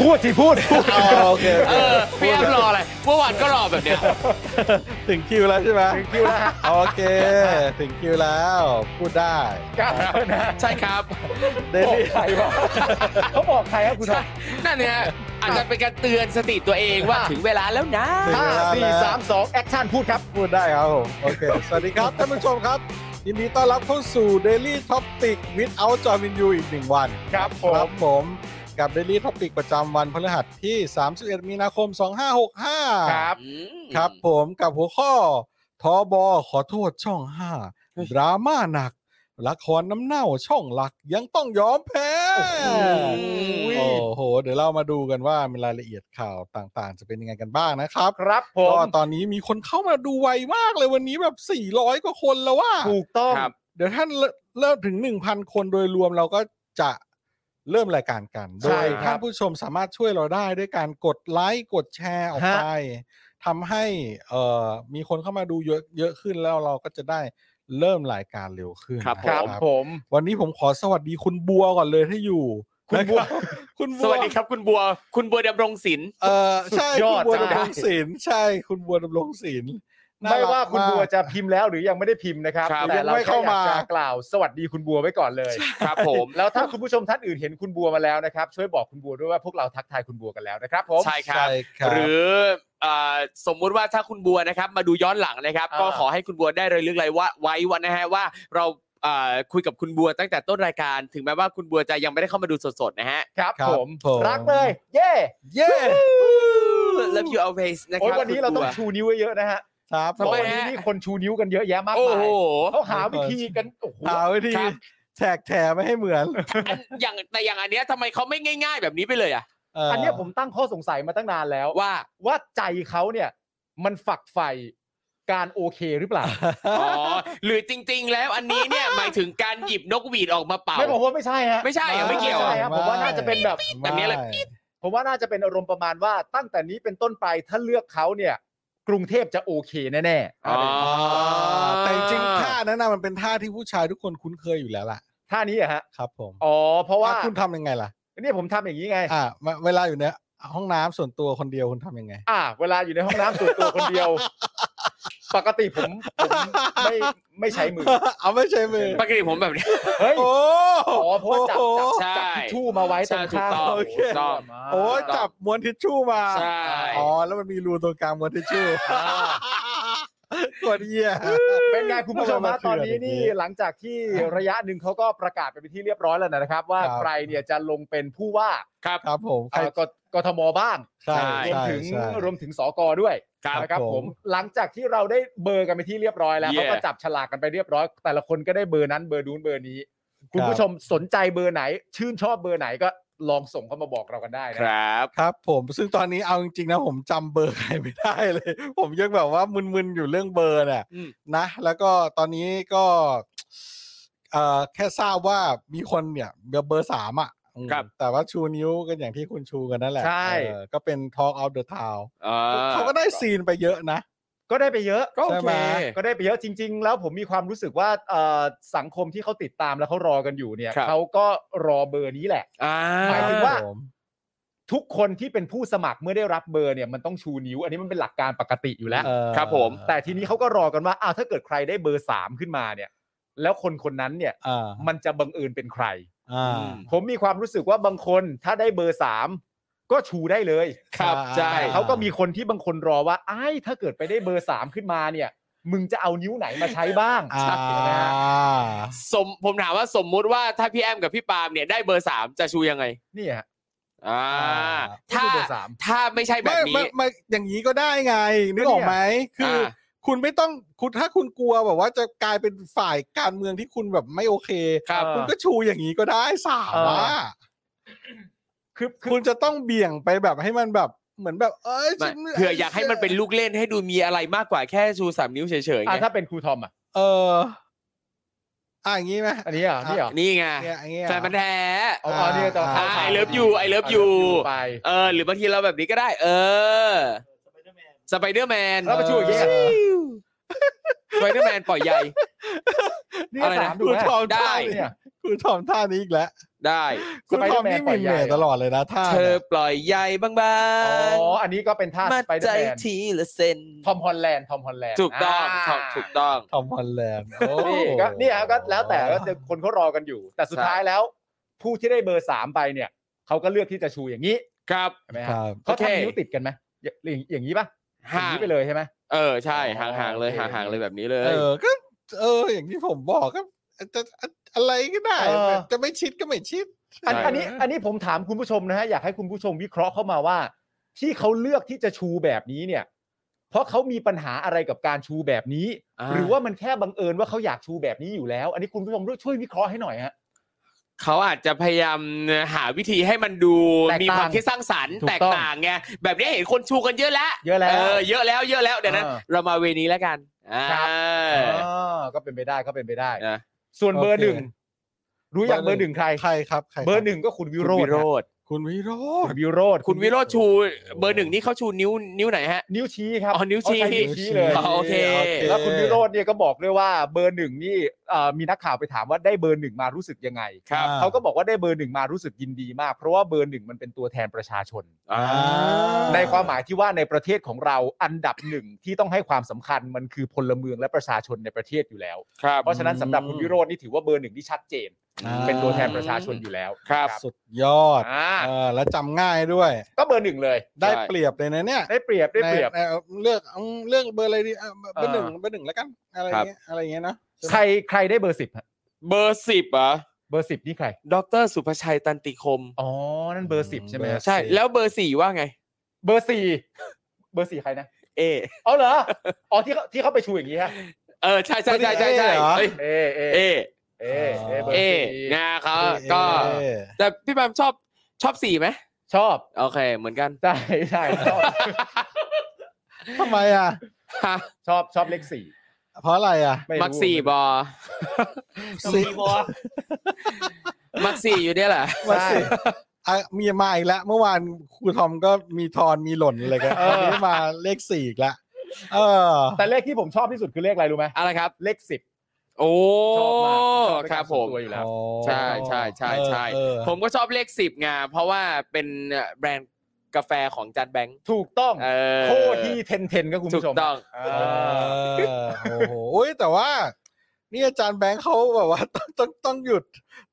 พูดที่พูด โอเค เออพี่แอมรออะไรเมื่อวานก็รอแบบเนี้ย ถึงคิวแล้วใช่ไหมถึงคิวแล้ว โอเค ถึงคิวแล้ว พูดได้ ก้าวแล้วนะ ใช่ครับ เด บอก ลี่ ใครบอกเขาบอกใครครับคุณท็อป นั่นเนี่ยอาจจะเป็นการเตือนสติตัวเองว่าถึงเวลาแล้วนะ ห้าสี่สามสองแอคชั่นพูดครับ พูดได้ครับผม โอเค สวัสดีครับ ท่านผู้ชมครับ ยินดีต้อนรับเข้าสู่ Daily Topic with o u t จอมินยูอีกหนึ่งวัน ครับผ ครั ม บผม กับ Daily Topic ประจำวันพฤหัสที่ 31 มีนาคม 2565 ครับ ครับผมกับหัวข้อทอบอขอโทษช่องห้าดราม่าหนัก ละครน้ำเน่าช่องหลักยังต้องยอมแพ้ โอ้โห โอ้โห เดี๋ยวเรามาดูกันว่ามีรายละเอียดข่าวต่างๆ จะเป็นยังไงกันบ้างนะครับ ครับผ ก็ ม ตอนนี้มีคนเข้ามาดูไวมากเลยวันนี้แบบ 400 กว่าคนแล้วว่า ถูกต้อง ครับ เดี๋ยวท่านเริ่มถึง 1,000 คนโดยรวมเราก็จะเริ่มรายการกัน โด ใช่ ย ครับ ท่านผู้ชมสามารถช่วยเราได้ด้วยการกดไลค์กดแชร์ออกไปทำให้เอ่อมีคนเข้ามาดูเยอะเยอะขึ้นแล้วเราก็จะได้เริ่มรายการเร็วขึ้น ครับ นะ ครับผม วันนี้ผมขอสวัสดีคุณบัวก่อนเลยถ้าอยู่ คุณบัว นะครัคุณบัว สวัสดีครับคุณบัว คุณบัวดำรงศิลป์ เออใช่ สุดย คุ อ ณ ด บัว จ้ะ ดำรงศิลป์ใช่คุณบัวดำรงศิลป์น่ ไม่ รัก ว่าคุณบัว มก จะพิมพ์แล้วหรือยังไม่ได้พิมพ์นะครับ ครับ แต่ ยัง เรา ไม่ แค่ เข้า อยาก มา จะกล่าว สวัสดีคุณบัวไว้ก่อนเลย ครับผม แล้วถ้าคุณผู้ชมท่านอื่นเห็นคุณบัวมาแล้วนะครับช่วยบอกคุณบัวด้วยว่าพวกเราทักทายคุณบัวกันแล้วนะครับผม ใช่ครับ ใช่ครับ หรือเอ่อสมมุติว่าถ้าคุณบัวนะครับ มาดูย้อนหลังนะครับ อ่า ก็ขอให้คุณบัวได้ระลึกไว้ว่าไว้วันนะฮะว่าเราเอ่อคุยกับคุณบัวตั้งแต่ต้นรายการ ถึงแม้ว่าคุณบัวจะยังไม่ได้เข้ามาดูสดๆนะฮะ ครับ ครับ ผม ผม รักเลย เย่ เย้ Love you always นะค โอ้ย รับ วันนี้เราต้อง คุณบั ชูนิ้วไว้เยอะนะฮะ ครับ เพทำราะไม วัน ฮะ นี้นี่คนชูนิ้วกันเยอะแยะมาก โอ้ มาย โห เขาหาวิธีกันโอ้โห หาวิธี ครับ แท็กแถไม่ให้เหมือน อันอย่างแต่อย่างอันเนี้ยทำไมเขาไม่ง่ายๆ แบบนี้ไปเลยอะ เ อันเนี้ยผมตั้งข้อสงสัยมาตั้งนานแล้ว ว่า ว่าใจเขาเนี่ย มันฝักใฝ่การโอเคหรือเปล่า อ๋อ หรือจริงๆ แล้วอันนี้ เนี่ยหมายถึงการหยิบนกหวีดออกมาเป่า ไม่ผมว่าไม่ใช่ฮะ ไม่ใช่เหรอไม่เกี่ยวเหรอ ใช่ครับผมว่าน่าจะเป็นแบบ แบบนี้เลย ไม่ ผมว่าน่าจะเป็นอารมณ์ประมาณว่าตั้งแต่นี้เป็นต้นไปถ้าเลือกเขาเนี่ย กรุงเทพจะโอเคแน่ อ๋อ อ่าแต่จริงๆท่านั้นนะมันเป็นท่าที่ผู้ชายทุกคนคุ้นเคยอยู่แล้วล่ะ ๆท่านี้อะฮะ ครับผม อ๋อเพราะว่า อ่ะคุณทำยังไงล่ะ เนี่ยผมทำอย่างนี้ไง อ่าเวลาอยู่ในห้องน้ำส่วนตัวคนเดียวคุณทำยังไง อ่า เวลาอยู่ในห้องน้ำส่วนตัวคนเดียว ปกติผมผมไม่ไม่ใช้มือ เอาไม่ใช่มือ ปกติผมแบบเนี้ย เฮ้ย โอ้ อ๋อเพราะว่าจับจับ ใช่ จับทิชชู่มาไว้ตรงข้าง ใช่ถูกต้องโอเคถูกต้อง โอ้จับมวนทิชชู่มา ใช่ อ๋อแล้วมันมีรูตรงกลางมวนทิชชู่ อ่า กดเยี่ย เป็นไงคุณผู้ชม มัน ฮะ มาเถื่ ตอ อน นนี้นี่หลังจากที่ระยะหนึ่งเขาก็ประกาศไปเป็นที่เรียบร้อยแล้วนะครับ ว่า ครับ ใครเนี่ยจะลงเป็นผู้ว่า ครับ ครับผมใคร เอ่อกกทมบ้าง ใช่ รวม ใช่ ถึง ใช่ รวมถึงสกด้วย ครับ นะครับ ผม ผมหลังจากที่เราได้เบอร์กันไปที่เรียบร้อยแล้ว เย่ เขาก็จับฉลากกันไปเรียบร้อย แต่ละคนก็ได้เบอร์นั้นเบอร์นู้นเบอร์นี้ คุณผู้ชมสนใจเบอร์ไหน ชื่นชอบเบอร์ไหนก็ลองส่งเข้ามาบอกเรากันได้ ค นะ รับ ครับผมซึ่งตอนนี้เอาจริงๆนะผมจำเบอร์ใครไม่ได้เลย ผมยังแบบว่ามึนๆอยู่เรื่องเบอร์เนี่ย อืม นะ แล้วก็ตอนนี้ก็เอ่อแค่ทราบว่ามีคนเนี่ยเบอร์สามอ่ะอืม ครับ แต่ว่าชูนิ้วกันอย่างที่คุณชูกันนั่นแหละ ใช่ เออก็เป็น Talk Out the Town อ่ เขาก็ได้ซีนไปเยอะนะ ก็ ก็ได้ไปเยอะ ก็โอเคใช่ไหม ก็ได้ไปเยอะจริง ๆ แล้วผมมีความรู้สึกว่าเอ่อสังคมที่เขาติดตามแล้วเขารอกันอยู่เนี่ย ครับ เขาก็รอเบอร์นี้แหละ อ่า หมายถึงว่า ผม ทุกคนที่เป็นผู้สมัครเมื่อได้รับเบอร์เนี่ยมันต้องชูนิ้ว อันนี้มันเป็นหลักการปกติอยู่แล้ว เอ่อ ครับผม แต่ทีนี้เขาก็รอกันว่าอ้าวถ้าเกิดใครได้เบอร์สามขึ้นมาเนี่ย แล้วคนคนนั้นเนี่ย อ่า มันจะบังเอิญเป็นใคร อ่า ผมมีความรู้สึกว่าบางคนถ้าได้เบอร์สามก็ชูได้เลย ครับใช่ แต่เขาก็มีคนที่บางคนรอว่าไอ้ายถ้าเกิดไปได้เบอร์สามขึ้นมาเนี่ย มึงจะเอานิ้วไหนมาใช้บ้าง อ่า นะฮะ สมผมถามว่าสมมุติว่าถ้าพี่แอมกับพี่ปาล์มเนี่ยได้เบอร์สามจะชูยังไง เนี่ยฮะ อ่า นี่ ถ้า คือเบอร์สาม ถ้าไม่ใช่แบ ไม่ บนี้ ไม่ไม่อย่างนี้ก็ได้ไง นึกออกไหมคือ อ่า คุณไม่ต้องคุณถ้าคุณกลัวแบบว่าจะกลายเป็นฝ่ายการเมืองที่คุณแบบไม่โอเค ครับ คุณก็ชูอย่างนี้ก็ได้สามว่า คือคือ คุณจะต้องเบี่ยงไปแบบให้มันแบบเหมือนแบบ เอ้ย ไม่ ฉัน เผื่ออยากให้มันเป็นลูกเล่นให้ดูมีอะไรมากกว่าแค่ชูสามนิ้วเฉยๆไง อ่ะถ้าเป็นครูทอมอ่ะ เอออ่ะอย่างนี้ไหม อันนี้เหรอ่ะนี่เหรอ นี่ไง เนี่ยอย่างเงี้ย แฟนมันธุ์แท้ เอาเอาเนี่ยจะ อ่า ข้า I ป love you I love you ไป เออ หรือบางทีเราแบบนี้ก็ได้ เออ สไปเดอร์แมน แล้วมาชูอย่างเงี้ย สไปเดอร์แมนปล่อยใย นี่ อะไรนะ สามดู คุณ ไหม ทอม ได้ ท่านี้ เนี่ย คุณทอมท่านี้อีกแล้ว ได้ คุณทอม Spider-Man นี่หมินเหม่ ปล่อยใหญ่ ตลอดเลยนะท่า เธ นี่ อย ปล่อยใยบ้างบ้า อ๋ ง ออันนี้ก็เป็นท่า มา สไปเดอ ใจ ร์แมน ทีละเซน ทอมฮอลแลนด์ทอมฮอลแลนด์ ถูกต้อง า ถูกถูกต้อง ทอมฮอลแลนด์โอ้ นี่ก็เนี่ยฮะก็แล้วแต่ก็คนเขารอกันอยู่ แต่สุด ใช่ ท้ายแล้ว ผู้ที่ได้เบอร์สามไปเนี่ยเขาก็เลือกที่จะชูอย่างนี้ ครับ ใช่ไหม ค ฮะ รับ เขา โอเค ทำนิ้วติดกันไหมอย่างอย่างนี้ป่ะอย่า ห่าง ง นี้ไปเลยใช่ไหม เออใช่ อ๋อ ห่างๆเลย โอเค ห่างๆเลยแบบนี้เลย เออ ก็ เออ อย่างที่ผมบอกก็จะอะอะไรก็ได้ เออ จะไม่ชิดก็ไม่ชิด อัน ใช่ อันนี้อันนี้ผมถามคุณผู้ชมนะฮะอยากให้คุณผู้ชมวิเคราะห์เข้ามาว่า ที่เขาเลือกที่จะชูแบบนี้เนี่ย เพราะเขามีปัญหาอะไรกับการชูแบบนี้ หรือว่ามันแค่บังเอิญว่าเขาอยากชูแบบนี้อยู่แล้ว อันนี้คุณผู้ชมช่วยวิเคราะห์ให้หน่อยฮะ เขาอาจจะพยายามหาวิธีให้มันดู แตกต่าง มีความคิดสร้างสรรค์ ถูก แตกต่างไงแบบนี้เห็นคนชูกันเยอะแล้ว เยอะแล้ว เออเยอะแล้วเยอะแล้วเดี๋ยวนั้น อ่า เรามาเวนี้แล้วกันอ่า ครับ อก็เป็นไปได้ก็เป็นไปได้ นะ ส่วนเบอร์ โอเค หนึ่งรู้อย่างเบอร์หนึ่งใคร ใครครับใครค เบอร์หนึ่งก็คุณวิ คุณ โรจ วิ น์ โร ฮะ ธ คุณวิโร คุ จ ณ น์ วิโรจน์ คุณวิโรธชูเบอร์หนึ่งนี่เขาชูนิ้วนิ้วไหนฮะ นิ้วชี้ครับ อ๋อนิ้วชี้ เขาในิ้วชี้เลย อ๋อโอเค แล้วคุณวิโรจน์เนี่ยก็บอกด้วยว่าเบอร์หนึ่งนี่เอ่อมีนักข่าวไปถามว่าได้เบอร์หนึ่งมารู้สึกยังไง ครับ อ่า เขาก็บอกว่าได้เบอร์หนึ่งมารู้สึกยินดีมาก เพราะว่าเบอร์หนึ่งมันเป็นตัวแทนประชาชน อ่า อ่า ในความหมายที่ว่าในประเทศของเราอันดับหนึ่งที่ต้องให้ความสำคัญมันคือพลเมืองและประชาชนในประเทศอยู่แล้ว ครับ เพราะฉะนั้นสำหรับคุณวิโรจน์นี่ถือว่าเบอร์หนึ่งที่ชัดเจน อ่า เป็นตัวแทนประชาชนอยู่แล้ว ครับ สุดยอด อ่า เออ แล้วจำง่ายด้วย ก็เบอร์หนึ่งเลย ได้ ใช่ เปรียบเลยนะเนี่ย ได้เปรียบได้เปรียบ ในในเลือกเอาเลือกเบอร์อะไรดีเอาเบอร์เบอร์ อ่า หนึ่งเบอร์หนึ่งแล้วกัน อะไรเงี้ย อะไรเงี้ยนะ ใครใครได้เบอร์สิบฮะ เบอร์สิบเหรอ่ะ เบอร์สิบนี่ใคร ดรสุภชัยตันติคม อ๋อ นั่นเบอร์สิบใช่ไหมฮะ ใช่ แล้วเบอร์สี่ว่าไง เบอร์สี่เบอร์สี่ใครนะ เอ อ๋อเหรออ๋อที่เขาที่เขาไปชูอย่างนี้ฮะ เออ ใช่ใช่ใช่ใช่ใช่เอ้ย เอเอ เอ เอเอเบอร์ เอ สี่ นะเขาก็ เออ แต่พี่แบมชอบชอบสี่ไหม ชอบ โอเค เหมือนกัน ใช่ใช่ชอบ ทำไมอ่ะ ฮะ ชอบชอบเลขสี่ เพราะอะไรอ่ะ ไรู้ มักสี่บอ สิ มักสี่อยู่เนี่ยแหละ มาสิอ่ะมีมาอีกแล้ว เมื่อวานครูทอมก็มีทอนมีหล่นอะไรกันวันนี้มาเลขสี่อีกแล้วเออ แต่เลขที่ผมชอบที่สุดคือเลขอะไรรู้ไหม อะไรครับ เลขสิบ โอ้ ชอบมากชอบ ครับผม ตัวอยู่แล้ว ใช่ใช่ใช่ใช่ เออเออ ผมก็ชอบเลขสิบไงเพราะว่าเป็นแบรนด์กาแฟของจานแบงค์ ถูกต้อง เออ โคที่เทนเทนก็คุณ ถู ผู้ ก ชม ต้อง เอ เอ อ อโอ้โหโอ้ยแต่ว่า นี่อาจารย์แบงค์เขาแบบว่า ต้องต้องต้องหยุด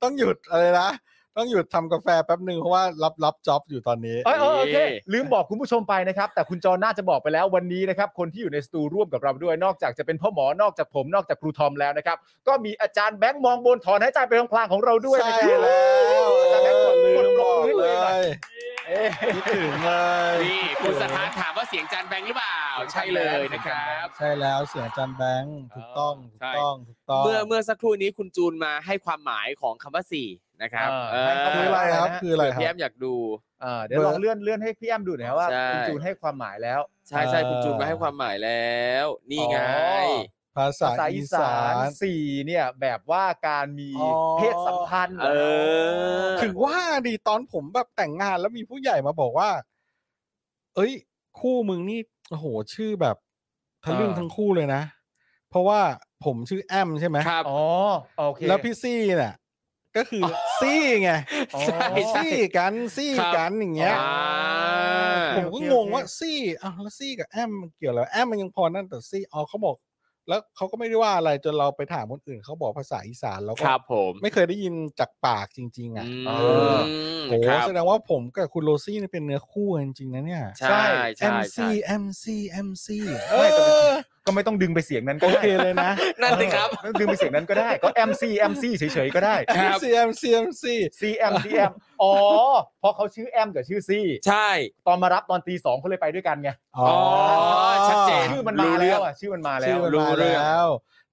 ต้องหยุดอะไรนะ ต้องหยุดทำกาแฟแป๊บหนึ่งเพราะว่ารับรับจ็อบอยู่ตอนนี้ เอยเอยโอเค นี่ ลืมบอกคุณผู้ชมไปนะครับ แต่คุณจอน่าจะบอกไปแล้ววันนี้นะครับ คนที่อยู่ในสตูร่วมกับเราด้วยนอกจากจะเป็นพ่อหมอนอกจากผมนอกจากครูทอมแล้วนะครับ ก็มีอาจารย์แบงค์มองบนถอนหายใจไปพลางๆของเราด้วยนะ ใช่ ครับ แล้ว อาจารย์แบงค์กดกดปรบมือ เล เลยหน่อย ย เอ้ย คิดถึงเลย นี่คุณสถานถามว่าเสียงจานแบงค์หรือเปล่า ใช่เลยนะครับ ใช่แล้วเสียงอาจารย์แบงค์ถูกต้องถูก ใช่ ต้องถูกต้อง เมื่อเมื่อสักครู่นี้คุณจูนมาให้ความหมายของคำว่าสี่นะครับ อ่า เอ คือออะไรครับ เออ คืออะไรครับ พี่แอมอยากดู อ่าเดี๋ยวลองเลื่อนเลื่อนให้พี่แอมดูหน่อยครับว่า ใช่ คุณจูนให้ความหมายแล้ว ใช่ใช่ เออ คุณจูนมาให้ความหมายแล้ว นี่ไง อ๋อ ภาษา ภาษา อี อี สา สาน น สี่เนี่ยแบบว่าการมี อ๋อ เพศสัมพันธ์ เออ ถึงว่าดีตอนผมแบบแต่งงานแล้วมีผู้ใหญ่มาบอกว่า เอ้ย คู่มึงนี่โอ้โหชื่อแบบ ทะลึ่ง อ่า ทั้งคู่เลยนะ เพราะว่าผมชื่อแอมใช่ไหม ครับ อ๋อโอเค แล้วพี่ซี่เนี่ยก็คืออ อ ซี่ไง อ๋อ ใช่ใช่ ซี่กันซี่ ครับ กันอย่างเงี้ย อ่า ผมก็ โอเค ง โอง เค ว่าซี่อ้าวแล้วซี่กับแอมมันเกี่ยวอะไรแอมมันยังพอนั่นแต่ซี่อ๋อเขาบอก แล้วเขาก็ไม่ได้ว่าอะไรจนเราไปถามคนอื่นเขาบอกภาษาอีสานเรา ค ก็ รับผม ไม่เคยได้ยินจากปากจริง ๆ อ่ะ อืม เออโห ครับ แสดงว่าผมกับคุณโรซี่นี่เป็นเนื้อคู่กันจริงๆนะเนี่ย ใช่ใช่ MC ใช่ MC MC เอ ไม่แต่ อ ก็ไม่ต้องดึงไปเสียงนั้นก็ โอ ได้ เคเลยนะ นั่นสิครับ ไม่ต้องดึงไปเสียงนั้นก็ได้ก็ MC MC เฉยๆก็ได้ ครับ MC MC MC CM CM อ๋อเพราะเขาชื่อแอมกับชื่อซี่ ใช่ ตอนมารับตอนตีสองเขาเลยไปด้วยกันไง อ๋อ ชัดเจ ชื่อมันมาแล้วอ่ะชื่อมันมาแล้ ชื่ ว อมันมาแล้ว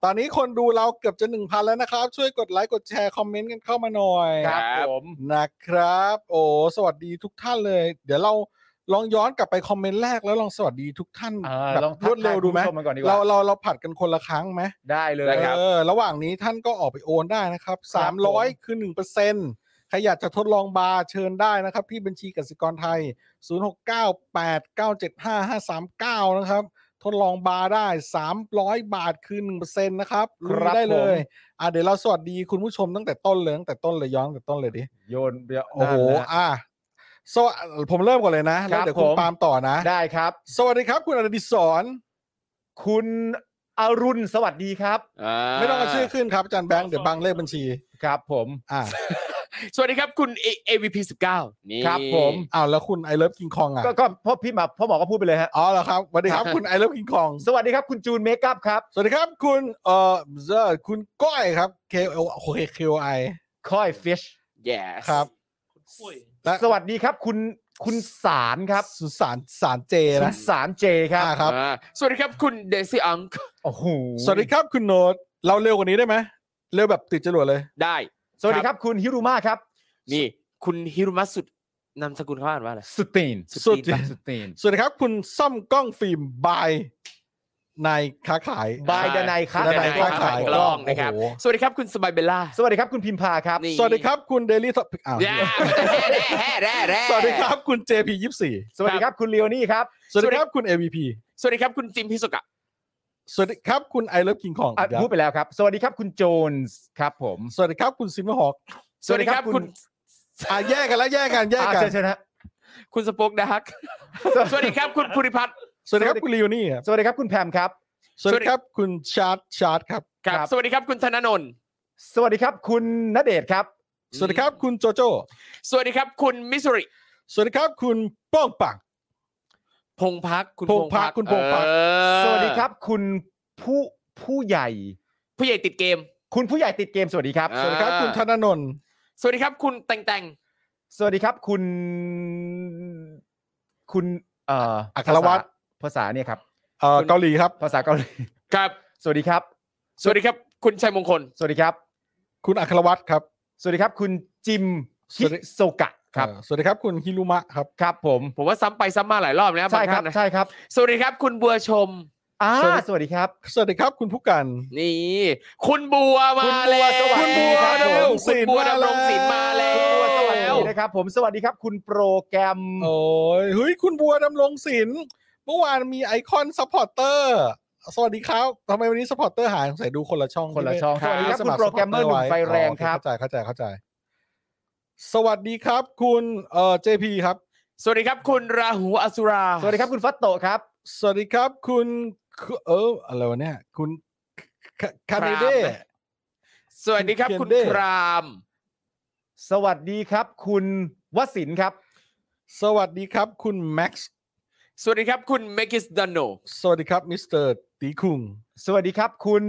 ตอนนี้คนดูเราเกือบจะ 1,000 แล้วนะครับ ช่วยกดไลค์กดแชร์คอมเมนต์กันเข้ามาหน่อย ครับผม นะครับ โอ้สวัสดีทุกท่านเลย เดี๋ยวเราลองย้อนกลับไปคอมเมนต์แรกแล้วลองสวัสดีทุกท่าน อ่า แบบ ลองทัก รวดเร็วดูไหม ทายคุณผู้ชมกันก่อนดีกว่า เราเราเราผัดกันคนละครั้งไหม ได้เลย เออระหว่างนี้ท่านก็ออกไปโอนได้นะครับ ครับผม 300 คือ 1%ใครอยากจะทดลองบาร์เชิญได้นะครับ ที่บัญชีกสิกรไทย 0698975539 นะครับ ทดลองบาร์ได้ 300 บาทคือ 1%นะครับลุยได้เลยอ่ะเดี๋ยวเราสวัสดีคุณผู้ชมตั้งแต่ต้นเลยตั้งแต่ต้นเลยย้อนตั้งแต่ต้นเลยดิ โยนเดี๋ยว โอ้โห นั่นแหละ อ่ะสวผมเริ่มก่อนเลยนะ แล้ว ครับ เดี๋ยวคุณ ผม ปาล์มต่อนะ ได้ครับ สวัสดีครับ คุณอดิศร คุณอรุณสวัสดีครับ อ่า ไม่ต้องเอาชื่อขึ้นครับอาจารย์แบงค์เดี๋ยวบังเลขบัญชี ครับผม อ่า สวัสดีครับคุณ A- AVP 19นี่ ครับผม อ้าวแล้วคุณไอเลิฟกิงคองอ่ะ ก็ก็พ่อพี่หมาพ่อหมอก็พูดไปเลยฮะ อ๋อเหรอครับสวัสดีครับ คุณไอเลิฟกิงคอง สวัสดีครับคุณจูนเมคอัพครับ สวัสดีครับ คุณเอ่อเอ่อคุณก้อยครับ K O K O I คอยฟิช yes ครับ และ สวัสดีครับ คุณคุณสารครับ สุสานสารเจ คุ นะ ณสารเจครับ อ่าครับ อ่าสวัสดีครับคุณเดซี่อัง โอ้โห สวัสดีครับคุณโนตเราเร็วกว่านี้ได้ไหมเร็วแบบติดจรวดเลย ได้ สวัสดีครับคุณฮิรุมาครับ นี่ คุณฮิรุมัสุดนามสกุลเขาอ่านว่าอะไร สตีน สุ สุด ด จริง สตีน สวัสดีครับ คุณซ่อมกล้องฟิล์มบายนายค้าขาย บายดนายครับ ดนัยค้าขาย กล้องนะครับ สวัสดีครับคุณสบายเบลล่า สวัสดีครับคุณพิมพาครับ นี่ สวัสดีครับคุณเดลี่ท็อปอ้าว แย่แร่แร่แร่ สวัสดีครับคุณ JP 24 สวัสดีครับคุณเลโอนี่ครับ สวัส สวัสดีดี ครับคุณ AVP สวัสดีครับคุณจิมพิสุกะ สวัสดีครับคุณ I Love King Kong อ่ะพูดไปแล้วครับ สวัสดีครับคุณโจนส์ครับผม สวัสดีครับคุณซิมเมอร์ฮอก สวัสดีครับคุณ อ่ะแยกกันแล้วแยกกันแยกกัน อ่ะเชิญเชิญฮะ คุณสปอกดาร์กสวัสดีครับคุณภูริพัฒน์ สวัสดีครับ สวัสดี คุณลีโอนี่ครับ สวัสดีครับคุณแพมครับ สวัส สวัส ดี ดี ครับคุณชาร์ตชาร์ตครับ ครับ ครับ สวัสดีครับคุณธนนนท์ สวัสดีครับคุณณเดชน์ครับ สวัสดีครับคุณโจโจ สวัสดีครับคุณมิสุริ สวัสดีครับคุณป้องปัง พงพักคุณ พงพักคุณพงพัก เออ สวัสดีครับคุณผู้ผู้ใหญ่ ผู้ใหญ่ติดเกม คุณผู้ใหญ่ติดเกมสวัสดีครับ อ่า สวัสดีครับคุณธนนนท์ สวัสดีครับคุณแตงแตง สวัสดีครับคุณ คุณเอ่ออั อัครวัตร ภาษาเนี่ยครับ เอ่อ คุณ เกาหลีครับ ภาษาเกาหลี ครับ สวัสดีครับ สวัสดีครับคุณชัยมงคล สวัสดีครับ คุณอัครวัตรครับ สวัสดีครับ คุณจิม ส ฮิ วัสดี โซกะครับ เอ่อสวัสดีครับคุณฮิรุมะครับ ครับผม ผมว่าซ้ำไปซ้ำมาหลายรอบนะครับ ใช่ครับ างท่านนะ ใช่ครับ สวัสดีครับคุณบัวชม อ่า สวัสดี สวัสดีครับ สวัสดีครับคุณผู้กัน นี่ คุณบัวมาแล้ว คุณบัวสวัสดีครับผม คุณบัวดำรงศิลป์มาแล้ คุวณบัวสวัสดีนะครับผมสวัสดีครับ คุณโปรแกรม โอ้ยเฮ้ย คุณบัวดำรงศิลป์เมื่อวานมีไอคอนซัพพอร์เตอร์ สวัสดีครับทำไมวันนี้ซัพพอร์เตอร์หายสงสัยดูคนละช่อง คนละช่อง ที่ไม่ สวัที่สดีครับคุณโปรแกรมเมอร์หนุ่มไฟแรงครับ เข้าใจเข้าใจเข้าใจ สวัสดีครับ คุณเอ่อ JP ครับ สวัสดีครับคุณราหูอสุรา สวัสดีครับคุณฟัตโตะครับ สวัสดีครับคุณเอออะไรวะเนี่ย คุณคคาเนเด ครับ สวัสดีครับ คุณ คุณ เคนเด้ คราม สวัสดีครับ คุณวสินครับ สวัสดีครับ คุณแม็กซ์ สวัสดีครับคุณเมกิสดานโน สวัสดีครับมิสเตอร์ตีคุง สวัสดีครับคุณ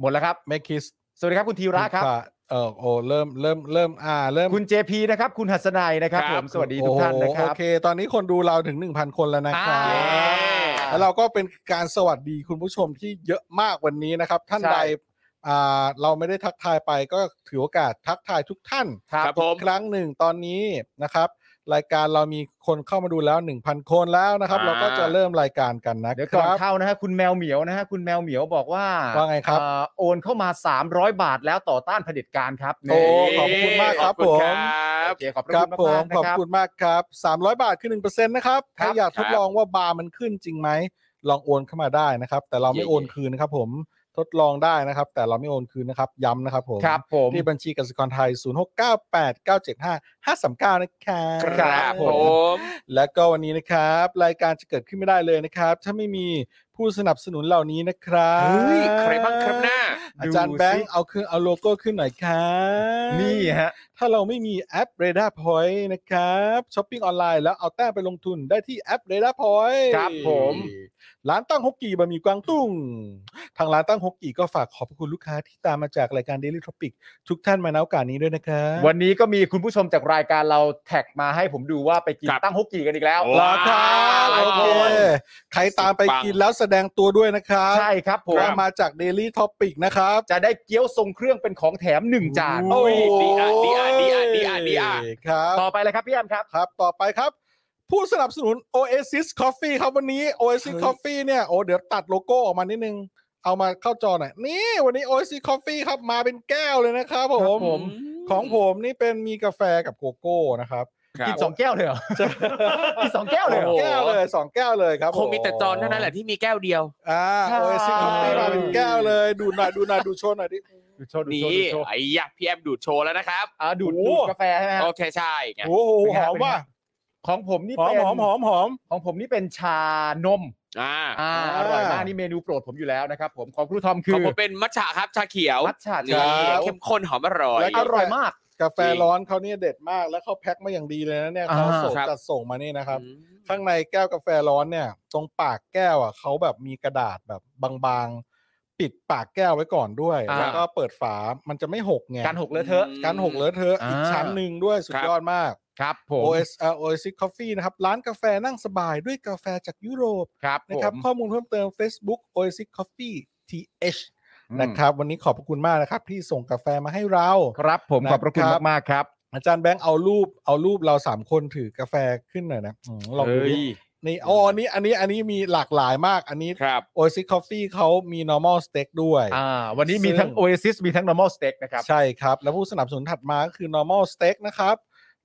หมดแล้วครับ แมคิส สวัสดีครับคุณธีระครับ เออโอ้เริ่มเริ่มเริ่มอ่าเริ่ม คุณ JP นะครับ คุณหัสนัยนะครับผมสวัสดีทุกท่านนะค โอ้โห รับ โอเค ตอนนี้คนดูเราถึง 1,000 คนแล้วนะครับ อ่า แล้วเราก็เป็นการสวัสดีคุณผู้ชมที่เยอะมากวันนี้นะครับ ท่าน ใช่ ใดอ่าเราไม่ได้ทักทายไปก็ถือโอกาสทักทายทุกท่าน ครับผม ครั้งหนึ่งตอนนี้นะครับ รายการเรามีคนเข้ามาดูแล้ว 1,000 คนแล้วนะครับ อ่า เราก็จะเริ่มรายการกันนะ เดี๋ยว ค ก่อน รับ เข้านะฮะคุณแมวเหมียวนะฮะคุณแมวเหมียวบอกว่า ว่าไงครับ เอ่อโอนเข้ามา 300 บาทแล้วต่อต้านเผด็จการครับ โอ้ขอบคุณมากครับ ขอ ผณมครับ โอเคขอบพระ ครั คุ บ ณมาก ผม ๆนะ ขอบ ครับ คุณมากครับ 300 บาทคือ1%นะครับ ถ้าอยาก ค ท รับ ดลองว่าบาร์มันขึ้นจริงไหม ลองโอนเข้ามาได้นะครับ แต่เราไม่ เย่ๆ โอนคืนนะครับ ผมทดลองได้นะครับ แต่เราไม่โอนคืนนะครับ ย้ำนะครับผม ครับผม ที่บัญชีกสิกรไทย 0698975539 นะคครับรับผม และก็วันนี้นะครับ รายการจะเกิดขึ้นไม่ได้เลยนะครับ ถ้าไม่มีผู้สนับสนุนเหล่านี้นะครับ เฮ้ยใครบ้างครับหน้า อาจารย์แบงค์เอาเครื่องเอาโลโก้ขึ้นหน่อยครับ นี่ฮะ ถ้าเราไม่มีแอป r a d a r Point นะครับช้อปปิ้งออนไลน์แล้วเอาแต้มไปลงทุนได้ที่แอป r a d a r Point ครับผม ร้านตั้งฮกกีบะหมี่กวางตุ้ง ทางร้านตั้งฮกกีก็ฝากขอบพระคุณลูกค้าที่ตามมาจากรายการ Daily Topic ทุกท่านมาในโอกาสนี้ด้วยนะครับ วันนี้ก็มีคุณผู้ชมจากรายการเราแท็กมาให้ผมดูว่าไปกิน ครับ ตั้งฮกกีกันอีกแล้ว โอ้ ลาครับ หลา โอย เค คน ใครตามไปกินแล้วแสดงตัวด้วยนะครับ ใช่ครับผม ว่ามาจาก Daily Topic นะครับ จะได้เกี๊ยวทรงเครื่องเป็นของแถมหนึ่งจาน โอ้ยดีอ่ะดีอ่ะดีอ่ะดีอ่ะดีอ่ะ ครับ ต่อไปเลยครับพี่แอมครับ ครับ ต่อไปครับ ผู้สนับสนุน Oasis Coffee ครับวันนี้ Oasis เฮ้ย Coffee เนี่ยโอ้เดี๋ยวตัดโลโก้ออกมานิดนึง เอามาเข้าจอหน่อย นี่วันนี้ Oasis Coffee ครับมาเป็นแก้วเลยนะครับผม ของผมนี่เป็นมีกาแฟกับโกโก้นะครับ ครับ กินสองแก้วเลยเหรอ ใช่ กินสองแก้วเลยเหรอ โอ้โห แก้วเลยสองแก้วเลยครับ คงมีแต่จอนเท่านั้นแหละที่มีแก้วเดียว อ่า ใช่ Oasis Coffee มาเป็นแก้วเลย ดูหน่อยดูหน่อยดูโชว์หน่อยดิ ดูโชว์ดูโช นี่ ว์ดูโชว์ ไอ้ยะพี่แอมดูดโชว์แล้วนะครับ อ่าดูด โอ้โห ดูดกาแฟใช่ไหมฮะ โอเคใช่ไง โอ้โห เป็นไง หอม เป็นไง ว่ะ ของผมนี่ หอม เป็น หอมหอมหอม ของผมนี่เป็นชานม อ่า อ่าอร่อยมากนี่เมนูโปรดผมอยู่แล้วนะครับผมของครูทอมคื ข อ องผมเป็นมัทฉะครับชาเขียว มัทฉะ นี่ ชาเขียว เข้มข้นหอมอร่อย และ อร่อยมาก กาแฟร้อนเขาเนี่ยเด็ดมากแล้วเขาแพ็คมาอย่างดีเลยนะเนี่ยเขา อ่า ส่ง ครับ จัดส่งมานี่นะครับ อืม ข้างในแก้วกาแฟร้อนเนี่ย ตรงปากแก้วอ่ะเขาแบบมีกระดาษแบบบางๆ ปิดปากแก้วไว้ก่อนด้วย อ่า แล้วก็เปิดฝามันจะไม่หกไง การหกเลอะเทอะ การหกเลอะเทอะอีก อ่า ชั้นหนึ่งด้วยสุ ค ด รับ ยอดมาก ครับผม OS เอ่อ Oasis Coffee นะครับ ร้านกาแฟนั่งสบายด้วยกาแฟจากยุโรป ครับผ นะครับ ม ข้อมูลเพิ่มเติม Facebook Oasis Coffee TH อืม นะครับวันนี้ขอบพระคุณมากนะครับที่ส่งกาแฟมาให้เรา ครับผมขอบพระคุณ นะครับ มากๆครับ อาจารย์แบงค์เอารูปเอารูปเราสามคนถือกาแฟขึ้นหน่อยนะอืมลองดูดินี่อ๋ออันนี้อันนี้อันนี้มีหลากหลายมากอันนี้ ครับ Oasis Coffee เขามี normal steak ด้วย อ่า วันนี้มีทั้ง ซึ่ง Oasis มีทั้ง normal steak นะครับ ใช่ครับ แล้วผู้สนับสนุนถัดมาก็คือ normal steak นะครับ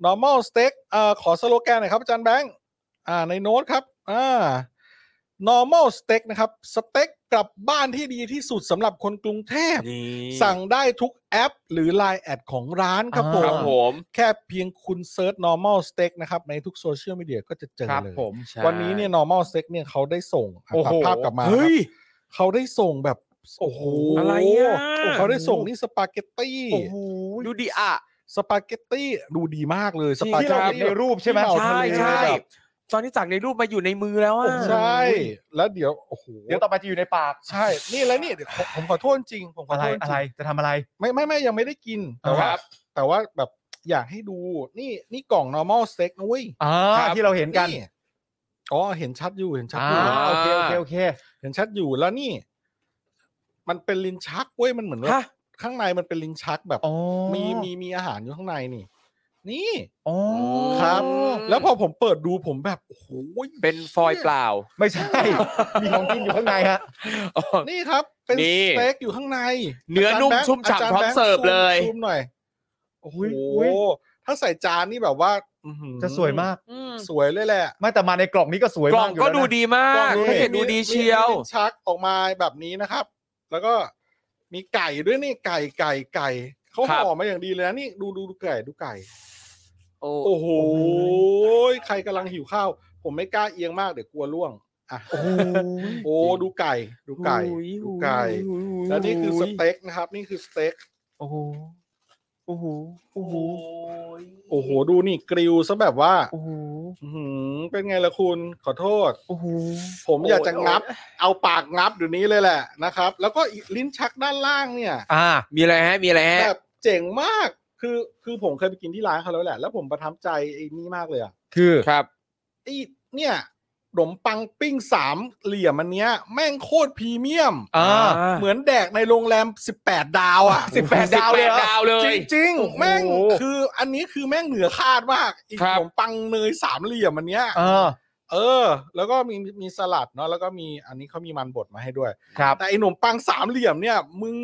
normal steak เอ่อขอสโลแกนหน่อยครับอาจารย์แบงค์อ่าในโน้ตครับอ่า normal steak นะครับสเต็กกลับบ้านที่ดีที่สุดสำหรับคนกรุงเทพ นี่ สั่งได้ทุกแอป หรือ Line แอดของร้านครับผ อ่า ครั ม บผม แค่เพียงคุณเซิร์ช normal steak นะครับ ในทุกโซเชียลมีเดียก็จะเจอ ครับ เลย ผม ใช่ วันนี้เนี่ย normal steak เนี่ยเขาได้ส่งอ่ะ โอ้โห ตัดภาพกลับมา เฮ้ย ครับเขาได้ส่งแบบโอ้โห อะไรอ่ะ เขาได้ส่งนี่สปาเกตตี้ โอ้โห ดูดิอ่ะ สปาเกตตี้ดูดีมากเลยสปา ที่ เก เรา ต เห็น ตี้ ในรูปใช่ไหม ที่ใช่เราทะเล ใช่ แบบ ตอนที่สั่งในรูปมาอยู่ในมือแล้วอ่ะ ใช่แล้วเดี๋ยวโอ้โห เดี๋ยวต่อไปจะอยู่ในปาก ใช่นี่แล้วนี่เดี๋ยวผมผมขอโทษจริงผมขอ อะไร โทษจ อะ ริ ไรง จะทำอะไร ไม่ไม่ไม่ยังไม่ได้กิน แต่ว่า ครับ แต่ว่าแบบอยากให้ดูนี่นี่กล่อง normal steak นะเว้ย อ่า ครับ ที่เราเห็นกัน อ๋อเห็นชัดอยู่เห็นชัดออ่ายู่ โอเคโอเคโอเค เห็นชัดอยู่แล้วนี่ มันเป็นลิ้นชักเว้ยมันเหมือนว่า ฮะ ข้างในมันเป็นลิ้นชักแบบ อ๋อ มีมีมีอาหารอยู่ข้างในนี่ นี่ อ๋อ ครับ อืม แล้วพอผมเปิดดูผมแบบโอ้โห เป็นฟอยล์เปล่า ไม่ใช่ มีของกินอยู่ข้างในฮะ นี่ครับ เป็น นี่ สเต็กอยู่ข้างใน เนื้อนุ่มชุ่มฉ่ำพร้อมเสิร์ฟเลย ซูมหน่อยโอ้โห อุ๊ย ถ้าใส่จานนี่แบบว่าอื้อหือ จะสวยมาก อืม สวยเลยแหละ ไม่แต่มาในกล่องนี้ก็สวย กล่อ มาง กอยู่ ก็ แล้วนะ ดูดีมาก กล่อง ให้เห็นดูดีเชียว มีลิ้นชักออกมาแบบนี้นะครับ แล้วก็มีไก่ด้วยนี่ไก่ไก่ไก่เขา ครับ ห่อมาอย่างดีเลยนะนี่ดูดูดูไก่ดูไก่ โอ้ โอ้โหใครกำลังหิวข้าว ผมไม่กล้าเอียงมากเดี๋ยวกลัวล่วงอ่ะ โอ้โห โอ้ดูไก่ ดูไก่ดูไก่แล้วนี่คือสเต็กนะครับ นี่คือสเต็ก โอ้โหโอ้โหโอ้โห โอ้โหดูนี่กริลซะแบบว่า โอ้โห อื้อหือเป็นไงล่ะคุณขอโทษ โอ้โห ผมอยากจะงับ เอาปากงับเดี๋ยวนี้เลยแหละนะครับ แล้วก็ลิ้นชักด้านล่างเนี่ย อ่า มีอะไรฮะมีอะไรฮะ แบบเจ๋งมาก คือคือผมเคยไปกินที่ร้านเขาแล้วแหละ แล้วผมประทับใจไอ้นี่มากเลยอะ คือ ครับ ไอ้เนี่ยขนมปังปิ้งสามเหลี่ยมอันเนี้ย แม่งโคตรพรีเมียม อ่า เหมือนแดกในโรงแรม 18 ดาวอะ สิบแปดดาวเลยเห18รอดาวเลยจริงจริง โอ้โห ๆ แม่งคืออันนี้คือแม่งเหนือคาดมากไอีก ครั ข บ นมปังเนยสามเหลี่ยมอันเนี้ย อ่า เออ แล้วก็มีมีสลัดเนาะแล้วก็มีอันนี้เขามีมันบดมาให้ด้วย ครับ แต่ไอ้ขนมปังสามเหลี่ยมเนี่ยมึง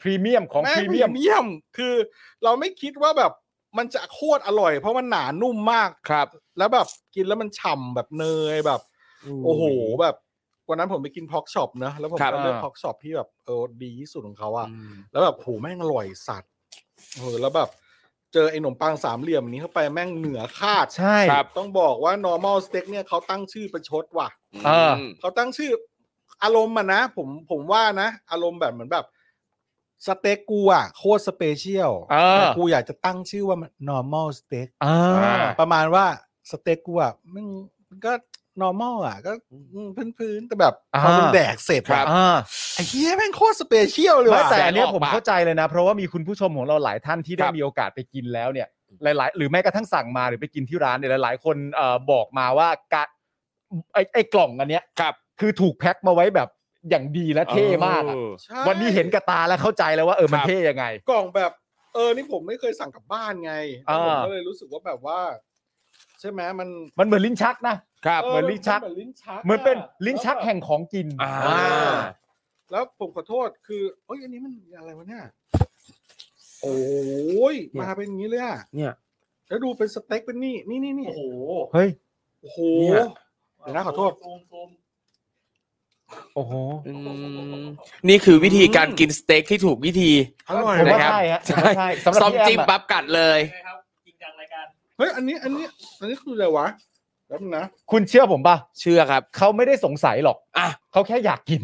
พรีเมียมของ แม่ พ ง รีเมียพมรีเมียมคือเราไม่คิดว่าแบบมันจะโคตรอร่อย เพราะมันหนานุ่มมาก ครับ แล้วแบบกินแล้วมันฉ่ำแบบเนยแบบ โอ้โหแบบ วันนั้นผมไปกินพ็อกช็อปนะแล้วผม ครับ ก็เลือก อ่า พ็อกช็อปที่แบบเออดีที่สุดของเขาอะ อืม แล้วแบบโหแม่งอร่อยสัตว์เออแล้วแบบเจอไอ้หนมปังสามเหลี่ยมนี้เข้าไปแม่งเหนือคาด ใช่ ครับต้องบอกว่า normal steak เนี่ยเขาตั้งชื่อประชดว่ะ เออ ม เขาตั้งชื่ออารมณ์อะนะ ผมผมว่านะ อารมณ์แบบเหมือนแบบสเต็กกูอะโคตรสเปเชียล เออ แต่กูอยากจะตั้งชื่อว่ามัน normal steak อ่า ประมาณว่าสเต็กกูอะมันมันก็ normal อะก็พื้นพื้นๆแต่แบบ อ่า พอมันแดกเสร็จ ครั อะ บ อ่า ไอ้เฮียแม่งโคตรสเปเชียลเลย ไม่ ว่ะ แต่อันเนี้ย แสงออก ผม ปะ เข้าใจเลยนะ เพราะว่ามีคุณผู้ชมของเราหลายท่านที่ได้ ครับ มีโอกาสไปกินแล้วเนี่ย หลาย ๆ หรือแม้กระทั่งสั่งมาหรือไปกินที่ร้านเนี่ยหลาย ๆ คนเอ่อบอกมาว่าการไอ้ไอ้กล่องอันเนี้ย ครับ คือถูกแพ็คมาไว้แบบอย่างดีและเท่มากอะ เออ ใช่ วันนี้เห็นกับตาแล้วเข้าใจแล้วว่าเออมัน ครับ เท่ยังไง กล่องแบบ เออ นี่ผมไม่เคยสั่งกลับบ้านไง อ่า ผมก็เลยรู้สึกว่าแบบว่า ใช่ไหมมัน มันเหมือนลิ้นชักนะ ครับ เหมือนลิ้นชัก เหมือนลิ้นชัก เหมือนเป็นลิ้นชัก แวบบ แห่งของกิน อ่า อ่า แล้วผมขอโทษคือเอ้ยอันนี้มันอะไรวะเนี่ย โอ้ย เนี่ย มาเป็นอย่างนี้เลยอะ เนี่ย แล้วดูเป็นสเต็กเป็นนี่นี่นี่นี่ เฮ้ย โอ้โห เนี่ย เดี๋ยวนะขอโทษ โอ้โห อืมนี่คือวิธีการกินสเต็กที่ถูกวิธี อร่อย ผม นะ ว่า ครับ ใช่ฮะผมว่าใช่สำหรับ ซ้อม พี่แอ จิ้ม มอะ ปั๊บกัดเลย เฮ้ยอันนี้อันนี้ อันนี้คืออะไรวะแป๊บนึงนะ คุณเชื่อผมปะ เชื่อครับ เขาไม่ได้สงสัยหรอก อ่ะ เขาแค่อยากกิน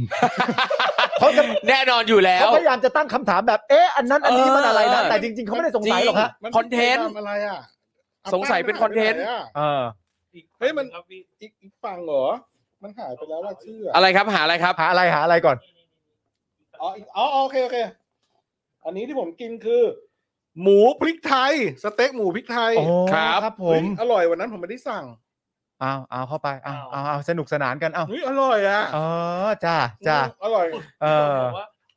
เขาจะ แน่นอนอยู่แล้ เขา ว พยายามจะตั้งคำถามแบบ เอ๊ะ อันนั้นอันนี้ เออ มันอะไรนะ เออ แต่จริง ๆ เขาไม่ได้สงสัยหรอกฮะ มั คอนเทนต์ ป็ามอะไรอะอ่ะ สงสัยเป็นคอนเทนต์ แป้งมัหายไปไหอะ เออ เฮ้ยมันอีกอีกฝั่งเหรอ มันหายไปแล้วว่าชื่ออะ อะไรครับหาอะไรครับ หาอะไรหาอะไรก่อน อ๋ออีกอ๋อโอเคโอเค อันนี้ที่ผมกินคือ หมูพริกไทย สเต็กหมูพริกไทย โอ้ ครับ ครับผ เฮ้ย ม อร่อยวันนั้นผมไม่ได้สั่ง เอาเอาเข้าไปเอาเอาเอาสนุกสนานกันเอา เฮ้ยอร่อยอ่ะ เออจ้าจ้า อร่อย เออ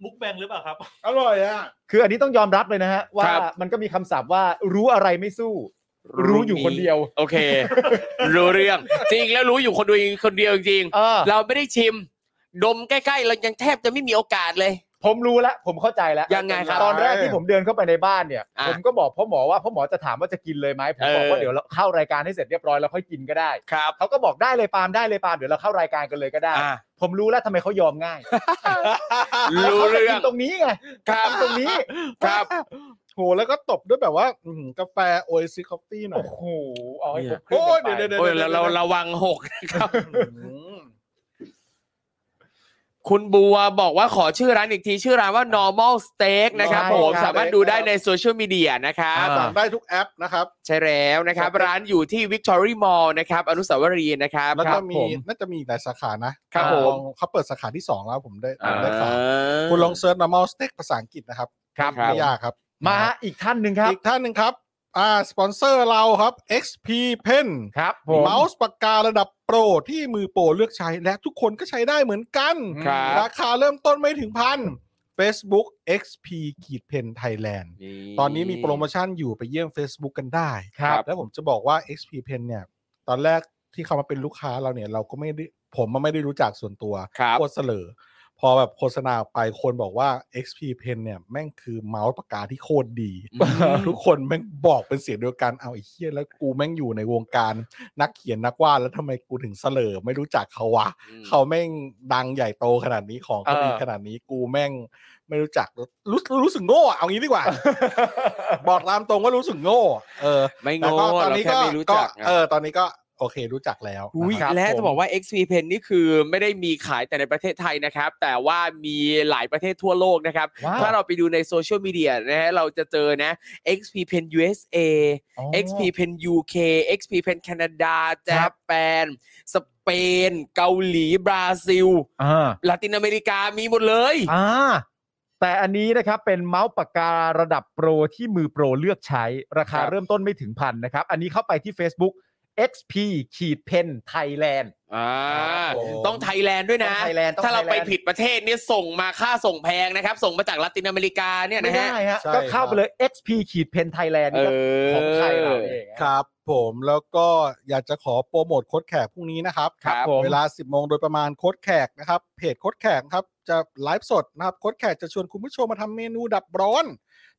มุกแบงหรือเปล่าครับ อร่อยอ่ะ คืออันนี้ต้องยอมรับเลยนะฮะ ว่า ครับ มันก็มีคำศัพท์ว่ารู้อะไรไม่สู้ รู้อยู่คนเดียว โอเค รู้เรื่อง จริงแล้วรู้อยู่คนเดียวคนเดียวจริง เออ ๆเราไม่ได้ชิม ดมใกล้ๆ เรายังแทบจะไม่มีโอกาสเลย ผมรู้แล้วผมเข้าใจแล้ว ยังไงครับ ตอนแรกที่ผมเดินเข้าไปในบ้านเนี่ย อ่ะ ผมก็บอกพ่อหมอว่าพ่อหมอจะถามว่าจะกินเลยไหมผมบอก เออ ว่าเดี๋ยวเราเข้ารายการให้เสร็จเรียบร้อยแล้วค่อยกินก็ได้ ครับ เขาก็บอกได้เลยปาล์มได้เลยปาล์มเดี๋ยวเราเข้ารายการกันเลยก็ได้ อ่ะ ผมรู้แล้วทำไมเขายอมง่าย รู้ ขาจะ เรื่อ กิ ง นตรงนี้ไง ครับ กินตรงนี้ ครับ โหแล้วก็ตบด้วยแบบว่าอื้อหือกาแฟโอเอซิคอฟฟี่หน่อ โอ้ ย โหเอาให้ผม โอ้ย เดี๋ เดี๋ยวเดี๋ยว โอ้ย เดี๋ เราเรายวดี๋ยว ระวังหกนะครับ อื้อ คุณบัวบอกว่าขอชื่อร้านอีกที ชื่อร้านว่า normal steak นะครับผมสามารถดูได้ในโซเชียลมีเดียนะครับ สั่งได้ทุกแอปนะครับ ใช่แล้วนะครับ ครับ ร้านอยู่ที่ Victory Mall นะครับ อนุสาวรีย์นะครับ แล้วก็มีน่าจะมีอีกหลายสาขานะครับ ผม ลองเขาเปิดสาขาที่ 2 แล้วผมได้ อ่า ผมได้ฝากคุณลองเซิร์ช normal steak ภาษาอังกฤษนะครับ ครับ ไม่ยากครับ มาอีกท่านหนึ่งครับ อีกท่านหนึ่งครับอ่าสปอนเซอร์เราครับ XP Pen ครับผม เมาส์ปากการะดับโปรที่มือโปรเลือกใช้และทุกคนก็ใช้ได้เหมือนกัน ครับ ราคาเริ่มต้นไม่ถึงพัน Facebook XP ขีดเพนไทยแลนด์ตอนนี้มีโปรโมชั่นอยู่ไปเยี่ยม Facebook กันได้ ครับ แล้วผมจะบอกว่า XP Pen เนี่ย ตอนแรกที่เขามาเป็นลูกค้าเราเนี่ย เราก็ไม่ได้ผมมันไม่ได้รู้จักส่วนตัว ครับ โคตรเสลอพอแบบโฆษณาออกไปคนบอกว่า XP Pen เนี่ย แม่งคือเมาส์ปากกาที่โคตรดี ทุกคนแม่งบอกเป็นเสียงเดียวกันเอาไอ้เฮียแล้วกูแม่งอยู่ในวงการนักเขียนนักวาดแล้วทำไมกูถึงเสลอไม่รู้จักเขาวะ เขาแม่งดังใหญ่โตขนาดนี้ของเขาดี เออ ขนาดนี้กูแม่งไม่รู้จักรู้รู้สึกโง่อะเอางี้ดีก ว่า บอกตามตรงว่ารู้สึกโง่เออ ไม่ แต่ โง่ ก็ต เรา อนนี้ แค่ ก็ ไม่รู้ ก็ จัก เออตอนนี้ก็โอเครู้จักแล้ว อุ๊ย นะครับ และจะ ผม บอกว่า XP Pen นี่คือไม่ได้มีขายแต่ในประเทศไทยนะครับ แต่ว่ามีหลายประเทศทั่วโลกนะครับ ว้ ถ้าเราไปดูในโซเชียลมีเดียนะฮะเราจะเจอนะ XP Pen USA อ๋อ XP Pen UK XP Pen แคนาดาจ ครับ แปนสเปน เกาหลี บราซิล อ่า ลาตินอเมริกามีหมดเลย อ่าแต่อันนี้นะครับเป็นเมาส์ปากการะดับโปรที่มือโปรเลือกใช้ราคา ครับ เริ่มต้นไม่ถึงพันนะครับ อันนี้เข้าไปที่ Facebook XP ขีดเพนไทยแลนด์ อ่า ครับผม ต้องไทยแลนด์ด้วยนะ ต้องไทยแลนด์ต้อง ถ้าเราไป ไทยแลนด์ ผิดประเทศเนี่ยส่งมาค่าส่งแพงนะครับ ส่งมาจากลาตินอเมริกาเนี่ย ไม่ นะฮะ ได้ฮะก็เข้าไปเลย XP ขีดเพนไทยแลนด์ เอ นี่อก็ของไทยเราเอง ครับ ผมแล้วก็อยากจะขอโปรโมทโค้ดแขกพรุ่งนี้นะครับ ครับ ผม เวลา 10 โมงโดยประมาณโค้ดแขกนะครับ เพจโค้ดแขกครับ จะไลฟ์สดนะครับ โค้ดแขกจะชวนคุณผู้ชมมาทำเมนูดับร้อน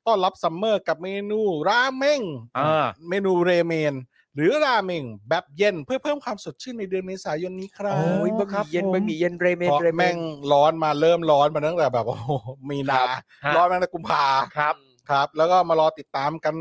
ต้อนรับซัมเมอร์กับเมนูราเมง อ่า เมนูเรเมน หรือราเมงแบบเย็นเพื่อเพิ่มความสดชื่นในเดือนเมษายนนี้ครับ โอ้ยบะห ครั มี่เย็น ผม บะหมี่เย็นเรเมน เพราะ เรเม แม่ น งร้อนมาเริ่มร้อนมาตั้งแต่แบบโอ้โห มีนา ฮะ ร้อนมาตั้งแต่กุมภา ครับ ครับแล้วก็มารอติดตามกัน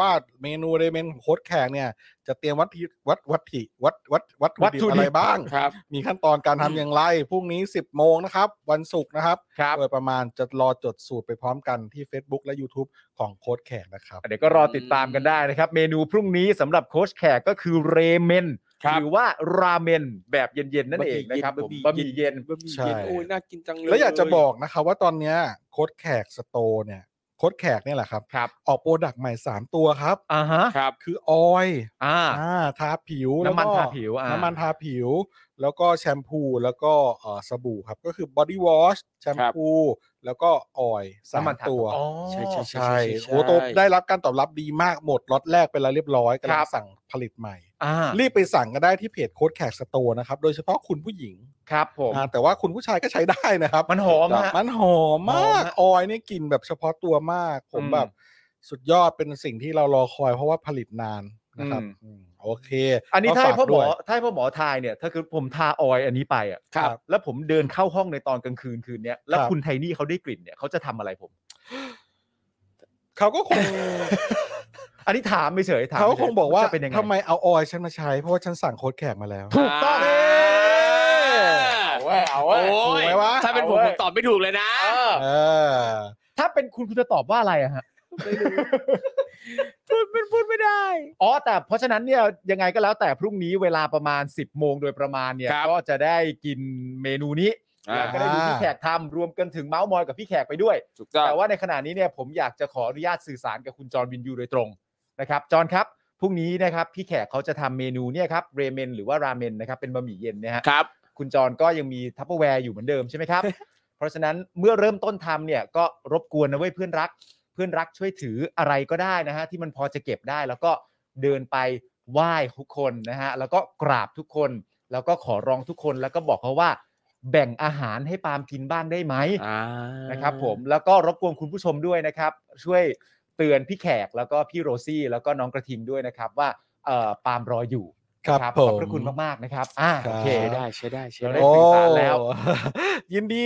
ว่าเมนูเรเมนของโค้ดแขกเนี่ย จะเตรียมวัตถุวัตวัตถิวัตวัตวัตถุดิบอะไรบ้าง ครับ มีขั้นตอนการทำอย่างไรพรุ่งนี้ 10 โมงนะครับ วันศุกร์นะครับ ครับ โดยประมาณจะรอจดสูตรไปพร้อมกันที่ Facebook และ YouTube ของโค้ดแขกนะครับ เดี๋ยวก็รอติดตามกันได้นะครับ เมนูพรุ่งนี้สำหรับโค้ชแขกก็คือเรเมน ครับ หรือว่าราเมนแบบเย็นๆนั่นเองนะครับผมบะหมี่เย็น บะหมี่ ใช่ เย็นโอ้ยน่ากินจังเลย แล้วอยากจะบอกนะครับว่าตอนเนี้ยโค้ดแขกสโตร์เนี่ยโค้ดแขกเนี่ยแหละครับ ครับ ออกโปรดักต์ใหม่ 3 ตัวครับ อ่าฮะ ครับ คือออยล์ อ่า อ่าทาผิวแล้ว น้ำมัน ก็ ทาผิวอ่า น้ำมันทาผิว แล้วก็แชมพูแล้วก็เอ่อสบู่ครับ ก็คือบอดี้วอชแชมพู แล้วก็ออยล์สา น้ำมั ม นทา ตัว อ๋อ ใช่ใช่ ใช่ ใช่ โอ้โหตัวได้รับการตอบรับดีมากหมดล็อตแรกไปแล้วเรียบร้อยกำลั ครั ง บ สั่งผลิตใหม่ อ่า รีบไปสั่งก็ได้ที่เพจโค้ดแขกสโตร์นะครับ โดยเฉพาะคุณผู้หญิง ครับผม อ่าแต่ว่าคุณผู้ชายก็ใช้ได้นะครับ มันหอมฮะ มันหอมมาก หอมฮะ ออยนี่กลิ่นแบบเฉพาะตัวมาก ผม อืม แบบสุดยอดเป็นสิ่งที่เรารอคอยเพราะว่าผลิตนานนะครับ อืม อืมโอเค อันนี้ ก็ ถ้า ฝ ให้ ก พ่อหม ด้ อ วย ถ้าให้พ่อหมอทายเนี่ย ถ้าคือผมทาออยอันนี้ไปอ่ะ ครับ แล้วผมเดินเข้าห้องในตอนกลางคืนคืนเนี้ยแล้ว ครับ คุณไทนี่เขาได้กลิ่นเนี่ยเขาจะทำอะไรผม เขาก็คง อันนี้ถามไม่เฉยๆถาม เขา ไม่ฉย คงบอกว่า จะเป็นยังไง ทำไมเอาออยฉันมาใช้ เพราะว่าฉันสั่งโค้ดแขกมาแล้ว ถูกต้อง เล เลยย ว้ยเอาว้ย ถูกไหมวะ ถ้าเป็นผมผมตอบไม่ถูกเลยนะ เออ ถ้าเป็นคุณคุณจะตอบว่าอะไร อะฮะ พูดเป็นพูดไม่ได้ อ๋อแต่เพราะฉะนั้นเนี่ยยังไงก็แล้วแต่พรุ่งนี้เวลาประมาณ 10 โมงโดยประมาณเนี่ย ครับ ก็จะได้กินเมนูนี้ อ่า แล้วก็ได้ดูพี่แขกทำรวมกันถึงเมาส์มอยกับพี่แขกไปด้วย ถูกต้อง แต่ว่าในขณะนี้เนี่ยผมอยากจะขออนุญาตสื่อสารกับคุณจอร์นวินยูโดยตรงนะครับจอร์นครับพรุ่งนี้นะครับพี่แขกเขาจะทำเมนูเนี่ยครับเรเมนหรือว่าราเมนนะครับเป็นบะหมี่เย็นนะฮะ ครับ คุณจอร์นก็ยังมีทัพเปอร์แวร์อยู่เหมือนเดิมใช่ไหม ครับ เพราะฉะนั้นเมื่อเริ่มต้นทำเนี่ยก็รบกวนนะเว้ยเพื่อนรัก เพื่อนรักช่วยถืออะไรก็ได้นะฮะที่มันพอจะเก็บได้ แล้วก็เดินไปไหว้ทุกคนนะฮะแล้วก็กราบทุกคน แล้วก็ขอร้องทุกคนแล้วก็บอกเขาว่า แบ่งอาหารให้ปาล์มกินบ้างได้ไหม นะครับผมแล้วก็รบกวนคุณผู้ชมด้วยนะครับ ช่วยเตือนพี่แขกแล้วก็พี่โรซี่ แล้วก็น้องกระทิงด้วยนะครับ ว่าเอ่อปาล์มรออยู่ ครับ ข ผม อบพระคุณมากๆนะครับอ่า ครับ โอเค ใช้ ได้ ได้ใช้ได้ใช้ เรา ได้ ได้สื่อสารแล้ว โอ้ ยินดี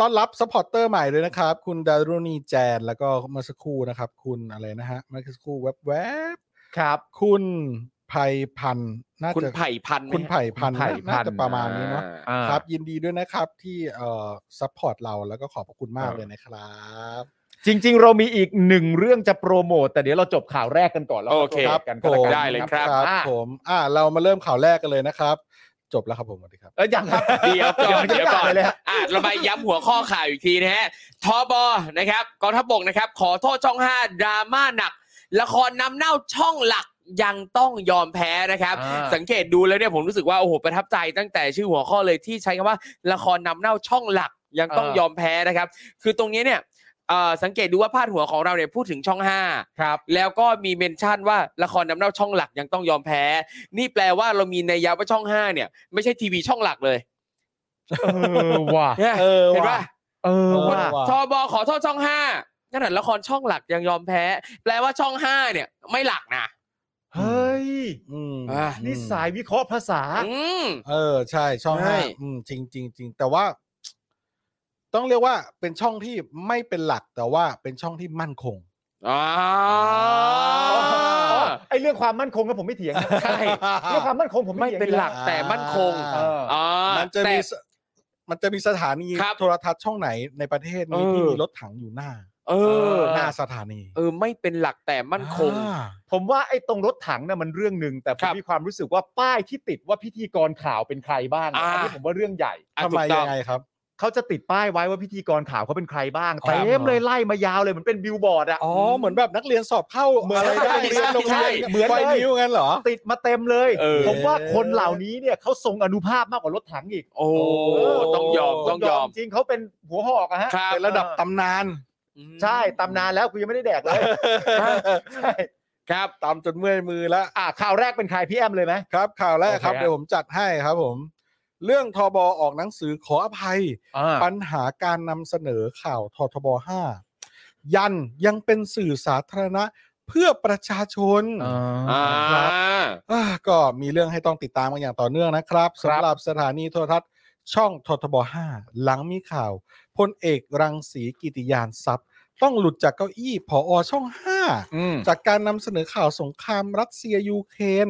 ต้อนรับซัพพอร์ตเตอร์ใหม่ด้วยนะครับ คุณดารุณีแจน แล้วก็เมื่อสักครู่นะครับ คุณอะไรนะฮะเมื่อสักครู่แวบๆ ครับ คุณไผ่พันธุ์น่า คุณ จะ ไผ่พันธุ์ไหม คุณไผ่พันธุ์ คุณไผ่ น่า พันธุ์ จะประมาณนี้เนาะ อ่า อ่า ครับ ยินดีด้วยนะครับที่เอ่อซัพพอร์ตเราแล้วก็ขอบพระคุณมาก เออ เลยนะครับ จริง ๆ เรามีอีกหนึ่งเรื่องจะโปรโมทแต่เดี๋ยวเราจบข่าวแรกกันก่อนแล้ว โอเค รา ครับ จบกัน ผ ก็แล้ว ม กัน ได้เลยครับ อ่ะ ผมอ่าเรามาเริ่มข่าวแรกกันเลยนะครับ จบแล้วครับผมสวัสดีครับ เอ้ยอย่างครับ เดี๋ยวก่อน เดี๋ เดี๋ ย ยว ว ก่ ก่ อ อน น เลยฮะ อ่ะเราไปย้ำหัวข้อข่าวอีกทีนะฮะทบนะครับกองทัพบกนะครับ ขอโทษช่อง 5ดราม่าหนัก ละครนำเน่าช่องหลักยังต้องยอมแพ้นะครับ อ่า สังเกตดูแล้วเนี่ยผมรู้สึกว่าโอ้โหประทับใจตั้งแต่ชื่อหัวข้อเลยที่ใช้คำว่า ละครนำเน่าช่องหลักยังต้องยอมแพ้นะครับ คือตรงนี้เนี่ยเอ่อสังเกตดูว่าพาดหัวของเราเนี่ยพูดถึงช่อง 5 ครับ แล้วก็มีเมนชั่นว่าละครน้ำเน่าช่องหลักยังต้องยอมแพ้ นี่แปลว่าเรามีในยยะว่าช่อง 5 เนี่ย ไม่ใช่ทีวีช่องหลักเลย เออว่ะ เนี่ย เออ เห็นปะว่ะเออว่ะ ว่ะ ทบขอโทษช่อง 5ขนาดละครช่องหลักยังยอมแพ้ แปลว่าช่อง 5 เนี่ยไม่หลักนะ เฮ้ย อืม อ่ะ อืม นี่สายวิเคราะห์ภาษา อืม เออใช่ช่อง ใช่ ห้าอืมจริงจริงจริงแต่ว่า ต้องเรียกว่าเป็นช่องที่ไม่เป็นหลักแต่ว่าเป็นช่องที่มั่นคง อ๋อ อ๋อไอเรื่องความมั่นคงก็ผมไม่เถียงนะ ใช่ เรื่องความมั่นคงผม ไม่ ไม่ถียง เป็นหลัก อยู่ แต่มั่นคง แล้วเออ อ๋อ มันจะ แต่ มีสมันจะมีสถานี ครับ โทรทัศน์ช่องไหนในประเทศนี้ เออ ที่มีรถถังอยู่หน้า เออ อ หน้าสถานี เออไม่เป็นหลักแต่มั่นคง อ่า ผมว่าไอ้ตรงรถถังน่ะมันเรื่องหนึ่งแต่ผ ค ม รับ มีความรู้สึกว่าป้ายที่ติดว่าพิธีกรข่าวเป็นใครบ้างอะ อ่า อันนี้ผมว่าเรื่องใหญ่ อ่ะ ทำไม ถูกต้ ยั อง งไงครับ เขาจะติดป้ายไว้ว่าพิธีกรข่าวเขาเป็นใครบ้าง ครับ เต็มเลยไล่มายาวเลยเหมือนเป็นบิลบอร์ดอ่ะ อ๋อเหมือนแบบนักเรียนสอบเข้า เหมือน อะไรได้ ใช่ เรียนโรง ใช่ เรียน เหมือน ไฟ เลย นิ้วงั้นเหรอ ติดมาเต็มเลย เออ ผมว่าคนเหล่านี้เนี่ยเขาทรงอนุภาพมากกว่ารถถังอีก โอ้ต้องยอมต้องยอม จริงเขาเป็นหัวหอกอะฮะ ครับ เป็นระดับต ตำนาน ำใช่ตำนานแล้วกูยังไม่ได้แดกเลยใช่ ครับ ตามจนเมื่อยมือแล้ว อ่ะข่าวแรกเป็นใครพี่แอมเลยไหม ครับข่าวแรก โอเค ครับ ฮะ เดี๋ยวผมจัดให้ครับผม เรื่องทบออกหนังสือขออภัย อ่า ปัญหาการนำเสนอข่าวททบ5ยันยังเป็นสื่อสาธารณะเพื่อประชาชน อ่า ครับ ก็มีเรื่องให้ต้องติดตามกันอย่างต่อเนื่องนะครับสำหรับสถานีโทรทัศน์ช่องททบ 5 หลังมีข่าวพลเอกรังสีกิติยานทรัพย์ ต้องหลุดจากเก้าอี้ผอช่อง 5 อืม จากการนำเสนอข่าวสงครามรัสเซียยูเครน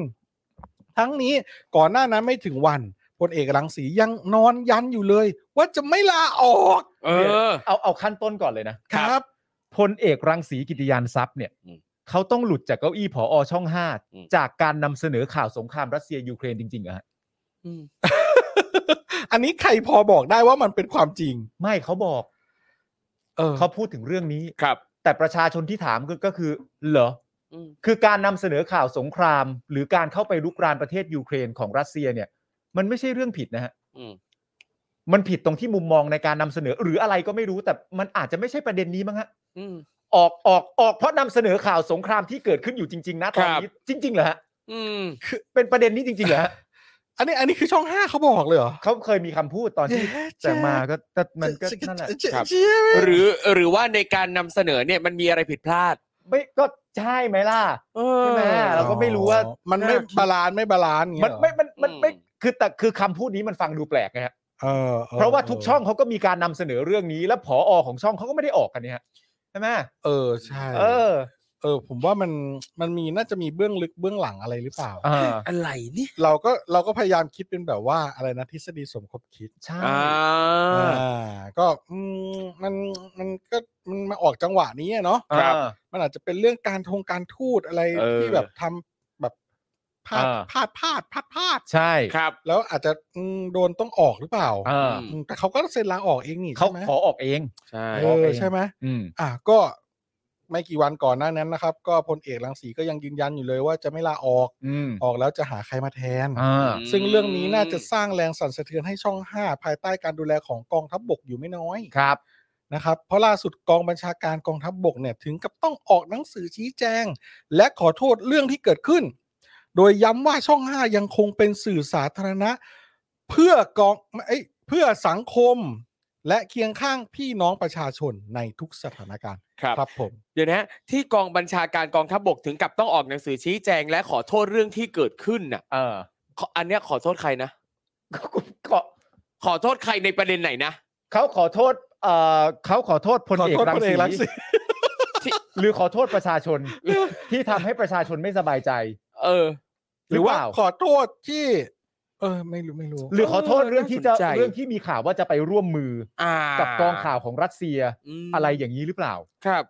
ทั้งนี้ก่อนหน้านั้นไม่ถึงวันพลเอกรังสียังนอนยันอยู่เลย ว่าจะไม่ลาออก เออ เอาเอาขั้นต้นก่อนเลยนะ ครับ พลเอกรังสีกิติยานทรัพย์เนี่ย อืม เขาต้องหลุดจากเก้าอี้ผออช่องห้า อืม จากการนำเสนอข่าวสงครามรัสเซียยูเครนจริงๆเหรอฮะ อืม อันนี้ใครพอบอกได้ว่ามันเป็นความจริง ไม่เขาบอก เออ เขาพูดถึงเรื่องนี้ ครับ แต่ประชาชนที่ถามก็ก็คือเหรอ อืม คือการนำเสนอข่าวสงคราม หรือการเข้าไปลุกรานประเทศยูเครนของรัสเซียเนี่ย มันไม่ใช่เรื่องผิดนะฮะ อืม มันผิดตรงที่มุมมองในการนำเสนอ หรืออะไรก็ไม่รู้แต่มันอาจจะไม่ใช่ประเด็นนี้มั้งฮะ อืม ออกออกออกเพราะนำเสนอข่าวสงครามที่เกิดขึ้นอยู่จริงๆนะตอนนี้จริงๆเหรอฮะ อืม เป็นประเด็นนี้จริงๆเหรอฮะ อันนี้อันนี้คือช่องห้าเขาบอกเลยเหรอ เขาเคยมีคำพูดตอนที่ เย้เจ๊ แต่งมาก็แต่มันก็นั่นแหละ ครับ หรือหรือว่าในการนำเสนอเนี่ยมันมีอะไรผิดพลาด ไม่ก็ใช่ไหมล่ะ เอ ใช่ อ ไหมเราก็ไม่รู้ว่า มันไม่ น่าคิด บาลานซ์ไม่บาลานซ์อย่าง มัน เงี้ยเหรอ ไม่มันมัน อืม ไม่คือแต่คือคำพูดนี้มันฟังดูแปลกนะฮะ เอออ เพราะว่าทุกช่องเขาก็มีการนำเสนอเรื่องนี้ และผออของช่องเขาก็ไม่ได้ออกกันเนี่ยฮะใช่ไหม เออใช่ เออ เออ ผมว่ามันมันมีน่าจะมีเบื้องลึกเบื้องหลังอะไรหรือเปล่า อ่า อะไรเนี่ย เราก็เราก็พยายามคิดเป็นแบบว่าอะไรนะทฤษฎีสมคบคิด ใช่ อ่า อ่าก็อืมมันมันก็มันมาออกจังหวะนี้อะเนาะ ครับ มันอาจจะเป็นเรื่องการทงการทูตอะไร เออ ที่แบบทำแบบพลาด อ่า พลาดพลาดพลาดพลาด ใช่ ครับ แล้วอาจจะอืมโดนต้องออกหรือเปล่า อ่า อืมแต่เขาก็เซ็นลาออกเองนี่ เขา ใช่ไหม ขอออกเอง ใช่ เออใช่ไหม อืม อ่ะก็ไม่กี่วันก่อนหน้านั้นนะครับ ก็พลเอกรังสีก็ยังยืนยันอยู่เลยว่าจะไม่ลาออก อืม ออกแล้วจะหาใครมาแทน อ่า ซึ่งเรื่องนี้น่าจะสร้างแรงสั่นสะเทือนให้ช่อง 5 ภายใต้การดูแลของกองทัพบบกอยู่ไม่น้อย ครับ นะครับเพราะล่าสุดกองบัญชาการกองทัพบบกเนี่ยถึงกับต้องออกหนังสือชี้แจง และขอโทษเรื่องที่เกิดขึ้น โดยย้ำว่าช่อง 5 ยังคงเป็นสื่อสาธารณะ เพื่อกองเอ้ยเพื่อสังคม และเคียงข้างพี่น้องประชาชนในทุกสถานการณ์ ครับ ครับผม เดี๋ยวนะฮะที่กองบัญชาการกองทัพบกถึงกับต้องออกหนังสือชี้แจงและขอโทษเรื่องที่เกิดขึ้นน่ะ เอ อ ขออันเนี้ยขอโทษใครนะ ก็ ขอโทษใครในประเด็นไหนนะ เขาขอโทษเอ่อเขาขอโทษพล ขอ เอก โทษ รัง พลเอกรัง สี สี หรือขอโทษประชาชน ที่ทำให้ประชาชนไม่สบายใจ เออ หรือว่า ขอโทษที่ เออไม่รู้ไม่รู้ หรือขอโทษเรื่องที่จะ น่าสนใจ เรื่องที่มีข่าวว่าจะไปร่วมมือ อ่า กั กับ กองข่าวของรัสเซียอะไรอย่างนี้หรือเปล่า ครับ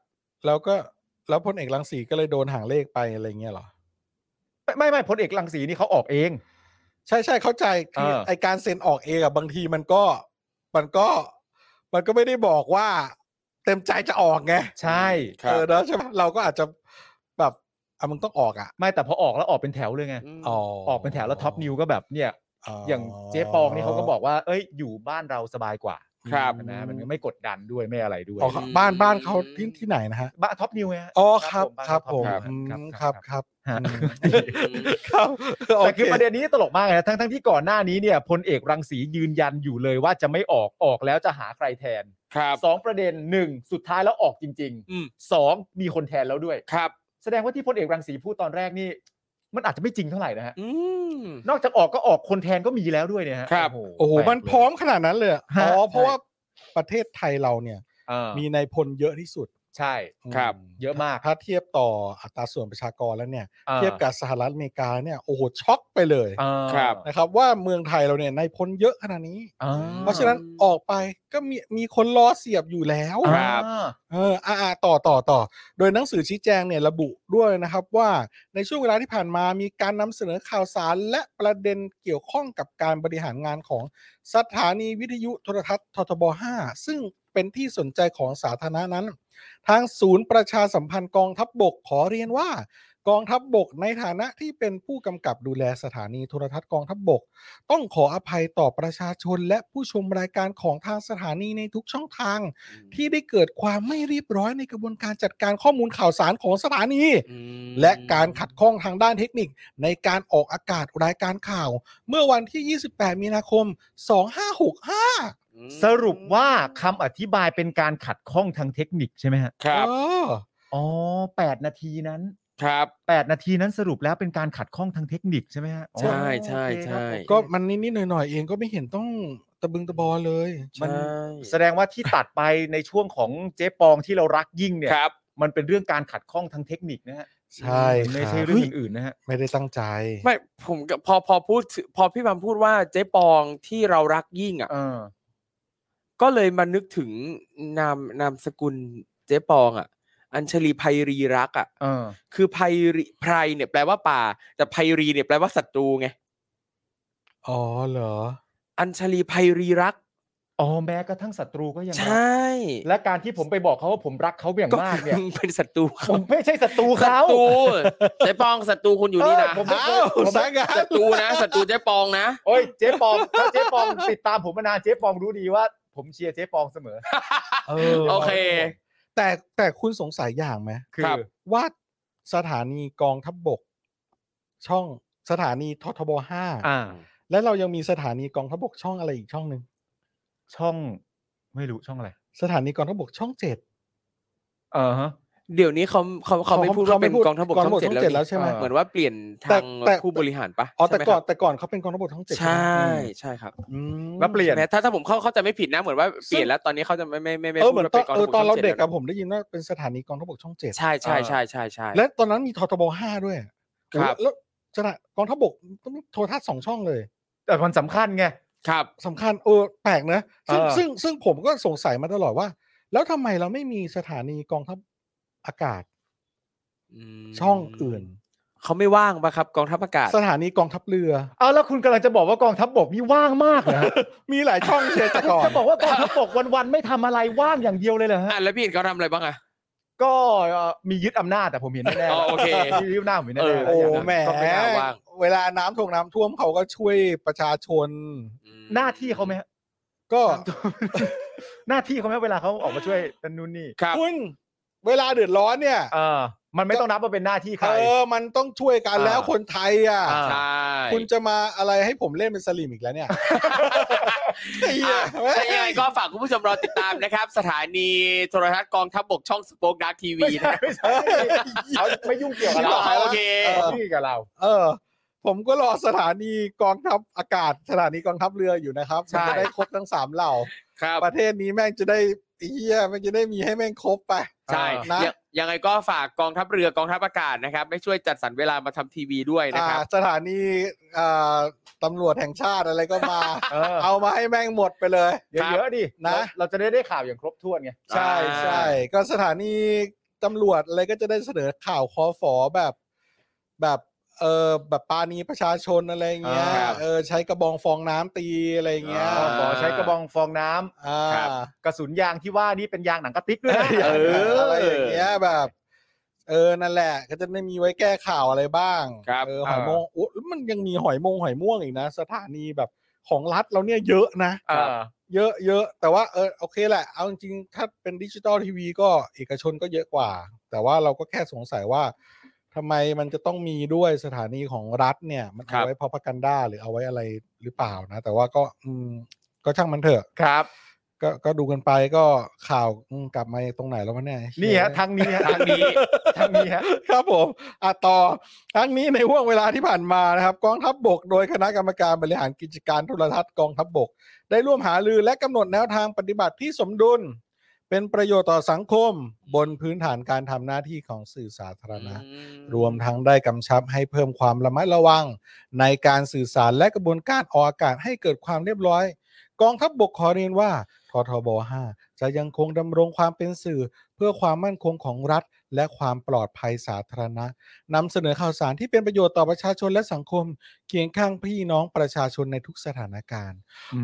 แล้วก็แล้วพลเอกรังสีก็เลยโดนหางเลขไปอะไรเงี้ยเหรอ ไม่ไม่ไม่พลเอกรังสีนี่เขาออกเอง ใช่ใช่เข้าใจคือ เออ ไอการเซ็นออกเองอะบางทีมันก็มันก็มันก็ไม่ได้บอกว่า เต็มใจจะออกไง ใช่ ครั เอบ อเนอะใช่ไหมเราก็อาจจะแบบอ่ะมึงต้องออกอะ ไม่แต่พอออกแล้วออกเป็นแถวเลยไง ม อ๋อ ออกเป็นแถวแล้วท็อปนิวก็แบบเนี่ย อย่างเจ๊ปองนี่เขาก็บอกว่า เอ้ยอยู่บ้านเราสบายกว่า ครับ นะมันก็ไม่กดดันด้วยไม่อะไรด้วย อ๋อครับบ้านบ้านเขาที่ที่ไหนนะฮะ บ้านท็อปนิวไงฮะ อ๋อครับค า รับ น ผมเขาท็อป อื นิว มครับครับ ฮะ อืมครับโอ แต่ เค คือประเด็นนี้ตลกมากเลยนะทั้งทั้งที่ก่อนหน้านี้เนี่ยพลเอกรังสียืนยันอยู่เลยว่าจะไม่ออกออกแล้วจะหาใครแทน ครับ สองประเด็นหนึ่งสุดท้ายแล้วออกจริง อืม สองมีคนแทนแล้วด้วย ครับ แสดงว่าที่พลเอกรังสีพูดตอนแรกนี่ มันอาจจะไม่จริงเท่าไหร่นะฮะ อืม นอกจากออกก็ออกคนแทนก็มีแล้วด้วยเนี่ยฮะ ครับ โอ้โห แปลก มันพร้อม เลย ขนาดนั้นเลยอะ ฮะ อ๋อเพราะ ใช่ ว่าประเทศไทยเราเนี่ย อ่าม มีนายพลเยอะที่สุด ใช่ ครับ ม เยอะมาก ถ้าเทียบต่ออัตราส่วนประชากรแล้วเนี่ย อ่า เทียบกับสหรัฐอเมริกาเนี่ยโอ้โหช็อกไปเลย อ่า ครับ นะครับ ว่าเมืองไทยเราเนี่ยนายพลเยอะขนาดนี้ อ่ เพราะฉะนั้นออกไปก็มีมีคนรอเสียบอยู่แล้ว ครับ อ่า เอออ่าอ่าต่อต่อต่อ โดยหนังสือชี้แจงเนี่ยระบุด้วยนะครับว่าในช่วงเวลาที่ผ่านมามีการนำเสนอข่าวสาร และประเด็นเกี่ยวข้องกับการบริหารงานของสถานีวิทยุโทรทัศน์ททบ 5 ซึ่งเป็นที่สนใจของสาธารณะนั้น ทางศูนย์ประชาสัมพันธ์กองทัพบบกขอเรียนว่า กองทัพบบกในฐานะที่เป็นผู้กำกับดูแลสถานีโทรทัศน์กองทัพบบก ต้องขออภัยต่อประชาชนและผู้ชมรายการของทางสถานีในทุกช่องทาง ที่ได้เกิดความไม่เรียบร้อยในกระบวนการจัดการข้อมูลข่าวสารของสถานี อืม และการขัดข้องทางด้านเทคนิคในการออกอากาศรายการข่าว เมื่อวันที่ 28 มีนาคม 2565 อืม สรุปว่าคำอธิบายเป็นการขัดข้องทางเทคนิคใช่ไหมฮะ ครับ เออ อ๋อแปดนาทีนั้น ครับ 8 นาทีนั้นสรุปแล้วเป็นการขัดข้องทางเทคนิคใช่ไหมฮะอ๋อ ใช่ใช่ โอเคครับ ใช่ โอเค ก็มันนิดๆหน่อยๆเองก็ไม่เห็นต้องตะบึงตะบอเลย ใช่ แสดงว่าที่ตัดไปในช่วงของเจ๊ปองที่เรารักยิ่งเนี่ย ครับ มันเป็นเรื่องการขัดข้องทางเทคนิคนะฮะ ใช่ มันไม่ ค ใช่ รับ เรื่องอื่นๆนะฮะ ไม่ได้ตั้งใจ ไม่ผมก็พอพอพูดถึงพอพี่บัมพูดว่าเจ๊ปองที่เรารักยิ่งอ่ะ เออ ก็เลยมานึกถึงนามนามสกุลเจ๊ปองอ่ะ อัญชลีไพรีรักอ่ะ เออ คือไพรีไพรเนี่ยแปลว่าป่า แต่ไพรีเนี่ยแปลว่าศัตรูไง อ๋อเหรอ อัญชลีไพรีรัก อ๋อแม้กระทั่งศัตรูก็ยัง ใช รั่ กและการที่ผมไปบอกเขาว่าผมรักเขาอย่าง ก็ มาก คือ เนี่ย มึงเป็นศัตรู ผ เขา มไม่ใช่ศัตรู ศั เขา ตรูเจ๊ปองศัตรูคุณอยู่นี่นะ เออผมไม่เคย อ้าว ผมไม่ ศัตรูนะศัตรูเจ๊ปองนะ โอ้ยเจ๊ปองถ้าเจ๊ปองติดตามผมมานานเจ๊ปองรู้ดีว่า ผมเชียร์เจ๊ปองเสมอ เออ โอเค แต่แต่คุณสงสัยอย่างไหม คือ ครับ ว่าสถานีกองทัพบก ช่องสถานีททบห้า อ่า และเรายังมีสถานีกองทัพบกช่องอะไรอีกช่องหนึ่ง ช่องไม่รู้ช่องอะไร สถานีกองทัพบกช่องเจ็ด เออฮะ เดี๋ยวนี้เขาเขาเขาไม่ เขา พูดว่า เขาไม่ เป็น พูด กองทัพบก กองช่ทัพบ อง ก เจ็ด ช่องเจ็ดแล้ แล้ว ว ใช่ไหม เหมือนว่าเปลี่ยน แต่ ทาง แต่ ผู้บริหารปะ อ๋อแต่ ใช่ไหม ก่ ค อน รับ แต่ก่อนเขาเป็นกองทัพบกช่องเจ็ด ใช่ ไหม ใช่ครับ อืม แล้วเปลี่ยน แม้ถ้าถ้าผมเข้าเข้าใจไม่ผิดนะเหมือนว่าเปลี่ยนแล้วตอนนี้เขาจะไม่ไม่ไม่ไม่ เออ พู เหมือ ด น ว่า ต เป็ อน นกองทัพกเออบตอนเรา ช่ง เด็ก แล้ อะ ว ผมได้ยินว่าเป็นสถานีกองทัพบกช่องเจ็ด ใช่ใช่ใช่ใช่ใช่ และตอนนั้นมีททบห้าด้วยอะ ครับ แล้วสถานกองทัพบกต้องมีโทรทัศน์สองช่องเลย แต่มันสำคัญไง ครับ สำคัญเออแปลกนะซึ่ง เออ ซึ่งซึ่งผมก็สงสัยมาตลอดว่า แล้วทำไมเราไม่มีสถานีกองทัพอากาศ อืม ช่องอื่น เขาไม่ว่างปะครับ กองทัพอากาศ สถานีกองทัพเรือ เอาแล้วคุณกำลังจะบอกว่ากองทัพบกนี่ว่างมากนะ มีหลายช่องเชียร์แต่ก่อน จะบอกว่ากองทัพบกวันๆไม่ทำอะไรว่างอย่างเดียวเลยเหรอฮะ อ่ะแล้วพี่เห็นเขาทำอะไรบ้างอ่ะ ก็เอ่อมียึดอำนาจแต่ผมเห็นแน่ๆ อ๋อโอเค มียึดอำนาจผมเห็น เอ แน่ อ ๆ โอ้ อย่างนั้น แหม ก็ไม่น่าว่าง เวลาน้ำท่วงน้ำท่วมเขาก็ช่วยประชาชน อืม หน้าที่เขาไหมฮะ ก็ หน้าที่เขาไหมเวลาเขาออกมาช่วยนั่นนู่นนี่ ครับ คุณเวลาเดือดร้อนเนี่ย เออมันไม่ต้องนับว่าเป็นหน้าที่ใค เอ ร อมันต้องช่วยกัน อ่า แล้วคนไทยอ่ะ อ่า ใช่ คุณจะมาอะไรให้ผมเล่นเป็นสลิมอีกแล้วเนี่ยไอ้เหี้ย อ่ะแต่ยังไงก็ฝากคุณผู้ชมรอติดตามนะครับ สถานีโทรทัศน์กองทัพบกช่องสป o อ e ดาร์ทีวี ไม่ นะ ใช่ไม่ใช่เขาไม่ยุ่งเกี่ยวกับ ชิบ เรา หายละ โอเค เออ ที่กับเรา เออ ผมก็รอสถานีกองทัพอากาศ สถานีกองทัพเรืออยู่นะครับมัใช่นจะได้ครบทั้งสามเหล่า ครับ ประเทศนี้แม่งจะได้ไอ้เฮียมันจะได้มีให้แม่งครบไป ใช่ นะ ยังยังไงก็ฝากกองทัพเรือกองทัพอากาศนะครับไม่ช่วยจัดสรรเวลามาทำทีวีด้วยนะ อ่า ครับ สถานีอ่าตำรวจแห่งชาติอะไรก็มา เออ เอามาให้แม่งหมดไปเลย เดี๋ยวเยอะดิ นะ เราเราจะได้ได้ข่าวอย่างครบถ้วนไง ใช่ อ่า ใช่ก็สถานีตำรวจอะไรก็จะได้เสนอข่าวคอฝอแบบ แบบเออแบบปรานีประชาชนอะไรอย่างเงี้ย อ่าครับ เออใช้กระบองฟองน้ำตีอะไรอย่างเงี้ย อ่า ขอใช้กระบองฟองน้ำ อ่ ครับ า กระสุนยางที่ว่านี่เป็นยางหนังกระติกด้วยนะ เอออะไร เอออ อย่างเงี้ยแบบ เออนั่นแหละ ก็จะไม่มีไว้แก้ข่าวอะไรบ้าง ครับ เออหอยโมงโอ้แล้วมันยังมีหอยโมงหอยม่วงอีกนะ สถานีแบบของรัฐเราเนี่ยเยอะนะ เออ เยอะเยอะแต่ว่าเออโอเคแหละ เอาจริงๆถ้าเป็นดิจิตอลทีวีก็เอกชนก็เยอะกว่า แต่ว่าเราก็แค่สงสัยว่าทำไมมันจะต้องมีด้วยสถานีของรัฐเนี่ย มัน ครับเอาไว้พอพักันด้าหรือเอาไว้อะไรหรือเปล่านะ แต่ว่าก็อืมก็ช่างมันเถอะ ครับ ก็ก็ดูกันไปก็ข่าวอืมกลับมาตรงไหนแล้ววะเนี่ย นี่ฮะทางนี้ฮะ ทางนี้ ทางนี้ฮะ ครับผมอ่ะต่อทั้งนี้ในห่วงเวลาที่ผ่านมานะครับ กองทัพบก โดยคณะกรรมการบริหารกิจการโทรทัศน์กองทัพบก ได้ร่วมหารือและกำหนดแนวทางปฏิบัติที่สมดุล เป็นประโยชน์ต่อสังคม บนพื้นฐานการทำหน้าที่ของสื่อสาธารณะ รวมทั้งได้กำชับให้เพิ่มความระมัดระวัง ในการสื่อสารและกระบวนการออกอากาศให้เกิดความเรียบร้อย กองทัพบบกขอเรียนว่าททบ 5 จะยังคงดำรงความเป็นสื่อ เพื่อความมั่นคงของรัฐ และความปลอดภัยสาธารณะนำเสนอข่าวสารที่เป็นประโยชน์ต่อประชาชนและสังคมเคียงข้างพี่น้องประชาชนในทุกสถานการณ์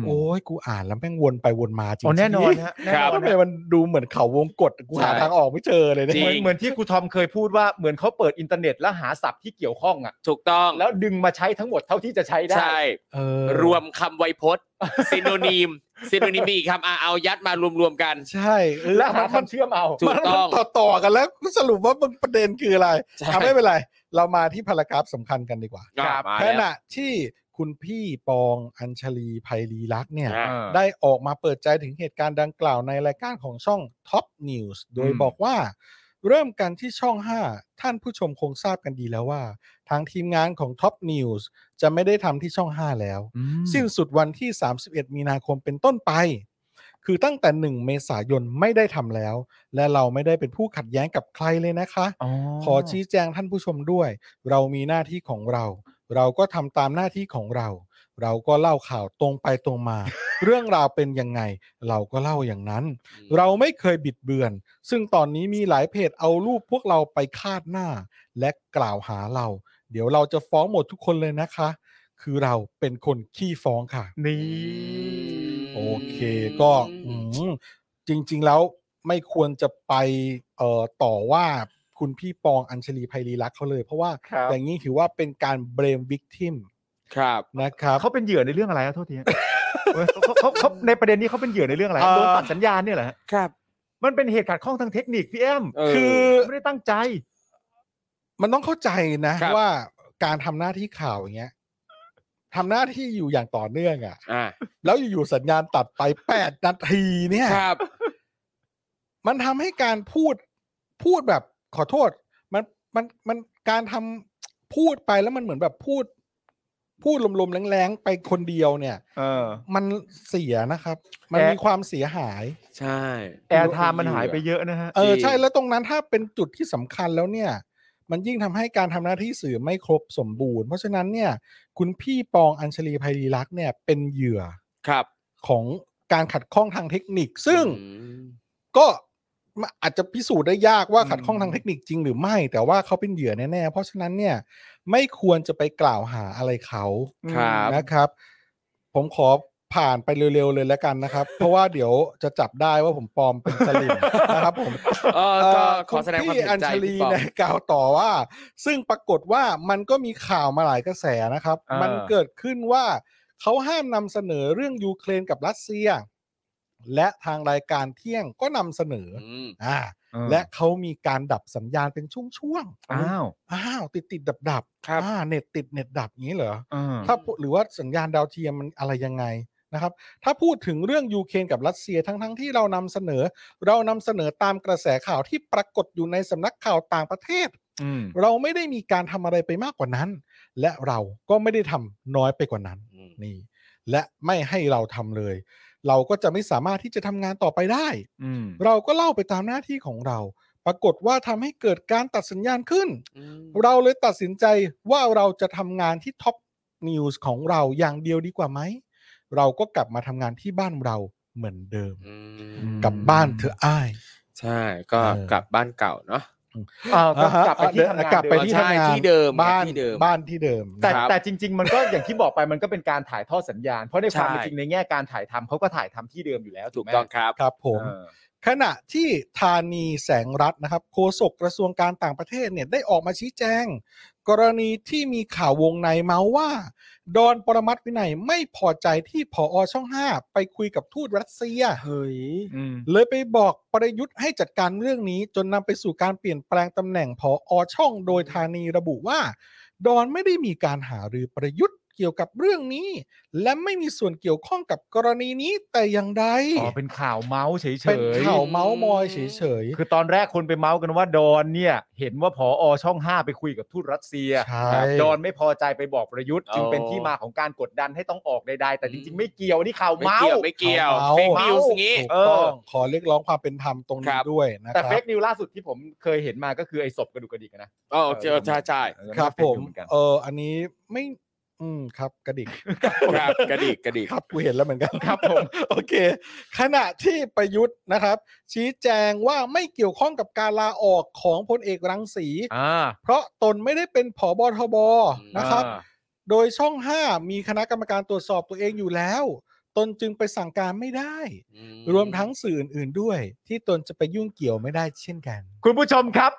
โอ้ยกูอ่านแล้วแม่งวนไปวนมาจริง อ๋อ ๆ แน่นอนฮะแน่นอนฮะ ทำไมมันดูเหมือนเขาวงกฏกูหา ใช่ ทางออกไม่เจอเลยเนี่ย จริ เหมือนเหมือนที่ครูทอมเคยพูดว่าเหมือนเขาเปิดอินเทอร์เน็ตแล้วหาศัพท์ที่เกี่ยวข้องอ่ะ ถูกต้อง แล้วดึงมาใช้ทั้งหมดเท่าที่จะใช้ได้ ใช่ เออ รวมคำไวยพจ น์ซิโนนีมซิโนนีมมีอีกคำอ่ะเอายัดมารวมๆกัน ใช่เออ แล้วหาคำเชื่อมเอา ถูก ต้อง ต่อต่อๆกันแล้วสรุปว่ามันประเด็นคืออะไร ใช่ ทำไม่เป็นไร เรามาที่พารากราฟสำคัญกันดีกว่า อ่ะมา ข แล้ว ณะที่คุณพี่ปองอัญชลีไพรีรักษ์เนี่ย อ่ะ ได้ออกมาเปิดใจถึงเหตุการณ์ดังกล่าวในรายการของช่อง Top News โดย อืม บอกว่า เริ่มกันที่ช่อง 5 ท่านผู้ชมคงทราบกันดีแล้วว่า ทางทีมงานของ Top News จะไม่ได้ทำที่ช่อง 5 แล้ว สิ้นสุดวันที่ 31 มีนาคมเป็นต้นไป คือตั้งแต่ 1 เมษายนไม่ได้ทำแล้ว และเราไม่ได้เป็นผู้ขัดแย้งกับใครเลยนะคะ ขอชี้แจงท่านผู้ชมด้วย เรามีหน้าที่ของเรา เราก็ทำตามหน้าที่ของเรา เราก็เล่าข่าวตรงไปตรงมา เรื่องราวเป็นยังไง เราก็เล่าอย่างนั้น เราไม่เคยบิดเบือน ซึ่งตอนนี้มีหลายเพจเอารูปพวกเราไปคาดหน้า และกล่าวหาเรา เดี๋ยวเราจะฟ้องหมดทุกคนเลยนะคะ คือเราเป็นคนขี้ฟ้องค่ะ นี่ โอเคก็อืมจริง ๆ แล้วไม่ควรจะไปเอ่อต่อว่าคุณพี่ปองอัญชลีไพรีรักษ์เขาเลย เพราะว่า ครับ อย่างนี้ถือว่าเป็นการเบรมวิกทิม ครับ นะครับ เขาเป็นเหยื่อในเรื่องอะไรอะโทษทีฮะ เว้ยเขาเขาเขาในประเด็นนี้เขาเป็นเหยื่อในเรื่องอะไร เอ่อ โดนตัดสัญญาณเนี่ยแหละ ครับ มันเป็นเหตุขัดข้องทางเทคนิคพี่แอม เออ คือ ไม่ได้ตั้งใจ มันต้องเข้าใจนะครับ ว่าการทำหน้าที่ข่าวอย่างเงี้ยทำหน้าที่อยู่อย่างต่อเนื่องอะ่ะ อ่า แล้วอยู่ๆสัญญาณตัดไปแปดนาทีเนี่ย ครับ มันทำให้การพูดพูดแบบขอโทษ มันมันมันการทำพูดไปแล้วมันเหมือนแบบพูด พูดลมๆแรงๆไปคนเดียวเนี่ย เออ มันเสียนะครับ มัน แอะ มีความเสียหาย ใช่ แอร์ไทม์มันหายไปเยอะนะฮะ เออ จริง ใช่แล้วตรงนั้นถ้าเป็นจุดที่สำคัญแล้วเนี่ย มันยิ่งทำให้การทำหน้าที่สื่อไม่ครบสมบูรณ์ เพราะฉะนั้นเนี่ย คุณพี่ปองอัญชลีไพรีรักษ์เนี่ยเป็นเหยื่อ ครับ ของการขัดข้องทางเทคนิค ซึ่ง อืม ก็มันอาจจะพิสูจน์ได้ยากว่าขัดข้อง อืม ทางเทคนิคจริงหรือไม่ แต่ว่าเขาเป็นเหยื่อแน่ๆ เพราะฉะนั้นเนี่ย ไม่ควรจะไปกล่าวหาอะไรเขา ครับ นะครับ ผมขอผ่านไปเร็วๆเลยแล้วกันนะครับ เพราะว่าเดี๋ยวจะจับได้ว่าผมปลอมเป็นสลิม นะครับผม เออก็ เ ขอแสดงความ พี่ เสี อั ย ญ ใจ ชลี พี่ปอง เนี่ย กล่าวต่อว่า ซึ่งปรากฏว่ามันก็มีข่าวมาหลายกระแสนะครับ อ่ามั มันเกิดขึ้นว่าเขาห้ามนำเสนอเรื่องยูเครนกับรัสเซีย และทางรายการเที่ยงก็นำเสนอ อืม อ่า เออ และเขามีการดับสัญญาณเป็นช่วง อ้าว ๆ อ้าวติดติดดับดับๆ ครับ อ่าเน็ตติดเน็ตดับอย่างนี้เหรอ เออ ถ้าพูดหรือว่าสัญญาณดาวเทียมมันอะไรยังไงนะครับ ถ้าพูดถึงเรื่องยูเครนกับรัสเซียทั้งๆทที่เรานำเสนอ เรานำเสนอตามกระแสข่าวที่ปรากฏอยู่ในสำนักข่าวต่างประเทศ อืม เราไม่ได้มีการทำอะไรไปมากกว่านั้น และเราก็ไม่ได้ทำน้อยไปกว่านั้น อืม นี่ และไม่ให้เราทำเลย เราก็จะไม่สามารถที่จะทำงานต่อไปได้ อืม เราก็เล่าไปตามหน้าที่ของเรา ปรากฏว่าทำให้เกิดการตัดสัญญาณขึ้น อืม เราเลยตัดสินใจว่าเราจะทำงานที่ท็อปนิวส์ของเราอย่างเดียวดีกว่าไหม เราก็กลับมาทำงานที่บ้านเราเหมือนเดิม อืม กลับบ้านเธอะอ้าย ใช่ก็ เออ กลับบ้านเก่าเนาะ อ่าต้องกลับไปที่ อ่า ทำ ฮะ งาน กลับไป เดิม ที่ ใช่ ทำงาน ที่เดิม บ้าน ที่เดิม บ้านที่เดิม แต่ ครับ แต่จริง ๆ มันก็ อย่างที่บอกไปมันก็เป็นการถ่ายทอดสัญญาณ เพราะในความ ใช่ เป็นจริงในแง่การถ่ายทำเขาก็ถ่ายทำที่เดิมอยู่แล้ว ถู ถู ก กไหม ต้องครับ ครับผม เออ ขณะที่ธานีแสงรัตน์นะครับโฆษกกระทรวงการต่างประเทศเนี่ยได้ออกมาชี้แจง กรณีที่มีข่าววงในเมาส์ว่า ดอนปรมัตถ์วินัยไม่พอใจที่ผออช่อง 5 ไปคุยกับทูตรัสเซีย เฮ้ย เลยไปบอกประยุทธ์ให้จัดการเรื่องนี้ จนนำไปสู่การเปลี่ยนแปลงตำแหน่งผออช่องโดยธานีระบุว่า ดอนไม่ได้มีการหารือประยุทธ์เกี่ยวกับเรื่องนี้ และไม่มีส่วนเกี่ยวข้องกับกรณีนี้แต่อย่างใด อ๋อเป็นข่าวเมาส์เฉย เป็น ๆ ข่าวเมาส์มอยเฉยๆ คือตอนแรกคนไปเมาส์กันว่าดอนเนี่ย เห็นว่าผออช่องห้าไปคุยกับทูตรัสเซีย ใช่ ครับดอนไม่พอใจไปบอกประยุทธ์ เอา จึงเป็นที่มาของการกดดันให้ต้องออกใดๆแต่จริงๆ ไม่เกี่ยวนี่ข่าว ไม่ เมา เกี่ยว ส์ ไม่เกี่ยว เมาส์ เฟกนิวส์ เมาส์ งี้ ถูก เอ ต้อ อ งขอเรียกร้องความเป็นธรรมตรง ครั นี้ บ ด้วยนะคแต่รั เฟ บ กนิวล่าสุดที่ผมเคยเห็นมาก็คือไอ้ศพกระดูกกระดิกอะนะ เออเจอใช่ใช่ เออ ครับ น่าเป็น ผ อยู่ ม เหอนกัน เอออันนี้ไม่อืมครับกระดิก ครับกระดิกกระดิก ครับกูเห็นแล้วเหมือนกัน ครับผม โอเค ขณะที่ประยุทธ์นะครับ ชี้แจงว่าไม่เกี่ยวข้องกับการลาออกของพลเอกรังสี อ่า เพราะตนไม่ได้เป็นผอบอทบนะครับ อ่า โดยช่อง 5 มีคณะกรรมการตรวจสอบตัวเองอยู่แล้ว ตนจึงไปสั่งการไม่ได้ รวมทั้งสื่ออื่นๆด้วย ที่ตนจะไปยุ่งเกี่ยวไม่ได้เช่นกัน คุณผู้ชมครับ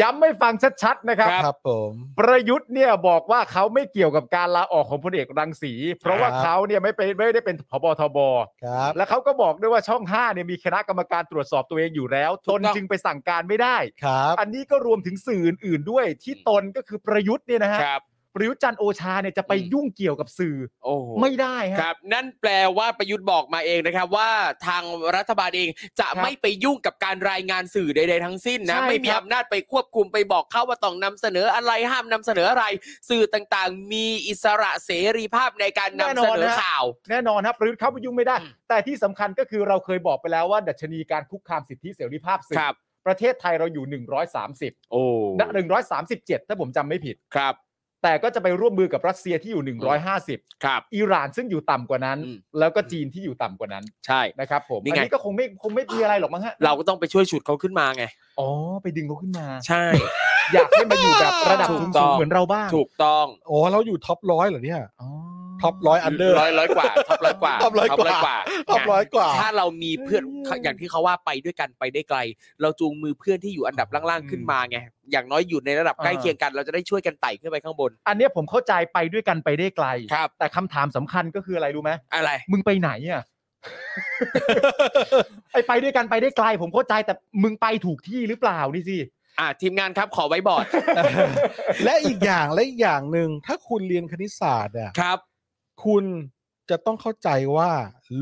ย้ำไม่ฟังชัดๆนะครับ ครับ ครับผม ประยุทธ์เนี่ยบอกว่าเขาไม่เกี่ยวกับการลาออกของพลเอกรังสี เพราะว่า ครับ เขาเนี่ยไม่เป็นไม่ได้เป็นผบทบ ครับ แล้วเขาก็บอกด้วยว่าช่อง5เนี่ยมีคณะกรรมการตรวจสอบตัวเองอยู่แล้ว ถูกตต้ น อง จึงไปสั่งการไม่ได้ ครับ อันนี้ก็รวมถึงสื่ออื่นๆด้วยที่ตนก็คือประยุทธ์เนี่ยนะฮะ ครับ ประยุทธ์จันทร์โอชาเนี่ยจะไป อืม ยุ่งเกี่ยวกับสื่อ โอ้โห ไม่ได้ ค ฮะ รับนั่นแปลว่าประยุทธ์บอกมาเองนะครับว่าทางรัฐบาลเองจะ ครับ ไม่ไปยุ่งกับการรายงานสื่อใด ๆ ทั้งสิ้นนะ ใช่ ไม่มี ครับ อำนาจไปควบคุมไปบอกเขาว่าต้องนำเสนออะไรห้ามนำเสนออะไร สื่อต่างๆ มีอิสระเสรีภาพในการนำเสนอข่าว แน่นอนครับประยุทธ์เข้าไปยุ่งไม่ได้ แต่ที่สำคัญก็คือเราเคยบอกไปแล้วว่า ดัชนีการคุกคามสิทธิเสรีภาพคสื่อ รับ ประเทศไทยเราอยู่ 130 โอ้ นะ137 ถ้าผมจำไม่ผิด ครับ แต่ก็จะไปร่วมมือกับรัสเซียที่อยู่ 150 ครับ อิหร่านซึ่งอยู่ต่ำกว่านั้น อืม แล้วก็จีนที่อยู่ต่ำกว่านั้น ใช่ นะครับผม นี่ อั ไง นนี้ก็คงไม่คงไม่มีอะไรหรอกมั้งฮะ เราก็ต้องไปช่วยฉุดเขาขึ้นมาไง อ๋อไปดึงเขาขึ้นมา ใช่ อยากให้มาอยู่แบบระดับ ถู สู ก ง ต้อ ๆ ง เหมือนเราบ้าง ถูกต้อง โอ้เราอยู่ท็อปร้อยเหรอเนี่ย อ๋อ ท็อปร้อยอันเดอร์ ร้อยร้อยกว่าท็อปร้อยกว่า ท็อปร้อยกว่า ท็อปร้อย กว่า ถ้าเรามีเพื่อนอย่างที่เขาว่าไปด้วยกันไปได้ไกล เราจูงมือเพื่อนที่อยู่อันดับล่างๆขึ้นมาไงอย่างน้อยอยู่ในระดับใกล้เคียงกัน เราจะได้ช่วยกันไต่ขึ้นไปข้างบน อันเนี้ยผมเข้าใจไปด้วยกันไปได้ไกล ครับ แต่คำถามสำคัญก็คืออะไรรู้ไหม อะไร มึงไปไหนอ่ะ ไอไปด้วยกันไปได้ไกล ผมเข้าใจแต่มึงไปถูกที่หรือเปล่านี่สิ อ่ะทีมงานครับขอไว้บอร์ด และอีกอย่างและอีกอย่างหนึ่งถ้าคุณเรียนคณิตศาสตร์อ่ะ ครับ คุณจะต้องเข้าใจว่า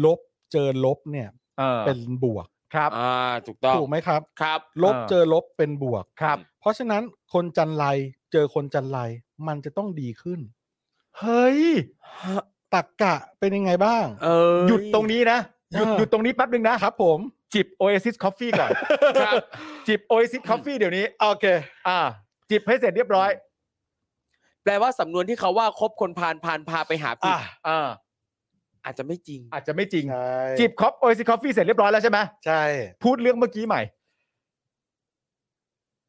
ลบเจอลบเนี่ย เออ เป็นบวก ครับ อ่าถูกต้อง ถูกไหมครับ ครับ ลบ เออ เจอลบเป็นบวก ครับ เพราะฉะนั้นคนจันไรเจอคนจันไรมันจะต้องดีขึ้น เฮ้ย ตักกะเป็นยังไงบ้าง เออ หยุดตรงนี้นะ หยุด เออ หยุดตรงนี้แป๊บนึงนะ ครับผม จิบ Oasis Coffee ก่อน ครับ จิบ Oasis Coffee เดี๋ยวนี้ โอเค อ่า จิบให้เสร็จเรียบร้อย แปลว่าสำนวนที่เขาว่าคบคนพาลพาลพาไปหาผิด อ่ะ อ่า อาจจะไม่จริง อาจจะไม่จริง ใช่ จิบคอป Oasis Coffee เสร็จเรียบร้อยแล้วใช่ไหม ใช่ พูดเรื่องเมื่อกี้ใหม่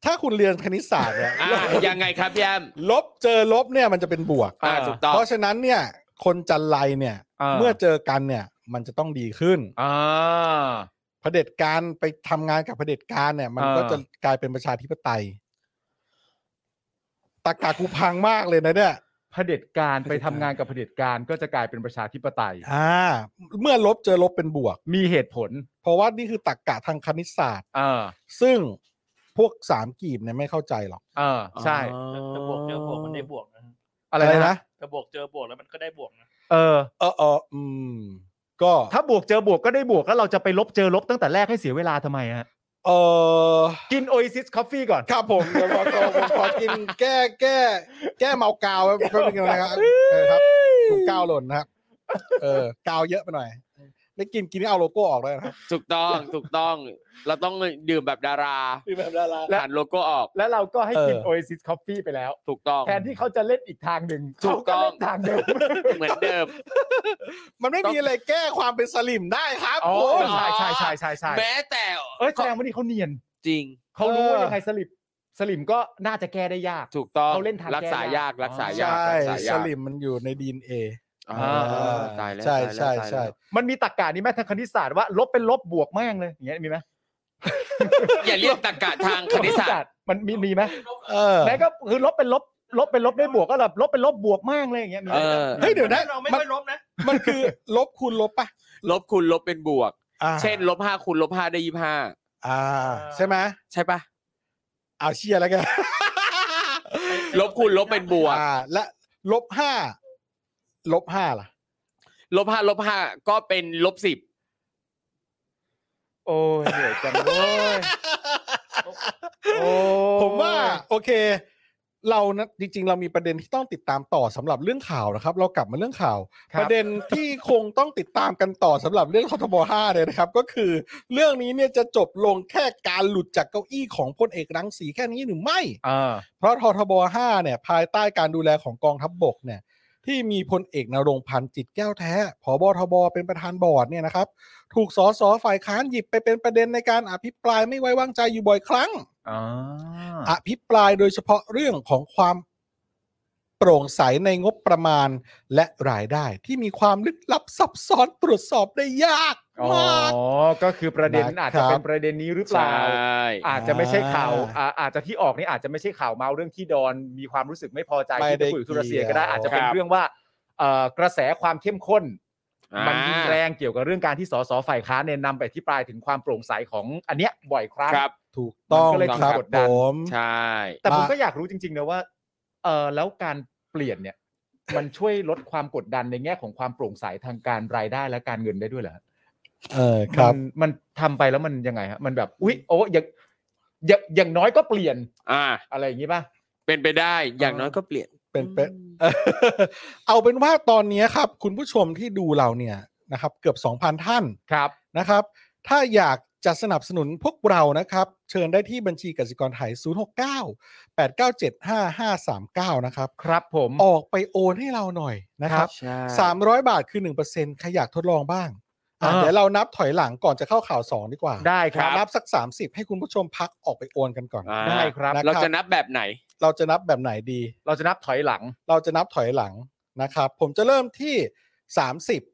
ถ้าคุณเรียนคณิตศาสตร์เนี่ย อ่ายังไงครับพี่แอม ลบเจอลบเนี่ยมันจะเป็นบวก อ่า อ่า ถูกต้อง เพราะฉะนั้นเนี่ยคนจันไรเนี่ย อ่า เมื่อเจอกันเนี่ยมันจะต้องดีขึ้น อ่า เผด็จการไปทำงานกับเผด็จการเนี่ย มัน อ่า ก็จะกลายเป็นประชาธิปไตยตากากูพังมากเลยนะเนี่ย เผด็จการไปทำงานกับเผด็จการก็จะกลายเป็นประชาธิปไตย อ่า เมื่อลบเจอลบเป็นบวก มีเหตุผล เพราะว่านี่คือตรกกะทางคณิตศาสตร์ อ่า ซึ่งพวกสามกีบเนี่ยไม่เข้าใจหรอก อ่า ใช่ อ๋อ จะบวกเจอบวกมันได้บวกนะฮะ อะไรนะ จะบวกเจอบวกแล้วมันก็ได้บวกนะ เออ เออเอออืม ก็ ถ้าบวกเจอบวกก็ได้บวกแล้วเราจะไปลบเจอลบตั้งแต่แรกให้เสียเวลาทำไมฮะ เออ กิน Oasis Coffee ก่อน ครับผมเดี๋ยวขอขอผมขอกินแก้แก้ แก้เมากาวแป๊บนึงนะครับเออครับผมกาวหล่นนะครับเออกาวเยอะไปหน่อยไม่กินกินนี่เอาโลโก้ออกเลยนะครับ ถูกต้องถูกต้อง เราต้องดื่มแบบดารา พี่แบบดารา หันโลโก้ออก แล้วเราก็ให้กิน เออ Oasis Coffee ไปแล้ว ถูกต้อง แทนที่เขาจะเล่นอีกทางหนึ่ง ถู เขา กต้ ก็ อง เล่นทางเดิม เหมือนเดิม มันไม่มีอะไรแก้ความเป็นสลิมได้ครับ อ๋อ คุณ เหรอ ใช่ใช่ใช่ใช่ใช่ แม้แต่ เอ้ยแสดงว่านี่เขาเนียน จริง เขารู้ว่ายังไงสลิปสลิมก็น่าจะแก้ได้ยาก ถูกต้อง เขาเล่นทาง รักษายายแก้าก ก รักษายาก ใช่ รักษายา ส ก ลิมมันอยู่ในดีเอ อ่า อ่า ตายแล้ว ใช่ ตายแล้ว ใช่ ตายแล้ว มันมีตรรกะนี้ไหมทางคณิตศาสตร์ว่าลบเป็นลบบวกแม่งเลยอย่างเงี้ยมีไหม อย่าเรียกตรรกะทางคณิตศาสตร์ มันมีมีไหม เออ แม้ก็คือลบเป็นลบ ลบเป็นลบได้บวกก็แบบลบเป็นลบบวกแม่งเลยอย่างเงี้ยมีไห เอ ม อ เฮ้ยเดี๋ยวนะ เราไม่ มัน ค่อยลบนะ มันคือ ลบคูณลบปะ ลบคูณลบเป็นบวก อ่า เช่นลบห้าคูณลบห้าได้ยี่ห้า อ่า ใช่ไหม ใช่ปะ เอาเชียร์แล้วกัน ลบคูณลบเป็นบวก อ่าและลบห้าลบห้าล่ะ ลบห้าลบห้าก็เป็นลบสิบ โอ้ยเหนื่อยจังเลยโอ้ย ผมว่า โอเค เรานะจริง ๆ เรามีประเด็นที่ต้องติดตามต่อสำหรับเรื่องข่าวนะครับ เรากลับมาเรื่องข่าว ค ป บ ระเด็นที่คงต้องติดตามกันต่อสำหรับเรื่องคอทบห้าเลยนะครับ ก็คือเรื่องนี้เนี่ยจะจบลงแค่การหลุดจากเก้าอี้ของพลเอกรังสีแค่นี้หรือไม่ อ่า เพราะททบ5เนี่ยภายใต้การดูแลของกองทัพบกเนี่ยที่มีพลเอกนรงค์พันธ์จิตแก้วแท้ผบทบเป็นประธานบอร์ดเนี่ยนะครับถูกสสฝ่ายค้านหยิบไปเป็นประเด็นในการอภิปรายไม่ไว้วางใจอยู่บ่อยครั้ง อ่า อภิปรายโดยเฉพาะเรื่องของความโปร่งใสในงบประมาณและรายได้ ที่มีความลึกลับซับซ้อนตรวจสอบได้ยาก อ๋อ มาก ก็คือประเด็นอาจจะนะคเป็นรับ ประเด็นนี้หรือเป ใช่ ล่า อาจจะไม่ใช่ข่าว อ่า อ่าอาจจะที่ออกนี่อาจจะไม่ใช่ข่าวเมาเรื่องที่ดอนมีความรู้สึกไม่พอใจ ไม่ ที่ ได้ ไปคุยกับทุรเซียก็ได้ เกี่ยว อาจจะเป็นเรื่องว่าเอ่อกระแสความเข้มข้น มันรุนแรงเกี่ยวกับเรื่องการที่สสฝ่ายค้านเนี่ยนำไปที่ปลายถึงความโปร่งใสของอันเนี้ยบ่อยครั้ง ครับ ถูกต้อง มันก็เลย ครับ ถูกกด ผ ดัน ม ใช่ แต่ผม มา ก็อยากรู้จริงๆนะว่าเออแล้วการ ปลี่ยนเนี่ย มันช่วยลดความกดดันในแง่ของความโปร่งใสทางการรายได้และการเงินได้ด้วยเหรอฮะ เออครับ มันมันทำไปแล้วมันยังไงฮะมันแบบอุ๊ยโอ้อย่างอย่างอย่างน้อยก็เปลี่ยน อ่า อะไรอย่างงี้ป่ะ เป็นไปได้อย่างน้อยก็เปลี่ยน เป็นเป็น เอาเป็นว่าตอนนี้ครับ คุณผู้ชมที่ดูเราเนี่ยนะครับ เกือบ 2,000 ท่าน ครับ นะครับ ถ้าอยากจะสนับสนุนพวกเรานะครับ เชิญได้ที่บัญชีกสิกรไทย 069 897 5539 นะครับ ครับผม ออกไปโอนให้เราหน่อยนะครับ ใช่ 300 บาทคือ 1%ใครอยากทดลองบ้างอ่ะเดี๋ยวเรานับถอยหลังก่อนจะเข้าข่าว 2 ดีกว่า ได้ครับ นับสัก 30 ให้คุณผู้ชมพักออกไปโอนกันก่อน อ่า ได้ครับ เราจะนับแบบไหน เราจะนับแบบไหนดี เราจะนับถอยหลัง เราจะนับถอยหลังนะครับ ผมจะเริ่มที่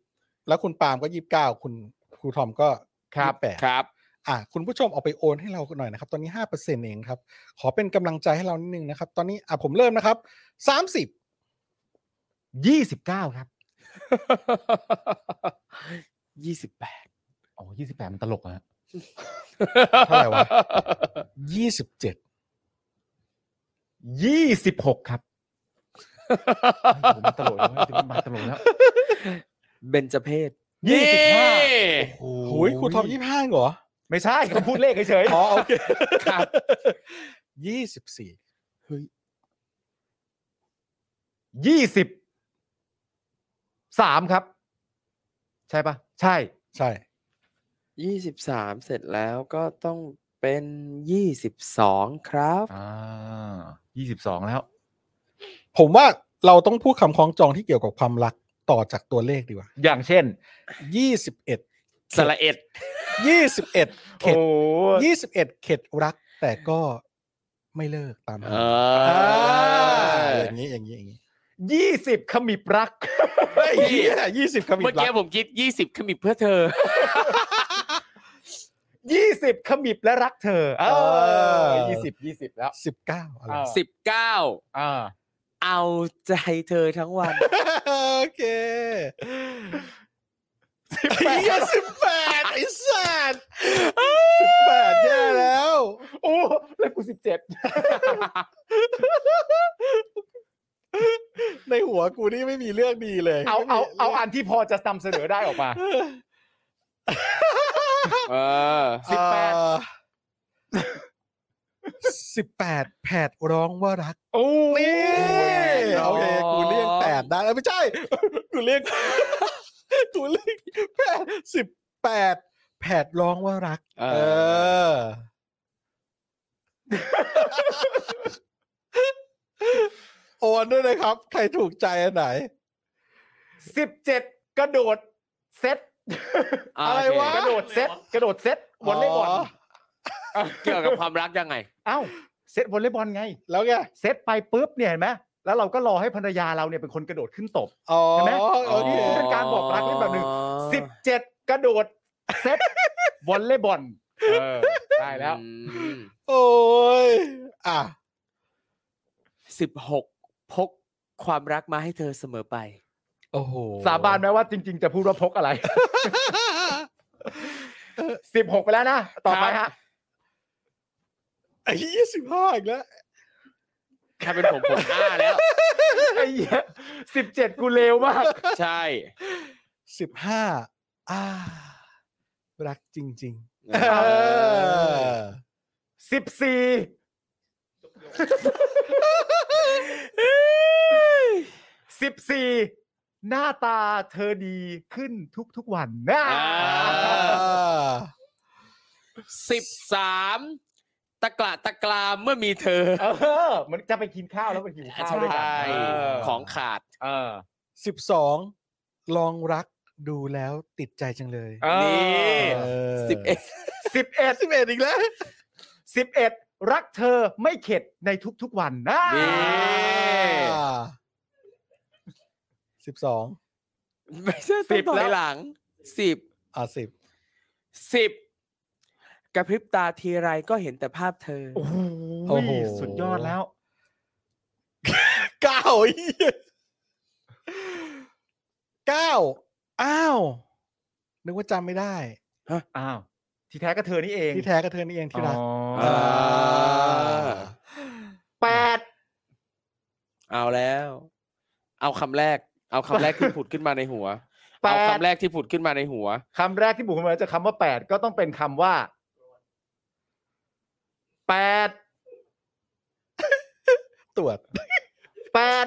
30 แล้วคุณปาล์มก็ 29 คุณครูทอมก็ ครับ ยี่สิแปด ครับ อ่ะคุณผู้ชมเอาไปโอนให้เราหน่อยนะครับ ตอนนี้ 5%เองครับ ขอเป็นกำลังใจให้เรานิดนึงนะครับ ตอนนี้อ่ะผมเริ่มนะครับ 30 29 ครับ ยี่สิบแปด โอ้ยี่สิบแปดมันตลกอะฮะ เท่าไหร่วะ 27 ยี่สิบหกครับมันตลกแล้วมันตลกแล้ว เบญจเพศ ยี่สิบห้า นี่ โอ้ โอ้ยครูทอม 25เหรอ ไม่ใช่เขาพูดเลขเฉยๆ อ๋อโอเค ครั24บยี่สิบสามครับ ใช่ปะใช่ ใช่ ยี่สิบสามเสร็จแล้วก็ต้องเป็นยี่สิบสองครับ อ่ายี่สิบสองแล้ว ผมว่าเราต้องพูดคำคล้องจองที่เกี่ยวกับความรักต่อจากตัวเลขดีกว่า อย่างเช่น 21 สระเอ็ด 21เข็ด โอ้ย ยี่สิบเอ็ดเข็ดรักแต่ก็ไม่เลิกตามหา เอ อ่า อ อย่างนี้อย่างนี้อย่างนี้ ยี่สิบขมิบรัก เฮ้ยยี่สิบคำ เมื่อ รั กี้ผมคิดยี่สิบขมิบเพื่อเธอ ยี่สิบขมิบและรักเธอเออยี่สิบยี่สิบแล้ว สิบเก้าอะไร อ่า สิบเก้า อ่า เอาใจเธอทั้งวัน โอเค สิบแป ไอ้เหี้ยสิบแปดดไอ้สัตว์สิบแปดแย่แล้ว โอ้แล้วกูสิบเจ็ด ในหัวกูนี่ไม่มีเรื่องดีเลย เอา ไม่มี เอาเอาอันที่พอจะนำเสนอได้ออกมา เออ สิบแปด เอ่อสิบแปดแผดร้องว่ารัก โอ้ย นี่ น้อง โอเคกูเรียกแปดได้เอ้ยไม่ใช่ กูเรียก กูเรียกแปดสิบแปดแผดร้องว่ารัก เอ เอ อ อ โอนด้วยนะครับ ใครถูกใจอันไหน สิบเจ็ดกระโดดเซต อ่า อะไรวะ กระโดดเซตกระโดดเซตวอลเลย์บอล อ๋อ เกี่ยวกับความรักยังไง เอ้าเซตวอลเลย์บอลไง แล้วไง เซตไปปุ๊บเนี่ยเห็นไหมแล้วเราก็รอให้ภรรยาเราเนี่ยเป็นคนกระโดดขึ้นตบ อ๋อ เห็นไหม โอเค นี่เป็นการบอกรักในแบบหนึ่ง สิบเจ็ดกระโดดเซตวอลเลย์บอลเออได้แล้ว อืม โอ้ยอ่ะ สิบหกพกความรักมาให้เธอเสมอไป โอ้โห สาบานไหมว่าจริง ๆ จะพูดว่าพกอะไรสิบหกไปแล้วนะ ต่อไปฮะ ไอ้ยี่สิบห้าอีกแล้ว ถ้าเป็นผมผมอ้าแล้ว ไอ้เหี้ยสิบเจ็ดกูเลวมาก ใช่ สิบห้าอ่า รักจริง ๆ เอ เออ สิบสี่สิบสี่หน้าตาเธอดีขึ้นทุกๆวันนะ อ่า สิบสามตะกละตะกรามเมื่อมีเธอ เออเหมันจะไปกินข้าวแล้วมันหิวข้าว ใช่ ด้วยกันเ ของขาด เออ สิบสองลองรักดูแล้วติดใจจังเลย เออ นี่ สิ สิ บบ เอ็ เอ็ ด ด สิบเอ็ด สิบเอ็ดอีกแล้ว สิบเอ็ดรักเธอไม่เข็ดในทุกๆวันนะ นี่ สิบสอง ไม่ใช่สิบแล้วหลังสิบ อ่าสิบ สิบกระพริบตาทีไรก็เห็นแต่ภาพเธอ โอ้โหสุดยอดแล้ว เก้า ไอ้เหี้ยเก้าอ้าว นึกว่าจำไม่ได้ อ้าวที่แท้ก็เธอนี่เอง ที่แท้ก็เธอนี่เองที่รัก อ๋อ อ่า า แปด เอาแล้ว เอาคำแรก เอาคำแรกที่ผุดขึ้นมาในหัว แป เอาคำ ด แรกที่ผุดขึ้นมาใน หัว คำแรกที่บุกเข้ามาจะคำว่าแปดก็ต้องเป็นคำว่าแปด ตรวจ แปด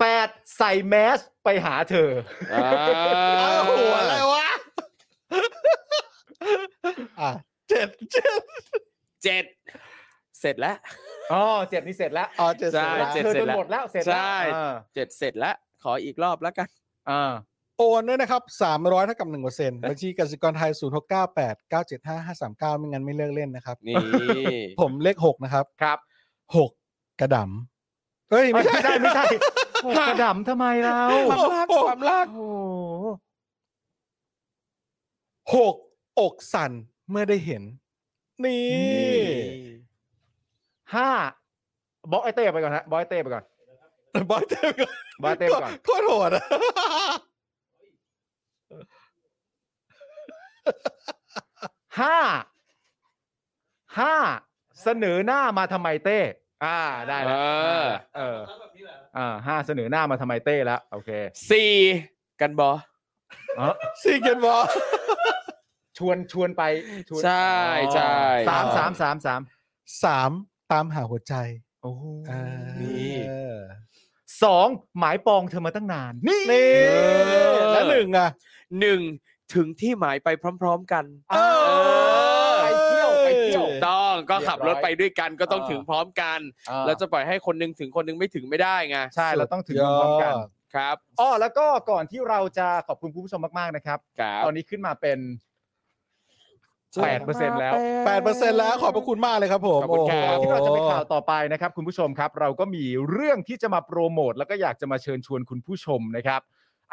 แปดใส่แมสไปหาเธอ อ่า โอ้โหอะไรวะ อ่ะเจ็ดเจ็ด เจ็ดเสร็จแล้ว อ๋อเจ็ดนี่เสร็จแล้ว อ๋อเจ็ดเสร็จ ใช่ แล้ว เจ็ด เธอ ร็ จน แล้ว หมดแล้วเสร็จแล้ว ใช่ อ่า เจ็ดเสร็จแล้ว ขออีกรอบแล้วกัน อ่า โอนด้วยนะครับสามร้อยเท่ากับหนึ่งเปอร์เซ็นต์บัญชีกสิกรไทยศูนย์หกเก้าแปดเก้าเจ็ดห้าห้าสามเก้าไม่งั้นไม่เลิกเล่นนะครับ นี่ ผมเลขหกนะครับ ครับ หกกระดำเอ้ย ไม่ ไม่ ใช่ ใช่ไม่ ใช่โอ้กระดำทำไมเรา ความรักความรัก โอ้ หกอกสั่นเมื่อได้เห็น นี่ ห้าบล็อกไอเต้ไปก่อนฮะบล็อกไอเต้ไปก่อน บอยเต้ก่อน บล็อกไอเต้ไปก่อน โคตรโหดอะ ห้าห้าเสนอหน้ามาทำไมเต้อ่าได้แล้ว เออ เอออ่าห้าเสนอหน้ามาทำไมเต้แล้วโอเค สี่กันบอ เอ้อ ซีเกนบอล ชวนชวนไปชวน ใช่ใช่ สามสามสามสาม สามตามหาหัวใจ โอ้โห อ่า นี่ สองหมายปองเธอมาตั้งนานนี่ นี่ และหนึ่งอ่ะ หนึ่งถึงที่หมายไปพร้อม ๆ กัน เออไปเที่ยวไปเที่ยว ถูกต้องก็ขับรถไปด้วยกันก็ต้อง เออ ถึงพร้อมกัน เราจะปล่อยให้คนหนึงถึงคนหนึงไม่ถึงไม่ได้ไง ใช่เราต้องถึงพร้อมๆกัน สุดยอด ครับ อ้อแล้วก็ก่อนที่เราจะขอบคุณคุณผู้ชมมากๆนะครับ ครับ ตอนนี้ขึ้นมาเป็น 8%แล้ว แปดเปอร์เซ็นต์แล้วขอบพระคุณมากเลยครับผม ขอบคุณครับ โโห ที่เราจะไปข่าวต่อไปนะครับ คุณผู้ชมครับ เราก็มีเรื่องที่จะมาโปรโมท แล้วก็อยากจะมาเชิญชวนคุณผู้ชมนะครับ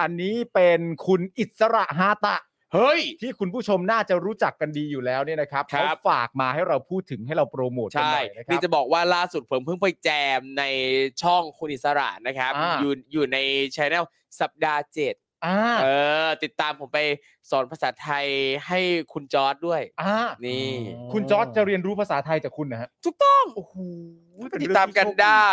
อันนี้เป็นคุณอิสระฮาตะ เฮ้ย ที่คุณผู้ชมน่าจะรู้จักกันดีอยู่แล้วเนี่ยนะครับ ครั เขา บ ฝากมาให้เราพูดถึงให้เราโปรโมทกัน ใช่ หน่อยนะครั นี่ บ จะบอกว่าล่าสุดผมเพิ่งไปแจมในช่องคุณอิสระนะครับ อ่า อยู่อยู่ในช anel สัปดาห์เจ็ด อ่า เออ ติดตามผมไปสอนภาษาไทยให้คุณจอร์ดด้วย อ่า นี่ คุณจอร์จจะเรียนรู้ภาษาไทยจากคุณนะฮะ ถูกต้อง โอ้โห ติดตามกันได้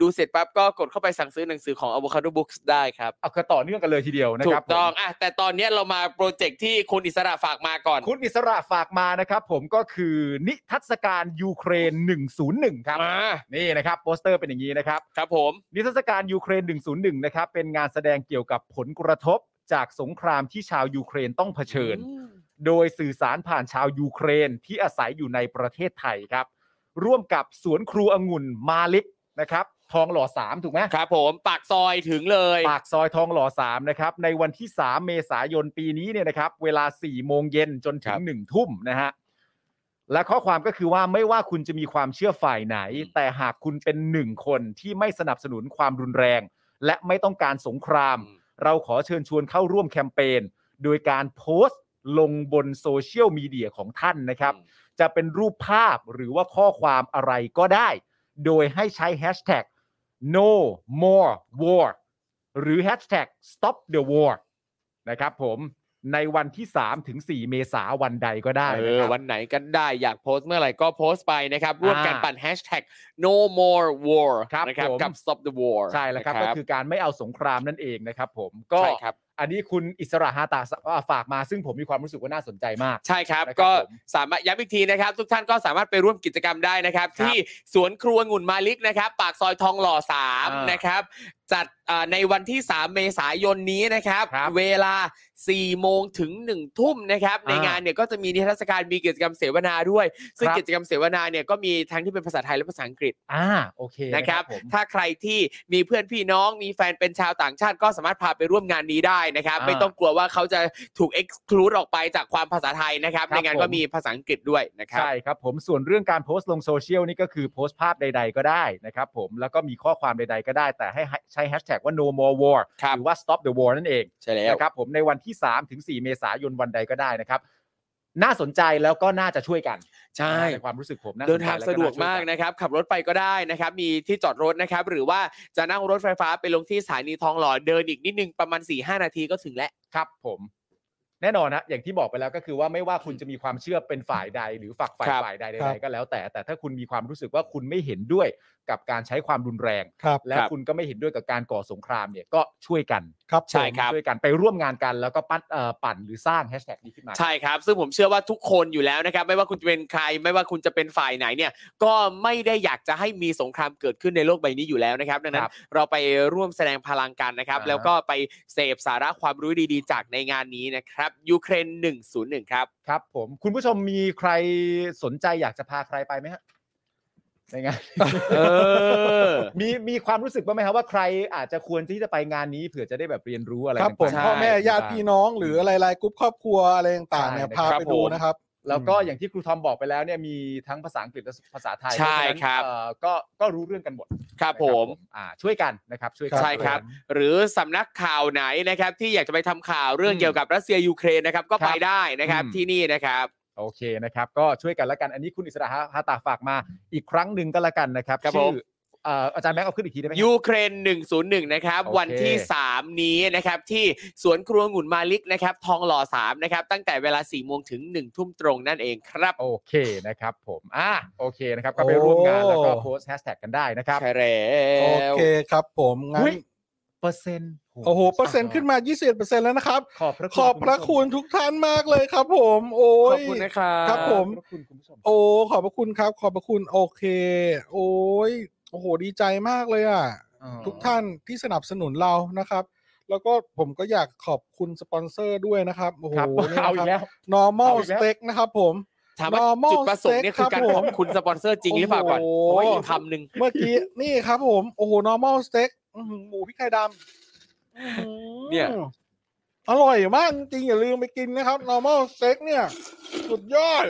ดูเสร็จปั๊บก็กดเข้าไปสั่งซื้อหนังสือของ Avocado Books ได้ครับ เอาก็ต่อเนื่องกันเลยทีเดียวนะ ถู ครับ กต้อง ผม อ่ะแต่ตอนเนี้ยเรามาโปรเจกต์ที่คุณอิสระฝากมาก่อน คุณอิสระฝากมานะครับ ผมก็คือนิทรรศการยูเครน 101 ครับ อ่า นี่นะครับโปสเตอร์เป็นอย่างนี้นะครับ ครับผม นิทรรศการยูเครน 101 นะครับ เป็นงานแสดงเกี่ยวกับผลกระทบจากสงครามที่ชาวยูเครนต้องเผชิญ โดยสื่อสารผ่านชาวยูเครนที่อาศัยอยู่ในประเทศไทยครับ ร่วมกับสวนครูองุ่นมาลิกนะครับ ทองหล่อ 3 ถูกไหม ครับผมปากซอยถึงเลย ปากซอยทองหล่อ 3 นะครับ ในวันที่ 3 เมษายนปีนี้เนี่ยนะครับ เวลา 4 โมงเย็นจนถึง ครับ 1 ทุ่มนะฮะ และข้อความก็คือว่าไม่ว่าคุณจะมีความเชื่อฝ่ายไหน แต่หากคุณเป็นหนึ่งคนที่ไม่สนับสนุนความรุนแรง และไม่ต้องการสงคราม เราขอเชิญชวนเข้าร่วมแคมเปญโดยการโพสต์ลงบนโซเชียลมีเดียของท่านนะครับ อืม จะเป็นรูปภาพหรือว่าข้อความอะไรก็ได้ โดยให้ใช้ hashtag no more war หรือ hashtag stop the war นะครับผมในวันที่ 3 ถึง 4 เมษาวันใดก็ได้ เอ นะ อ ครับ วันไหนกันได้อยากโพสต์เมื่อไหร่ก็โพสต์ไปนะครับร่วมกัน อ่า ปั่นแฮชแท็ก no more war ครับ นะครับ ผม กับ stop the war ใช่แล้วครับ นะ ก็คือการไม่เอาสงครามนั่นเองนะครับผมก็ ใช่ครับ อันนี้คุณอิสระฮาตาฝากมาซึ่งผมมีความรู้สึกว่าน่าสนใจมาก ใช่ครับ นะครับ ก็ ผม สามารถย้ำอีกทีนะครับ ทุกท่านก็สามารถไปร่วมกิจกรรมได้นะครับ ครับ ที่สวนครัวงุ่นมาลิกนะครับ ปากซอยทองหล่อ อ่า 3 น นะครับ จัดอ่าในวันที่ 3 เมษายนนี้นะครับ ครับ เวลา 4 โมงถึง 1 ทุ่มนะครับ ใน อ่าง งานเนี่ยก็จะมีนิทรรศการมีกิจกรรมเสวนาด้วย ซึ่ง ครับ กิจกรรมเสวนาเนี่ยก็มีทั้งที่เป็นภาษาไทยและภาษาอังกฤษ อ่าโอเค นะครับ ผม ถ้าใครที่มีเพื่อนพี่น้องมีแฟนเป็นชาวต่างชาติก็สามารถพาไปร่วมงานนี้ได้นะครับ ไม่ต้องกลัวว่าเขาจะถูก exclude ออกไปจากความภาษาไทยนะครับ ในงานก็มีภาษาอังกฤษด้วยนะครับ ใช่ครับผมส่วนเรื่องการโพสต์ลงโซเชียลนี่ก็คือโพสต์ภาพใด ๆ ก็ได้นะครับผมแล้วก็มีข้อความใด ๆ ก็ได้ แต่ให้ใช้แฮชแท็กว่า no more war ครับ หรือว่า stop the war นั่นเอง ใช่แล้ว นะครับผมในวันที่ 3 ถึง 4 เมษายนวันใดก็ได้นะครับ น่าสนใจแล้วก็น่าจะช่วยกัน ใช่ ในความรู้สึกผมน่สนใจ เดินทางสะดวกมาก แล้น่ช่ยน นะครับ ขับรถไปก็ได้นะครับ มีที่จอดรถนะครับ หรือว่าจะนั่งรถไฟฟ้าไปลงที่สถานีทองหล่อเดินอีกนิดนึงประมาณ4ีหนาทีก็ถึงแล้ว ครับผม แน่นอนนะอย่างที่บอกไปแล้วก็คือว่าไม่ว่าคุณจะมีความเชื่อเป็นฝ่ายใด หรือฝักฝ่าย ครับ ฝ่ายใด ครั ใด บ ๆก็แล้วแต่ แต่ถ้าคุณมีความรู้สึกว่าคุณไม่เห็นด้วยกับการใช้ความรุนแรง ครับ และคุณก็ไม่เห็นด้วยกับการก่อสงครามเนี่ยก็ช่วยกัน ครับ ใช่ ผม ครับ ช่วยกันไปร่วมงานกันแล้วก็ปั้นเอ่อปั่นหรือสร้างแฮชแท็กนี้ขึ้นมา ใช่ครับ ซึ่งผมเชื่อว่าทุกคนอยู่แล้วนะครับ ไม่ว่าคุณจะเป็นใคร ไม่ว่าคุณจะเป็นฝ่ายไหนเนี่ย ก็ไม่ได้อยากจะให้มีสงครามเกิดขึ้นในโลกใบนี้อยู่แล้วนะครับ ดังนั้ คน รับ เราไปร่วมแสดงพลังกันนะครับ อ่าฮะ แล้วก็ไปเสพสาระความรู้ดีๆ จากในงานนี้นะครับยูเครน101 ครับ ครับผมคุณผู้ชมมีใครสนใจอยากจะพาใครไปไหมฮะในงาน เออ มีมีความรู้สึกบ้างไหมครับว่าใครอาจจะควรที่จะไปงานนี้เผื่อจะได้แบบเรียนรู้อะไร ครับผม ต่างๆ พ่อแม่ ใช่ ญาติพี่น้องหรืออะไรๆกรุ๊ปครอบครัวอะไรต่างๆเนี่ย ใช่ พา ครับ ไปดู ผม นะครับ แล้วก็อย่างที่ครูทอมบอกไปแล้วเนี่ยมีทั้งภาษาอังกฤษและภาษาไทย ใช่ เพาะฉะนั้น ครับ เอ่อก็ก็รู้เรื่องกันหมด ครับผม นะครับอ่าช่วยกันนะครับช่วยกั ใช่ครับ หรือสำนักข่าวไหนนะครับ ที่อยากจะไปทำข่าวเรื่องเกี่ยวกับรัสเซียยูเครนนะครับ ก็ไปได้นะครับที่นี่นะครับ โอเคนะครับ ก็ช่วยกันละกันอันนี้คุณอิสระฮาตาฝากมาอีกครั้งหนึ่งก็แล้วกันนะครับ ครับ ชื่ ผม อเอ่ออาจารย์แบงค์เอาขึ้นอีกทีได้ไหมครับ ยูเครน 101 นะครับ โอเค วันที่ 3 นี้นะครับ ที่สวนครัวหงุ่นมาลิกนะครับ ทองหล่อ 3 นะครับ ตั้งแต่เวลา 4 โมงถึง 1 ทุ่มตรงนั่นเองครับ โอเคนะครับผมอ่าโอเคนะครับก็ไปร่วมงานแล้วก็โพสต์แฮชแท็กกันได้นะครับ ใช่แล้ว โอเคครับผมงั้ อุ๊ น ย เปอร์เซ็นต์ โอ้โหเปอร์เซ็นต์ขึ้นมา 21%แล้วนะครับ ขอบพระ ขอบพระคุณทุกท่านมากเลยครับ ผมโอ้ ขอย บคุณนะครับ ครับผม ขอบพระคุณคุณผู้ชม โอ้ขอบพระคุณครับ ขอบพระคุณโอเค โอ้ยโอ้โหดีใจมากเลยอ่ะ ทุกท่านที่สนับสนุนเรานะครับ แล้วก็ผมก็อยากขอบคุณสปอนเซอร์ด้วยนะครับโอ้โห ครับ นี่นะ เอาอีก ครับ แล้ว normal เอาอีกแล้ว steak นะครับผม ถามว่า Normal จุดประสงค์เนี่ยคือการ Steak ข ครั อ บบ คุณสปอนเซอร์จริงหรือเปล่าก่อน โอ้ เพราะโหว่าอีกคำหนึ่ง เมื่อ กี้นี่ครับผม โอ้โห normal steak อื้อหือหมูพริกไทยดำ เนี่ย อืมอร่อยมากจริงๆอย่าลืมไปกินนะครับ normal steak เนี่ย สุดยอด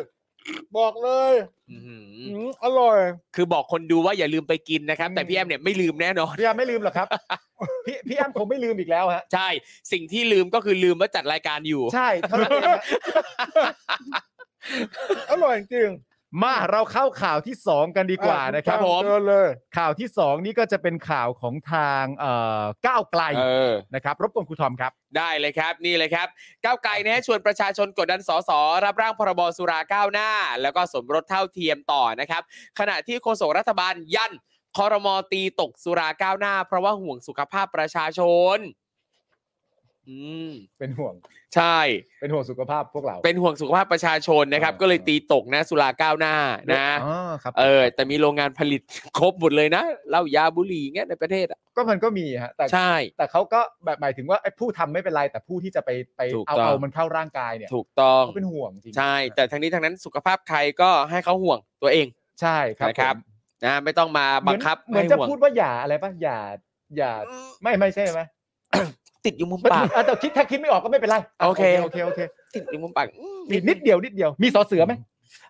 บอกเลย อื้อหือ อืมอร่อย คือบอกคนดูว่าอย่าลืมไปกินนะครับ แต่พี่แอมเนี่ยไม่ลืมแน่นอน พี่แอมไม่ลืมหรอกครับ พี่พี่แอมคงไม่ลืมอีกแล้วฮะ ใช่ สิ่งที่ลืมก็คือลืมว่าจัดรายการอยู่ ใช่เท่านั้นเองฮะ อร่อยจริง มาเราเข้าข่าวที่ 2 กันดีกว่า อ่ นะครับ ณตเชิญเลย ข่าวที่ 2 นี่ก็จะเป็นข่าวของทางเอ่อก้าวไกล เออ นะครับรบกวนครูทอมครับ ได้เลยครับนี่เลยครับก้าวไกลนะฮะชวนประชาชนกดดันสสรับร่างพรบสุราก้าวหน้า แล้วก็สมรสเท่าเทียมต่อนะครับ ขณะที่โฆษกรัฐบาลยันคอรมอตีตกสุราก้าวหน้า เพราะว่าห่วงสุขภาพประชาชน อืม เป็นห่วง ใช่ เป็นห่วงสุขภาพพวกเรา เป็นห่วงสุขภาพประชาชนนะครับ อ่า ก็เลยตีตกนะ สุราก้าวหน้านะ อ๋อครับ เออ แต่มีโรงงานผลิต ครบหมดเลยนะเหล้ายาบุหรี่อย่างเงี้ยในประเทศอะ ก็มันก็มีฮะแต่ ใช่ แต่เขาก็แบบหมายถึงว่าไอ้ผู้ทำไม่เป็นไรแต่ผู้ที่จะไปไป ถูก เอา ต้อง เอามันเข้าร่างกายเนี่ย ถูกต้อง เขาเป็นห่วงจริง ใช่ แต่ทั้งนี้ทั้งนั้นสุขภาพใครก็ให้เขาห่วงตัวเอง ใช่ครับ นะครับ ผม นะไม่ต้องมา เหมื บั อง น คับ เหมือน ให้ จะ ห่วง พูดว่าอย่าอะไรป่ะอย่าอย่าไม่ไม่ใช่ไหม ติดอยู่มุม มัน ปาก อ่ะแต่คิดถ้าคิดไม่ออกก็ไม่เป็นไระ โอเค โอเคโอเค ติดอยู่มุมปากอืม มีนิดเดียวนิดเดียวมีสอเสือไหม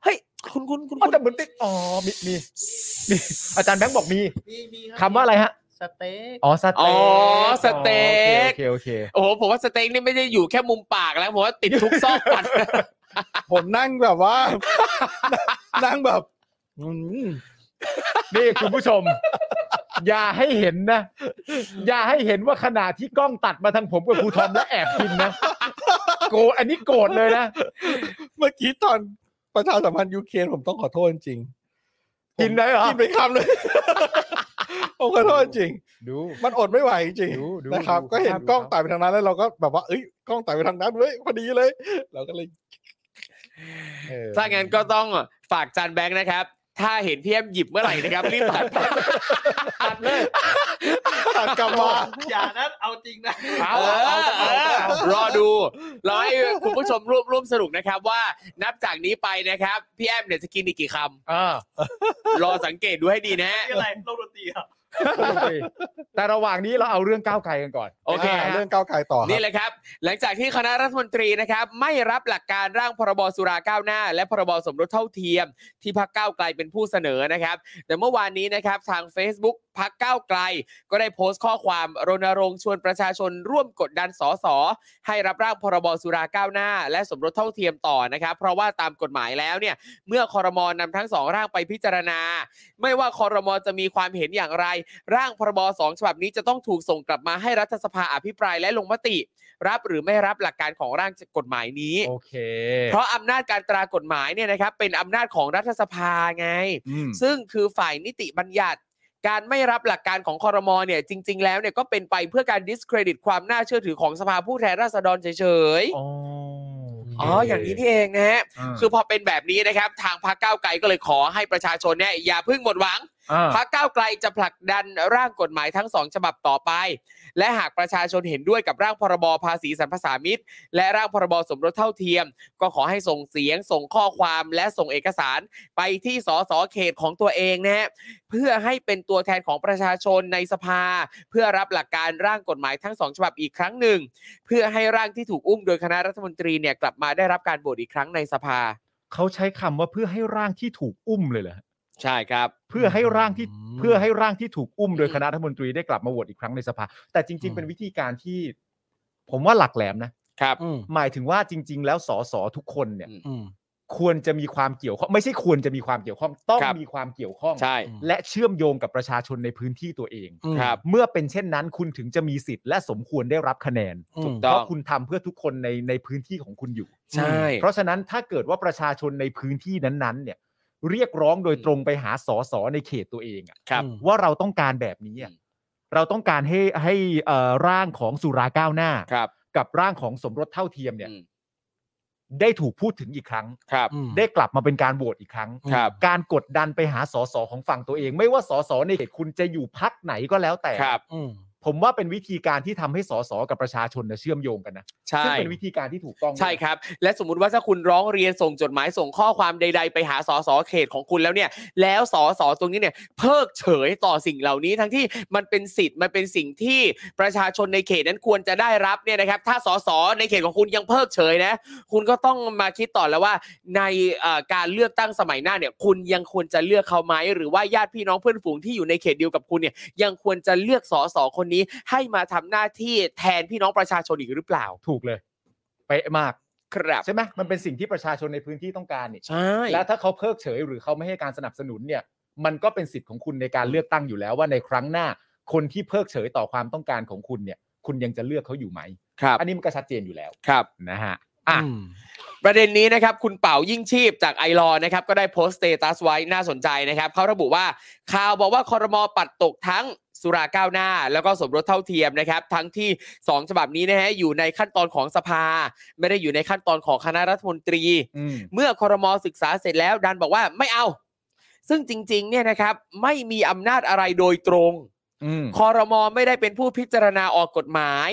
เฮ้ย คุณคุณคุณ อ๋อ คุณ แต่เหมือนติดอ๋อมีมีมีอาจารย์แบงค์บอกมี มีมีรับ คำว่าอะไรฮะ สเต็ก อ๋อสเต็ก อ๋อสเต็ โอก เคโอเค โอ้โหผมว่าสเต็กนี่ไม่ได้อยู่แค่มุมปากแล้วผมว่าติดทุกซอกปัด ผมนั่งแบบว่า นั่งแบบอืม โอเคนี่คุณผู้ชม อย่าให้เห็นนะ อย่าให้เห็นว่าขณะที่กล้องตัดมาทางผมกับครูทอมและแอบกินนะโกรธอันนี้โกรธเลยนะ เมื่อกี้ตอนประชาสัมพันธ์ยูเครนผมต้องขอโทษจริงๆ กินได้เหรอ ผมกินไปคำเลย ผมขอโทษจริง ดู มันอดไม่ไหวจริง ดูดู นะครับ ดู ก็เห็น ดูครับ กล้องไต่ไปทางนั้นแล้วเราก็แบบว่าเอ้ยกล้องไต่ไปทางนั้นเลยพอดีเลย เราก็เลย เออ ถ้างั้นก็ต้องฝากจานแบงค์นะครับ ถ้าเห็นพี่แอมหยิบเมื่อไหร่นะครับรีบตัด ตัดเลย ตัดกลับมา อย่านั้นเอาจริงนะ เอาเอาเอาเอารอดูรอให้คุณผู้ชมร่วมร่วมสนุกนะครับ ว่านับจากนี้ไปนะครับพี่แอมเนี่ยจะกินอีกกี่ค อ่า ำรอสังเกตดูให้ดีนะฮะ นี่อะไรโลกดนตรีครับ สนุกดีแต่ระหว่างนี้เราเอาเรื่องก้าวไกลกันก่อน โอเคฮะ เรื่องก้าวไกลต่อค นี่ รับ แหละครับ หลังจากที่คณะรัฐมนตรีนะครับไม่รับหลักการร่างพรบสุราก้าวหน้า และพรบสมรสเท่าเทียม ที่พรรคก้าวไกลเป็นผู้เสนอนะครับ แต่เมื่อวานนี้นะครับทาง Facebook พักก้าวไกล ก็ได้โพสต์ข้อความรณรงค์ชวนประชาชนร่วมกดดันสสให้รับร่างพรบสุราก้าวหน้า และสมรสเท่าเทียมต่อนะครับ เพราะว่าตามกฎหมายแล้วเนี่ยเมื่อคอรมอนำทั้งสองร่างไปพิจารณา ไม่ว่าคอรมอจะมีความเห็นอย่างไร ร่างพรบสองฉบับนี้จะต้องถูกส่งกลับมาให้รัฐสภาอภิปรายและลงมติ รับหรือไม่รับหลักการของร่างกฎหมายนี้ โอเค เพราะอำนาจการตรากฎหมายเนี่ยนะครับเป็นอำนาจของรัฐสภาไง อืม ซึ่งคือฝ่ายนิติบัญญัติ การไม่รับหลักการของคอรมอเนี่ยจริง ๆ แล้วเนี่ยก็เป็นไปเพื่อการ discredit ความน่าเชื่อถือของสภาผู้แทนราษฎรเฉย อ๋อ ๆ อ๋ อ๋ออย่างนี้นี่เองนะฮะ คือพอเป็นแบบนี้นะครับ ทางพรรคก้าวไกลก็เลยขอให้ประชาชนเนี่ยอย่าเพิ่งหมดหวัง พรรคก้าวไกลจะผลักดันร่างกฎหมายทั้งสองฉบับต่อไป และหากประชาชนเห็นด้วยกับร่างพรบภาษีสรรพสามิตและร่างพรบสมรสเท่าเทียม ก็ขอให้ส่งเสียง ส่งข้อความและส่งเอกสารไปที่สสเขตของตัวเองนะฮะเพื่อให้เป็นตัวแทนของประชาชนในสภา เพื่อรับหลักการร่างกฎหมายทั้งสองฉบับอีกครั้งหนึ่ง เพื่อให้ร่างที่ถูกอุ้มโดยคณะรัฐมนตรีเนี่ยกลับมาได้รับการโหวตอีกครั้งในสภา เขาใช้คำว่าเพื่อให้ร่างที่ถูกอุ้มเลยเหรอฮะ ใช่ครับ เพื่อให้ร่างที่เพื่อให้ร่างที่ถูกอุ้มโดยคณะรัฐมนตรีได้กลับมาโหวตอีกครั้งในสภา แต่จริง ๆ เป็นวิธีการที่ ผมว่าหลักแหลมนะ ครับ อืม หมายถึงว่าจริง ๆ แล้วสสทุกคนเนี่ย อืม อืม ควรจะมีความเกี่ยวข้องไม่ใช่ควรจะมีความเกี่ยวข้องต้อง ครับ มีความเกี่ยวข้อง ใช่ และเชื่อมโยงกับประชาชนในพื้นที่ตัวเอง อืม ครับ เมื่อเป็นเช่นนั้นคุณถึงจะมีสิทธิ์และสมควรได้รับคะแนน ถูก เพ ต้อง ราะคุณทำเพื่อทุกคนในในพื้นที่ของคุณอยู่ ใช่ เพราะฉะนั้นถ้าเกิดว่าประชาชนในพื้นที่นั้นๆ เนี่ย เรียกร้องโดยตรงไปหาสสในเขตตัวเองอะ ครับ ว่าเราต้องการแบบนี้อะ อืม เราต้องการให้ให้เอ่อร่างของสุราก้าวหน้า ครับ กับร่างของสมรสเท่าเทียมเนี่ย อืม ได้ถูกพูดถึงอีกครั้ง ครับ อืม ได้กลับมาเป็นการโหวตอีกครั้ง ครับ การกดดันไปหาสสของฝั่งตัวเอง ไม่ว่าสสในเขตคุณจะอยู่พักไหนก็แล้วแต่ ครับ อืม ผมว่าเป็นวิธีการที่ทำให้สสกับประชาชนเนี่ยเชื่อมโยงกันนะ ใช่ ซึ่งเป็นวิธีการที่ถูกต้อง ใช่ครับ และสมมุติว่าถ้าคุณร้องเรียนส่งจดหมายส่งข้อความใด ๆ ไปหาสสเขตของคุณแล้วเนี่ย แล้วสสตรงนี้เนี่ยเพิกเฉยต่อสิ่งเหล่านี้ ทั้งที่มันเป็นสิทธิ์มันเป็นสิ่งที่ประชาชนในเขตนั้นควรจะได้รับเนี่ยนะครับ ถ้าสสในเขตของคุณยังเพิกเฉยนะ คุณก็ต้องมาคิดต่อแล้วว่าในเอ่อการเลือกตั้งสมัยหน้าเนี่ยคุณยังควรจะเลือกเขาไหมหรือว่าญาติพี่น้องเพื่อนฝูงที่อยู่ในเขตเดียวกับคุณเนี่ยยังควรจะเลือกสสคนนี้ให้มาทำหน้าที่แทนพี่น้องประชาชนอีกหรือเปล่า ถูกเลย เป๊ะมาก ครับ ใช่ไหมมันเป็นสิ่งที่ประชาชนในพื้นที่ต้องการนี่ ใช่ และถ้าเขาเพิกเฉยหรือเขาไม่ให้การสนับสนุนเนี่ย มันก็เป็นสิทธิ์ของคุณในการเลือกตั้งอยู่แล้วว่าในครั้งหน้า คนที่เพิกเฉยต่อความต้องการของคุณเนี่ย คุณยังจะเลือกเขาอยู่ไหม ครับ อันนี้มันก็ชัดเจนอยู่แล้ว ครับ นะฮะอ่ะ ประเด็นนี้นะครับคุณเป่ายิ่งชีพจากไอรอนะครับ ก็ได้โพสต์สเตตัสไว้น่าสนใจนะครับเขาระบุว่าข่าวบอกว่าคอรมอปัดตกทั้งสุราก้าวหน้า แล้วก็สมรสเท่าเทียมนะครับ ทั้งที่ 2 ฉบับนี้นะฮะอยู่ในขั้นตอนของสภา ไม่ได้อยู่ในขั้นตอนของคณะรัฐมนตรี อืม เมื่อคอรมอศึกษาเสร็จแล้วดันบอกว่าไม่เอา ซึ่งจริงๆเนี่ยนะครับไม่มีอำนาจอะไรโดยตรง อืม คอรมอไม่ได้เป็นผู้พิจารณาออกกฎหมาย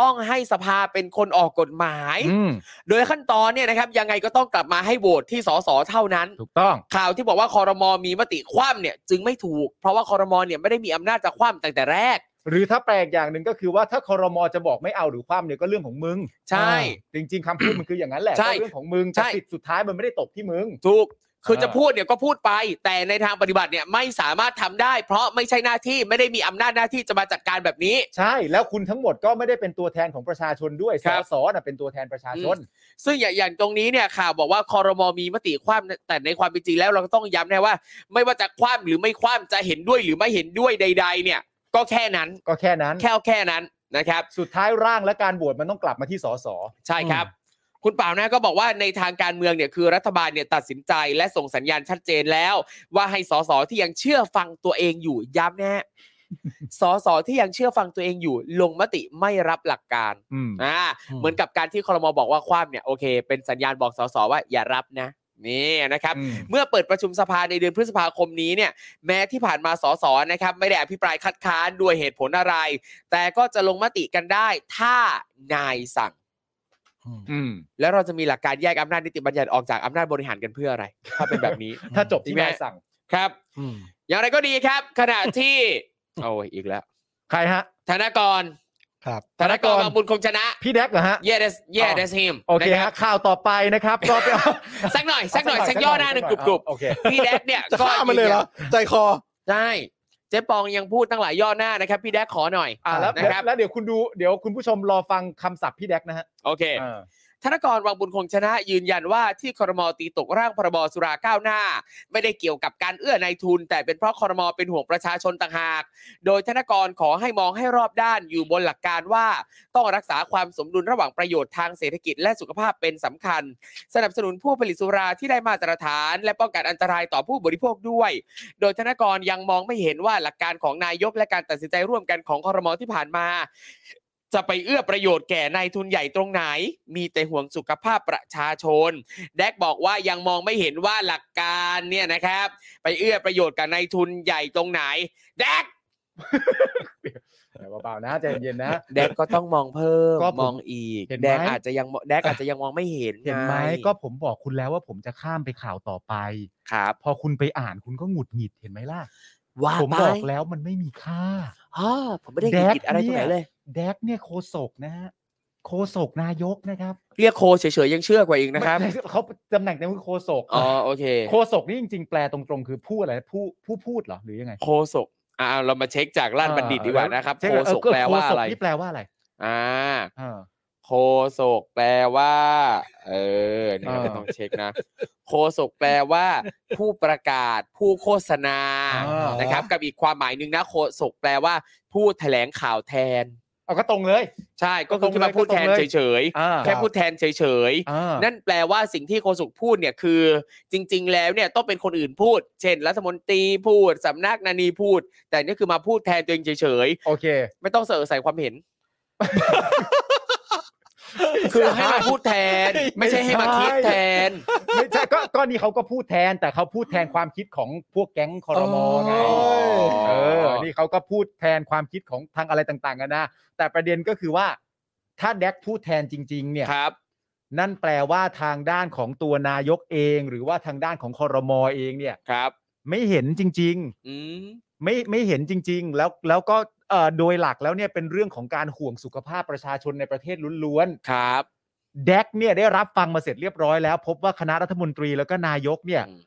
ต้องให้สภาเป็นคนออกกฎหมาย อืม โดยขั้นตอนเนี่ยนะครับยังไงก็ต้องกลับมาให้โหวตที่สสเท่านั้น ถูกต้อง ข่าวที่บอกว่าคอรมอมีมติคว่ำเนี่ยจึงไม่ถูก เพราะว่าคอรมอเนี่ยไม่ได้มีอำนาจจะคว่ำตั้งแต่แรก หรือถ้าแปลกอย่างหนึ่งก็คือว่าถ้าคอรมอจะบอกไม่เอาหรือความเนี่ยก็เรื่องของมึง ใช่ อ่าจริง ๆคำพูดมันคืออย่างนั้นแหละ ใช่ ก็เรื่องของมึง ใช่ แต่สิทธิ์สุดท้ายมันไม่ได้ตกที่มึง ถูก คือ เออ จะพูดเนี่ยก็พูดไป แต่ในทางปฏิบัติเนี่ยไม่สามารถทำได้ เพราะไม่ใช่หน้าที่ไม่ได้มีอำนาจหน้าที่จะมาจัดการแบบนี้ ใช่แล้วคุณทั้งหมดก็ไม่ได้เป็นตัวแทนของประชาชนด้วย ค ส รับ สน่ะเป็นตัวแทนประชาชน ซึ่งอย่างอย่างตรงนี้เนี่ยข่าวบอกว่าคอรมอมีมติคว่ำแต่ในความเป็นจริงแล้วเราก็ต้องย้ำนะว่า ไม่ว่าจะคว่ำหรือไม่คว่ำจะเห็นด้วยหรือไม่เห็นด้วยใด ๆ เนี่ย ก็แค่นั้น ก็แค่นั้น แค่เอาแค่นั้นนะครับ สุดท้ายร่างและการบวชมันต้องกลับมาที่สส ใช่ครับ คุณเป่านะก็บอกว่าในทางการเมืองเนี่ยคือรัฐบาลเนี่ยตัดสินใจและส่งสัญญาณชัดเจนแล้ว ว่าให้สสที่ยังเชื่อฟังตัวเองอยู่ย้ำนะ ฮะ สสที่ยังเชื่อฟังตัวเองอยู่ ลงมติไม่รับหลักการ อืม อ่า อืม เหมือนกับการที่คอรมอบอกว่าความเนี่ยโอเค เป็นสัญญาณบอกสสว่าอย่ารับนะนี่นะครับ อืม เมื่อเปิดประชุมสภาในเดือนพฤษภาคมนี้เนี่ยแม้ที่ผ่านมาสสนะครับ ไม่ได้อภิปรายคัดค้านด้วยเหตุผลอะไร แต่ก็จะลงมติกันได้ถ้านายสั่ง อืม แล้วเราจะมีหลักการแยกอำนาจนิติบัญญัติออกจากอำนาจบริหารกันเพื่ออะไร ถ้าเป็นแบบ นี้ ถ้าจบที่ แม่ นายสั่ง ครับ อืม อย่างไรก็ดีครับ ขณะที่ โอ้ยอีกแล้ว ใครฮะ ธนกร ครับ ธนกร ธนกร บางบุญคงชนะ พี่แดกเหรอฮะ yes that's- yes อ๋อ that's him โอเค นะ ฮะข่าวต่อไปนะครับก็ไปเอา สักหน่อย สักหน่อย สักย่อหน้าหนึ่งกรุบ โอเค ๆพี่แดกเนี่ย จะฆ่ามันเลยเหรอ ใจคอ ใช่ เจ๊ปองยังพูดตั้งหลายย่อหน้านะครับ พี่แดกขอหน่อย อ่าแล้ว นะครับ แล้วเดี๋ยวคุณดูเดี๋ยวคุณผู้ชมรอฟังคำศัพท์พี่แดกนะฮะ โอเค อ่า ธนกรวังบุญคงชนะยืนยันว่าที่ครมตีตกร่างพรบสุราก้าวหน้า ไม่ได้เกี่ยวกับการเอื้อนายทุน แต่เป็นเพราะครมเป็นห่วงประชาชนต่างหาก โดยธนกรขอให้มองให้รอบด้านอยู่บนหลักการว่า ต้องรักษาความสมดุลระหว่างประโยชน์ทางเศรษฐกิจและสุขภาพเป็นสำคัญ สนับสนุนผู้ผลิตสุราที่ได้มาตรฐาน และป้องกันอันตรายต่อผู้บริโภคด้วย โดยธนกรยังมองไม่เห็นว่าหลักการของนายกและการตัดสินใจร่วมกันของครมที่ผ่านมา จะไปเอื้อประโยชน์แก่นายทุนใหญ่ตรงไหน มีแต่ห่วงสุขภาพประชาชน แดกบอกว่ายังมองไม่เห็นว่าหลักการเนี่ยนะครับ ไปเอื้อประโยชน์กับนายทุนใหญ่ตรงไหน แดก เดี๋ยวเบาๆนะใจเย็นๆนะ แดกก็ต้องมองเพิ่ม ก็ผม มองอีก เห็นไหม แดกอาจจะยังมองแดกอาจจะยังมองไม่เห็น เห็นไหม ง ก็ผมบอกคุณแล้วว่าผมจะข้ามไปข่าวต่อไป ครับ พอคุณไปอ่านคุณก็หงุดหงิดเห็นไหมล่ะ ว่า ผม ไป บอกแล้วมันไม่มีค่า อ๋อผมไม่ได้ แดก ผิดอะไรตรงไหน เนี่ย เลย แดกเนี่ยโคศกนะฮะโคศกนายกนะครับ เรียกโคเฉยๆยังเชื่อกว่าอีกนะครับ ไม่ เขาตำแหน่งในมือโคศก อ๋อโอเค โคศกนี่จริงๆ แปลตรงๆ คือผู้อะไรผู้ผู้พูดเหรอหรือยังไง โคศกอ่าเรามาเช็คจากราชบัณฑิตดีกว่านะครับ เช็ โค เอ ศ อก แปลว่า โคศ อะไร นี่แปลว่าอะไร อ่า อ่า โคศกแปลว่า เออนี่ครับ อ่า ต้องเช็คนะ โคศกแปลว่า ผู้ประกาศ ผู้โฆษณา อ่าน นะครับ กับอีกความหมายหนึ่งนะโคศกแปลว่า ผู้แถลงข่าวแทน เอาก็ตรงเลย ใช่ก็คือขึ้นมาพูดแทน ก็ตรงเลย เฉย อ่า ๆแค่พูดแทนเฉย อ่า ๆนั่นแปลว่าสิ่งที่โคศกพูดเนี่ยคือ จริง ๆ แล้วเนี่ยต้องเป็นคนอื่นพูด เช่น รัฐมนตรีพูดสำนักนานีพูด แต่นี่คือมาพูดแทนตัวเองเฉย โอเค ๆไม่ต้องเสนอใส่ความ เห็น คือให้มาพูดแท น ไม่ใช่ให้มาคิดแทน ไม่ ใช่ก็ก็นี่เขาก็พูดแทนแต่เขาพูดแทนความคิดของพวกแก๊งคอรมอไง โอ้ย เออ นี่เขาก็พูดแทนความคิดของทางอะไรต่างๆกันนะ แต่ประเด็นก็คือว่า ถ้าแดกพูดแทนจริง ๆ เนี่ย ครับ นั่นแปลว่าทางด้านของตัวนายกเอง หรือว่าทางด้านของคอรมอเองเนี่ย ครับ ไม่เห็นจริง อืม ๆ ไม่ไม่เห็นจริง ๆ แล้วแล้วก็เอ่อโดยหลักแล้วเนี่ยเป็นเรื่องของการห่วงสุขภาพประชาชนในประเทศล้วนๆ ครับ แดกเนี่ยได้รับฟังมาเสร็จเรียบร้อยแล้ว พบว่าคณะรัฐมนตรีแล้วก็นายกเนี่ย อืม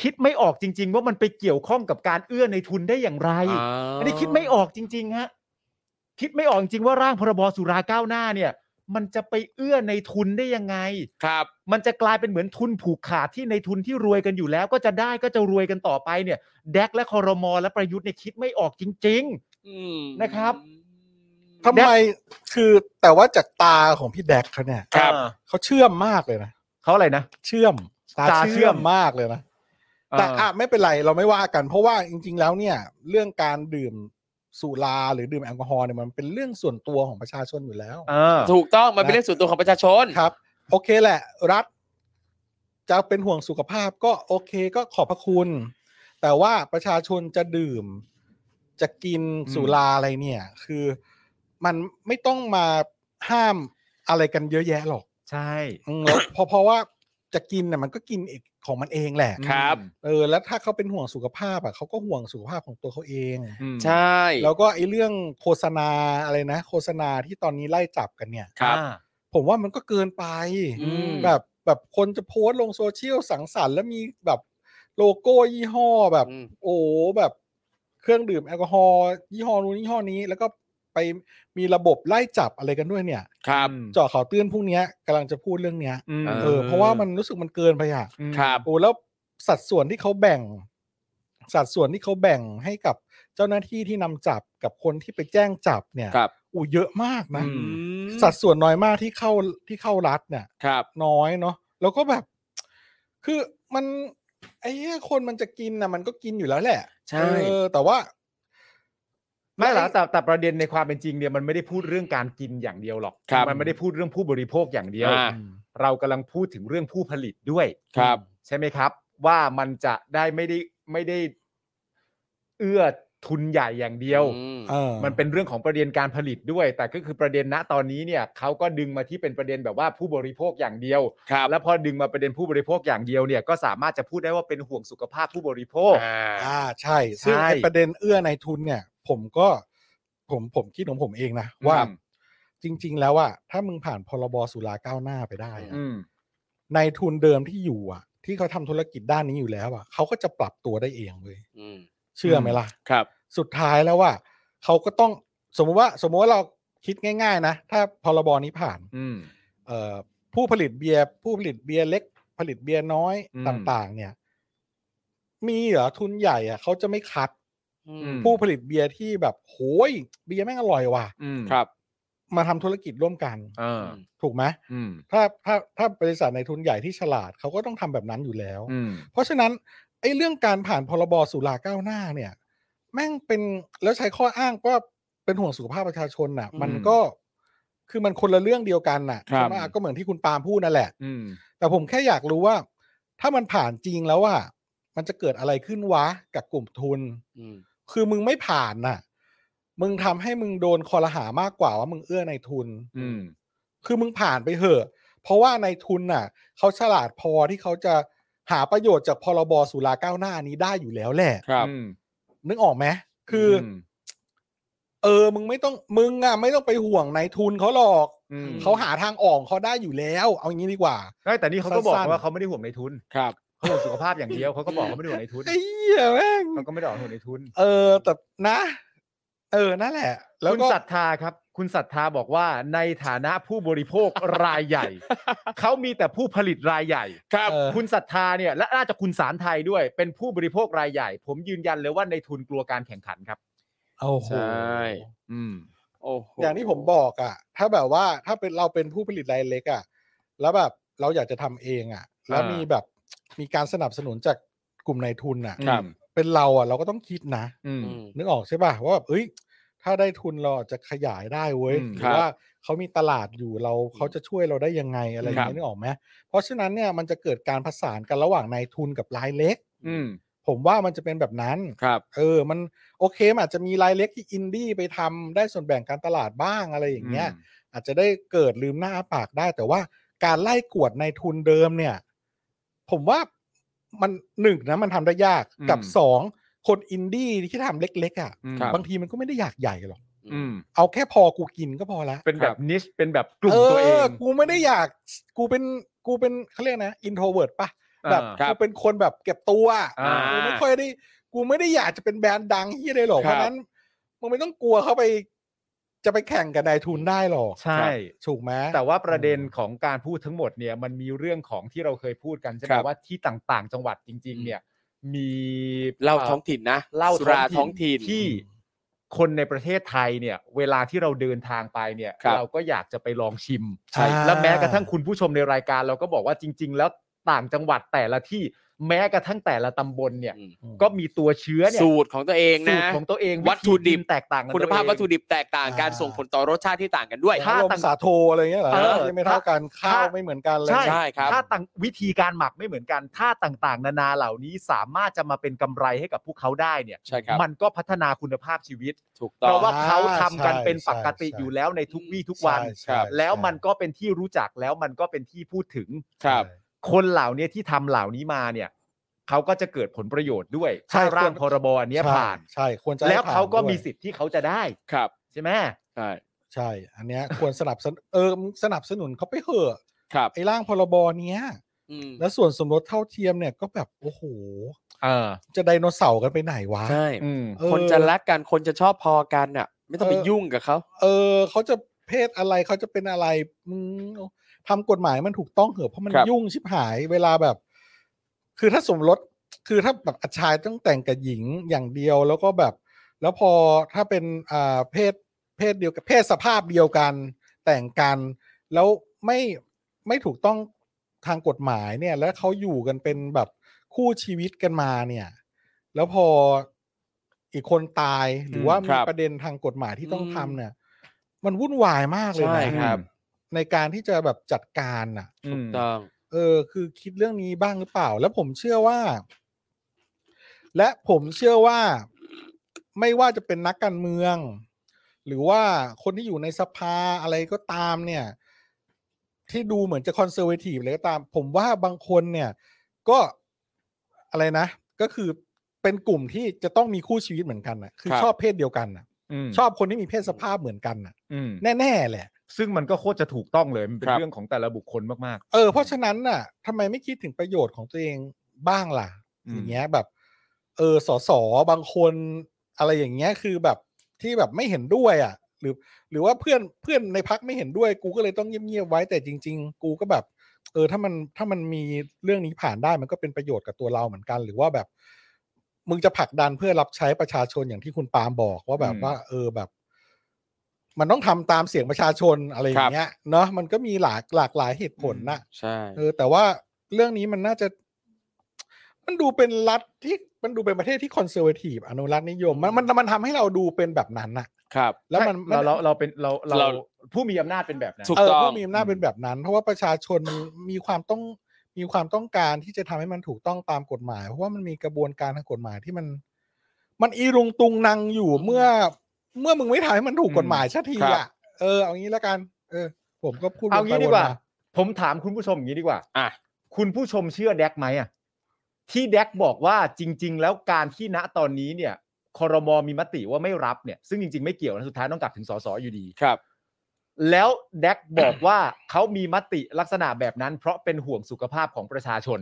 คิดไม่ออกจริง ๆ ว่ามันไปเกี่ยวข้องกับการเอื้อในทุนได้อย่างไร อันนี้คิดไม่ออกจริง ๆ ฮะ คิดไม่ออกจริงๆว่าร่างพรบสุราก้าวหน้าเนี่ย มันจะไปเอื้อในทุนได้ยังไง ครับ มันจะกลายเป็นเหมือนทุนผูกขาดที่ในทุนที่รวยกันอยู่แล้ว ก็จะได้ก็จะรวยกันต่อไปเนี่ยแดกและคอรมอและประยุทธ์เนี่ยคิดไม่ออกจริง อืม นะครับ ทำไมคือแต่ว่าจากตาของพี่แดกเขาเนี่ย ๆ ครับ เออ เขาเชื่อมมากเลยนะ เขาอะไรนะ เชื่อมตา ตาเชื่ เชื่ อ อ ม มมากเลยนะ แต่อ่ะไม่เป็นไรเราไม่ว่ากัน เพราะว่าจริง ๆ แล้วเนี่ย เรื่องการดื่มสุราหรือดื่มแอลกอฮอล์เนี่ยมันเป็นเรื่องส่วนตัวของประชาชนอยู่แล้ว เออ ถูกต้องมันเป็นเรื่องส่วนตัวของประชาชน ครับ โอเคแหละ รัฐจะเป็นห่วงสุขภาพก็โอเคก็ขอบพระคุณ แต่ว่าประชาชนจะดื่ม จะกิน อืม สุราอะไรเนี่ย คือมันไม่ต้องมาห้ามอะไรกันเยอะแยะหรอก ใช่ อืมแล้วเพราะเพราะว่าจะกินน่ะมันก็กินเองของมันเองแหละ ครับ เออแล้วถ้าเขาเป็นห่วงสุขภาพอ่ะเขาก็ห่วงสุขภาพของตัวเขาเอง อืม ใช่ แล้วก็ไอ้เรื่องโฆษณาอะไรนะ โฆษณาที่ตอนนี้ไล่จับกันเนี่ย ครับ อ่า ผมว่ามันก็เกินไป อืม แบบแบบคนจะโพสต์ลงโซเชียลสังสรรค์แล้วมีแบบโลโก้ยี่ห้อแบบ อืม โอ้โหแบบเครื่องดื่มแอลกอฮอล์ยี่ห้อนู้นยี่ห้อนี้ แล้วก็ไปมีระบบไล่จับอะไรกันด้วยเนี่ย ครับ เจาะข่าวตื้นพวกเนี้ยกำลังจะพูดเรื่องเนี้ย อืม เออเพราะว่ามันรู้สึกมันเกินไปอ่ะ อืม ครับ โอ้แล้วสัดส่วนที่เขาแบ่ง สัดส่วนที่เขาแบ่งให้กับเจ้าหน้าที่ที่นำจับกับคนที่ไปแจ้งจับเนี่ย ครับ อู้เยอะมากนะ อืม สัดส่วนน้อยมากที่เข้าที่เข้ารัฐเนี่ย ครับ น้อยเนาะแล้วก็แบบ คือมันไอ้เหี้ยคนมันจะกินนะมันก็กินอยู่แล้วแหละ ใช่ เออแต่ว่า ไม่หรอกแต่แต่ประเด็นในความเป็นจริงเนี่ยมันไม่ได้พูดเรื่องการกินอย่างเดียวหรอก ครับ มันไม่ได้พูดเรื่องผู้บริโภคอย่างเดียว อ่า เรากำลังพูดถึงเรื่องผู้ผลิตด้วย ครับ ใช่ไหมครับ ว่ามันจะได้ไม่ได้ไม่ได้ เอื้อทุนใหญ่อย่างเดียว อืม เออ มันเป็นเรื่องของประเด็นการผลิตด้วย แต่ก็คือประเด็นณตอนนี้เนี่ยเขาก็ดึงมาที่เป็นประเด็นแบบว่าผู้บริโภคอย่างเดียว ครับ แล้วพอดึงมาประเด็นผู้บริโภคอย่างเดียวเนี่ยก็สามารถจะพูดได้ว่าเป็นห่วงสุขภาพผู้บริโภค อ่า อ่าใช่ ซึ่ง ใช่ ไอ้ประเด็นเอื้อในทุนเนี่ย ผมก็ผมผมคิดของผมเองนะว่า อืม จริง ๆ แล้วอะถ้ามึงผ่านพรบสุราก้าวหน้าไปได้อะ อืม ในายทุนเดิมที่อยู่อ่ะ ที่เขาทำธุรกิจด้านนี้อยู่แล้วอ่ะเขาก็จะปรับตัวได้เองเว้ย อืม เชื่อไหมล่ะ ครับ สุดท้ายแล้วว่าเขาก็ต้องสมมุติว่าสมมุติว่าเราคิดง่าย ๆ นะ ถ้าพรบนี้ผ่าน อืม เอ่อผู้ผลิตเบียร์ผู้ผลิตเบียร์เล็ก ผลิตเบียร์น้อย อืม ต่างๆ เนี่ย มีเหรอทุนใหญ่อะเขาจะไม่คัด อืม ผู้ผลิตเบียร์ที่แบบโหยเบียร์แม่งอร่อยว่ะ อืม ครับ มาทำธุรกิจร่วมกัน เออ ถูกไหม อืม ถ้าถ้าถ้าบริษัทในทุนใหญ่ที่ฉลาดเขาก็ต้องทำแบบนั้นอยู่แล้ว อืม เพราะฉะนั้นไอ้เรื่องการผ่านพรบสุราก้าวหน้าเนี่ย แม่งเป็นแล้วใช้ข้ออ้างว่าเป็นห่วงสุขภาพประชาชนน่ะ อืม มันก็คือมันคนละเรื่องเดียวกันน่ะ ครับ ใช่ไหมก็เหมือนที่คุณปาล์มพูดนั่นแหละ อืม แต่ผมแค่อยากรู้ว่า ถ้ามันผ่านจริงแล้วว่ามันจะเกิดอะไรขึ้นวะกับกลุ่มทุน อืม คือมึงไม่ผ่านน่ะ มึงทำให้มึงโดนคอรหามากกว่าว่ามึงเอื้อในทุน อืม คือมึงผ่านไปเหอะ เพราะว่าในทุนน่ะเขาฉลาดพอที่เขาจะหาประโยชน์จากพรบสุราก้าวหน้านี้ได้อยู่แล้วแหละ ครับ อืม นึกออกไหมคืออ ม เออ มึงไม่ต้องมึงอ่ะไม่ต้องไปห่วงในทุนเขาหรอก อืม ม เขาหาทางออกเขาได้อยู่แล้ว เอางี้ดีกว่า ไม่แต่นี่เขาก็บอก สั้นๆ ว่าเขาไม่ได้ห่วงในทุน ครับ เขาห่วงสุขภาพอย่าง เดียวเขาก็บอกเขาไม่ได้ห่วงในทุน ไอ้เหี้ยแม่ง เขาก็ไม่ได้ห่วงในทุน เออแต่นะ เออนั่นแหละ แล้ว คุณ ก็ ศรัทธาครับ คุณศรัทธาบอกว่าในฐานะผู้บริโภค รายใหญ่ เขามีแต่ผู้ผลิตรายใหญ่ ครับ เออ คุณศรัทธาเนี่ยและน่าจะคุณสารไทยด้วย เป็นผู้บริโภครายใหญ่ ผมยืนยันเลยว่าในทุนกลัวการแข่งขันครับ โอ้โห ใช่ อืม โอ้โห อย่างที่ผมบอกอะ่ะ ถ้าแบบว่าถ้าเป็นเราเป็นผู้ผลิตรายเล็กอะ่ะ แล้วแบบเราอยากจะทำเองอะ่ะ แล้วมีแบบมีการสนับสนุนจากกลุ่มนายทุนอะ่ะ ครับ เป็นเราอะ่ะ เราก็ต้องคิดนะ อืม อืม นึกออกใช่ป่ะว่าแบบเอ้ย ถ้าได้ทุนเราอาจจะขยายได้เว้ย อืม ห ครั รือบ ว่าเขามีตลาดอยู่เราเขาจะช่วยเราได้ยังไงอะไรอย่าง ครั นี้ บ ยนึกออกไหมเพราะฉะนั้นเนี่ยมันจะเกิดการผสานกันระหว่างนายทุนกับรายเล็ก อืม ผมว่ามันจะเป็นแบบนั้น ครับ เออ มันโอเคมันอาจจะมีรายเล็กที่อินดี้ไปทำได้ส่วนแบ่งการตลาดบ้างอะไรอย่างเงี้ย อาจจะได้เกิดลืมหน้าอ้าปากได้ แต่ว่าการไล่กวดในทุนเดิมเนี่ย ผมว่ามันหนึ่งนะมันทำได้ยาก อืม กับสองคนอินดี้ที่ทำเล็กๆอะ่ะ อืม ครับ บางทีมันก็ไม่ได้อยากใหญ่หรอก อืม เอาแค่พอกูกินก็พอละ เป็นแบบนิชเป็นแบบกลุ่ม เอ ตัวเอง อกูไม่ได้อยากกูเป็นกูเป็นเขาเรียกนะอินโทรเวิร์ดปะแบบ อ่า ครับ กูเป็นคนแบบเก็บตัวอะ อ่า กูไม่ค่อยได้กูไม่ได้อยากจะเป็นแบรนด์ดังที่ได้หรอก ค เพ รับ ราะฉะนั้นมึงไม่ต้องกลัวเข้าไป จะไปแข่งกับนายทุนได้หรอก ใช่ ถูกไหม แต่ว่าประเด็นของการพูดทั้งหมดเนี่ยมันมีเรื่องของที่เราเคยพูดกันใช่ไหม ครับ ว่าที่ต่างๆ จังหวัดจริง ๆ เนี่ย มี เหล่าท้องถิ่นนะ เหล่า สุราท้องถิ่น ที่คนในประเทศไทยเนี่ย เวลาที่เราเดินทางไปเนี่ย ครับ เราก็อยากจะไปลองชิม ใช่ และแม้กระทั่งคุณผู้ชมในรายการ เราก็บอกว่าจริง ๆ แล้วต่างจังหวัดแต่ละที่แม้กระทั่งแต่ละตำบลเนี่ย อืม ก็มีตัวเชื้อเนี่ย สูตรของตัวเองนะ สูตรของตัวเอง วัตถุดิบ วิธีกินแตกต่างกัน คุณภาพ ตัเอง วัตถุดิบแตกต่างกัน อ่า ส่งผลต่อรสชาติที่ต่างกันด้วย ถ้า ลมสาโทอะไรเงี้ยเหรอ เออ ยังไม่เท่ากัน ถ้า ข้าวไม่เหมือนกันเลย ใช่ ใช่ครับ ถ้าต่างวิธีการหมักไม่เหมือนกันท่าต่างๆ นานาเหล่านี้สามารถจะมาเป็นกำไรให้กับพวกเขาได้เนี่ย ใช่ครับ มันก็พัฒนาคุณภาพชีวิต ถูกต้องเพราะว่าเขาทำกันเป็นปกติอยู่แล้วในทุกวี่ทุกวัน ใช่ใช่ แล้วมันก็เป็นที่รู้จักแล้วมันก็เป็นที่พูดถึง ครับ คนเหล่านี้ที่ทำเหล่านี้มาเนี่ยเขาก็จะเกิดผลประโยชน์ด้วยถ้าร่างพรบอันเนี้ย ใช่ ผ่าน ใช่ควรจะ แล้ว ให้ผ่น เขาก็ ด้วย มีสิทธิ์ที่เขาจะได้ ครับ ใช่ไหม ใช่ ใช่ อันเนี้ยควรสนับสนุนเออมึงสนับสนุนเขาไปเถอะ ครับ ไอ้ร่างพรบเนี้ย อืม แล้วส่วนสมรสเท่าเทียมเนี่ยก็แบบโอ้โห เออ จะไดโนเสาร์กันไปไหนวะ ใช่ อืม เออ คนจะรักกันคนจะชอบพอกันอ่ะ ไม่ต้องไปยุ่งกับเขา เออเขาจะเพศอะไรเขาจะเป็นอะไรมึงทำกฎหมายมันถูกต้องเหอะเพราะมัน ครับ ยุ่งชิบหายเวลาแบบ คือถ้าสมรสคือถ้าแบบชายต้องแต่งกับหญิงอย่างเดียวแล้วก็แบบ แล้วพอถ้าเป็นอ่าเพศเพศเดียวกับเพศสภาพเดียวกัน แต่งกัน แล้วไม่ไม่ถูกต้องทางกฎหมายเนี่ย แล้วเขาอยู่กันเป็นแบบคู่ชีวิตกันมาเนี่ย แล้วพออีกคนตายหรือว่า ค มี รับ ประเด็นทางกฎหมายที่ต้อง อืม ทำเนี่ย มันวุ่นวายมากเลย ใช่ นะครับ ในการที่จะแบบจัดการน่ะ อื ถู ม กต้อง เออ คือคิดเรื่องนี้บ้างหรือเปล่า แล้วผมเชื่อว่า และผมเชื่อว่าไม่ว่าจะเป็นนักการเมือง หรือว่าคนที่อยู่ในสภาอะไรก็ตามเนี่ย ที่ดูเหมือนจะคอนเซอร์เวทีฟอะไรก็ตาม ผมว่าบางคนเนี่ย ก็อะไรนะ ก็คือเป็นกลุ่มที่จะต้องมีคู่ชีวิตเหมือนกันนะคือ ครับ ชอบเพศเดียวกันนะ ม ชอบคนที่มีเพศสภาพเหมือนกันนะ อืม แน่ๆแหละ ซึ่งมันก็โคตรจะถูกต้องเลย มันเป็น ครับ เรื่องของแต่ละบุคคลมาก เออเพราะฉะนั้นน่ะทำไมไม่คิดถึงประโยชน์ของตัวเองบ้างล่ะ อืม อย่างเงี้ยแบบ เออสสบางคนอะไรอย่างเงี้ยคือแบบที่แบบไม่เห็นด้วยอ่ะ หรือ หรือว่าเพื่อนเพื่อนในพักไม่เห็นด้วย กูก็เลยต้องเงียบๆไว้แต่จริง ๆ กูก็แบบ เออถ้ามันถ้ามันมีเรื่องนี้ผ่านได้มันก็เป็นประโยชน์กับตัวเราเหมือนกัน หรือว่าแบบ มึงจะผลักดันเพื่อรับใช้ประชาชนอย่างที่คุณปาล์มบอกว่าแบบ อืม ว่า เออแบบ มันต้องทำตามเสียงประชาชนอะไรอย่างเงี้ยเนาะมันก็มีหลากหลากหลายเหตุผลนะ ใช่ เออแต่ว่าเรื่องนี้มันน่าจะ มันดูเป็นรัฐที่มันดูเป็นประเทศที่คอนเซอร์เวทีฟอนุรักษ์นิยม มันมันมันทำให้เราดูเป็นแบบนั้นน่ะ ครับ แล้วมัน ใช่เราเราเราเป็นเราเรา เรา ผู้มีอำนาจเป็นแบบนั้น ถูก เออ ต้อง ผู้มีอำนาจเป็นแบบนั้น เพราะว่าประชาชนมีมีความต้องมีความต้องการที่จะทำให้มันถูกต้องตามกฎหมาย เพราะว่ามันมีกระบวนการทางกฎหมายที่มัน มันอีรุงตุงนังอยู่เมื่อ เมื่อมึงไม่ทำให้มันถูกกฎหมายสักที ครับ อ่ะเออเอางี้แล้วกัน เออ ผมก็พูด เอา นไป งี้ดีกว่า นม ผมถามคุณผู้ชมอย่างนี้ดีกว่า อ่ะ คุณผู้ชมเชื่อแดกไหมอ่ะที่แดกบอกว่าจริง ๆ แล้วการที่ณตอนนี้เนี่ยคอรมอมีมติว่าไม่รับเนี่ย ซึ่งจริง ๆ ไม่เกี่ยวนะสุดท้ายต้องกลับถึงสสอยู่ดี ครับ แล้วแดกบอกว่าเขามีมติลักษณะแบบนั้น เพราะเป็นห่วงสุขภาพของประชาชน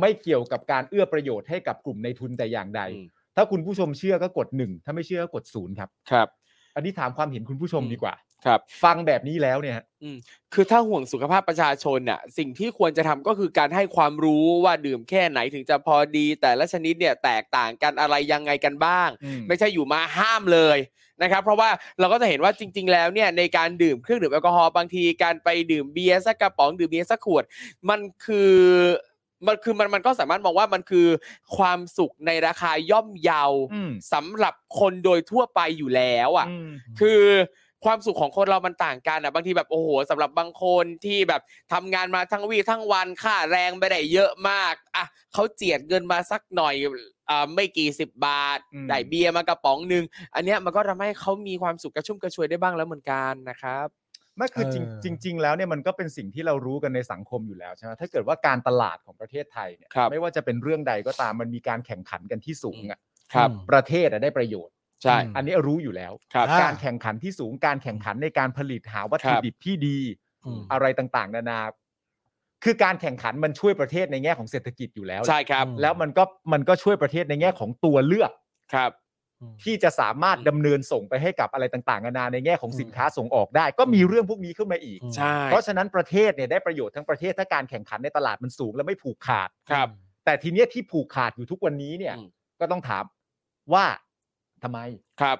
ไม่เกี่ยวกับการเอื้อประโยชน์ให้กับกลุ่มในทุนแต่อย่างใด อืม ถ้าคุณผู้ชมเชื่อก็กดหนึ่งถ้าไม่เชื่อก็กดศูนย์ครับ ครับ อันนี้ถามความเห็นคุณผู้ชมดีกว่า ครับ ฟังแบบนี้แล้วเนี่ยฮะ คือถ้าห่วงสุขภาพประชาชนน่ะสิ่งที่ควรจะทำก็คือการให้ความรู้ว่าดื่มแค่ไหนถึงจะพอดี แต่ละชนิดเนี่ยแตกต่างกันอะไรยังไงกันบ้าง ไม่ใช่อยู่มาห้ามเลยนะครับ เพราะว่าเราก็จะเห็นว่าจริง ๆ แล้วเนี่ยในการดื่มเครื่องดื่มแอลกอฮอล์บางทีการไปดื่มเบียร์สักกระป๋องดื่มเบียร์สักขวด มันคือมันคือมันมันก็สามารถมองว่ามันคือความสุขในราคาย่อมเยา อืม สำหรับคนโดยทั่วไปอยู่แล้วอ่ะ อืม คือความสุขของคนเรามันต่างกันอ่ะบางทีแบบโอ้โหสำหรับบางคนที่แบบทำงานมาทั้งวี่ทั้งวันค่าแรงไม่ได้เยอะมากอ่ะเขาเจียดเงินมาสักหน่อยอ่าไม่กี่สิบบาท อืม ได้เบียร์มากระป๋องหนึ่งอันเนี้ยมันก็ทำให้เขามีความสุขกระชุ่มกระชวยได้บ้างแล้วเหมือนกันนะครับ ไม่คือจริงจริง ๆ แล้วเนี่ยมันก็เป็นสิ่งที่เรารู้กันในสังคมอยู่แล้วใช่ไหมถ้าเกิดว่าการตลาดของประเทศไทยเนี่ย ครับ ไม่ว่าจะเป็นเรื่องใดก็ตามมันมีการแข่งขันกันที่สูงอ่ะ ครับ อืม ประเทศอะได้ประโยชน์ ใช่ อืม อันนี้รู้อยู่แล้ว ครับ อ่า การแข่งขันที่สูงการแข่งขันในการผลิตหาวัตถุดิบที่ดี อืม อะไรต่างๆ นานา คือการแข่งขันมันช่วยประเทศในแง่ของเศรษฐกิจอยู่แล้วแหละ ใช่ครับ แล้วมันก็มันก็ช่วยประเทศในแง่ของตัวเลือก ครับ ที่จะสามารถดำเนินส่งไปให้กับอะไรต่างๆนานาในแง่ของสินค้าส่งออกได้ ก็มีเรื่องพวกนี้ขึ้นมาอีก อืม ใช่ เพราะฉะนั้นประเทศเนี่ยได้ประโยชน์ทั้งประเทศถ้าการแข่งขันในตลาดมันสูงและไม่ผูกขาด ครับ แต่ทีเนี้ยที่ผูกขาดอยู่ทุกวันนี้เนี่ย อืม ก็ต้องถามว่าทำไม ครับ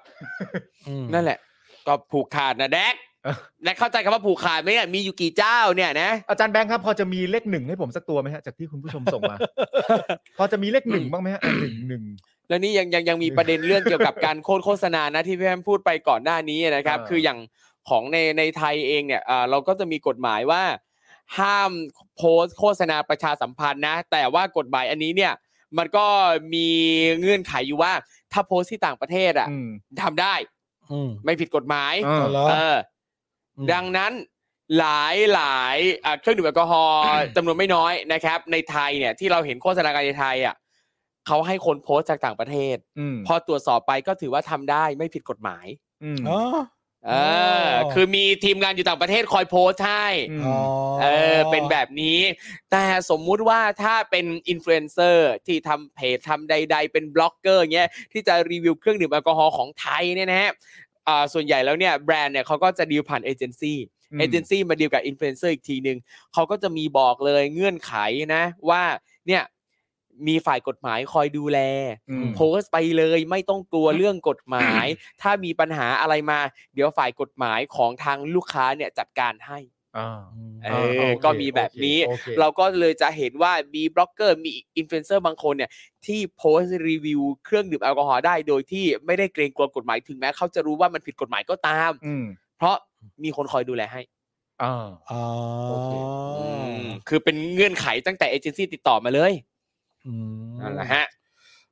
อืม นั่นแหละ ก็ผูกขาดนะแดก เออ แดกเข้าใจคำว่าผูกขาดไหมเนี่ยมีอยู่กี่เจ้าเนี่ยนะ อาจารย์แบงค์ครับพอจะมีเลขหนึ่งให้ผมสักตัวไหมฮะจากที่คุณผู้ชมส่ง มา พอจะมีเลขหนึ่งบ้างไหมฮะอ่ะหนึ่งหนึ่ง แล้วนี่ยังยังยังมีประเด็นเรื่อง เกี่ยวกับการโค่นโฆษณานะที่พี่แอมพูดไปก่อนหน้านี้นะครับ เออ คืออย่างของในในไทยเองเนี่ยเอ่อเราก็จะมีกฎหมายว่า ห้ามโพสต์โฆษณาประชาสัมพันธ์นะ แต่ว่ากฎหมายอันนี้เนี่ย มันก็มีเงื่อนไขอยู่ว่า ถ้าโพสต์ที่ต่างประเทศอ่ะ อืม ทำได้ อืม ไม่ผิดกฎหมาย เออ เหรอ เออ อืม ดังนั้นหลายหลายอ่ะเครื่องดื่มแอลกอฮอล์ จำนวนไม่น้อยนะครับ ในไทยเนี่ยที่เราเห็นโฆษณาการในไทยอ่ะเขาให้คนโพสต์จากต่างประเทศ อืม พอตรวจสอบไปก็ถือว่าทำได้ไม่ผิดกฎหมาย อืม อ๋อ เออ อ๋อ คือมีทีมงานอยู่ต่างประเทศคอยโพสต์ให้ อื อ ม อ๋อ เออ เป็นแบบนี้ แต่สมมุติว่าถ้าเป็นอินฟลูเอนเซอร์ที่ทำเพจทำใด ๆ เป็นบล็อกเกอร์เงี้ยที่จะรีวิวเครื่องดื่มแอลกอฮอล์ของไทยเนี่ยนะฮะอ่าส่วนใหญ่แล้วเนี่ยแบรนด์เนี่ยเขาก็จะดีลผ่านเอเจนซี่ เอเจนซี่มาดีลกับอินฟลูเอนเซอร์อีกทีหนึ่งเขาก็จะมีบอกเลยเงื่อนไขนะ ว่าเนี่ยมีฝ่ายกฎหมายคอยดูแล อืม โพสต์ไปเลยไม่ต้องกลัวเรื่องกฎหมาย ถ้ามีปัญหาอะไรมา เดี๋ยวฝ่ายกฎหมายของทางลูกค้าเนี่ยจัดการให้ อ่า เอา อ โค ก็มีแบบนี้ โอค เราก็เลยจะเห็นว่ามีบล็อกเกอร์มีอินฟลูเอนเซอร์บางคนเนี่ยที่โพสต์รีวิวเครื่องดื่มแอลกอฮอล์ได้โดยที่ไม่ได้เกรงกลัวกฎหมายถึงแม้เขาจะรู้ว่ามันผิดกฎหมายก็ตาม อืม เพราะมีคนคอยดูแลให้ อ่า อ๋อ คือเป็นเงื่อนไขตั้งแต่เอเจนซี่ติดต่อมาเลย อืม นั่นแหละฮะ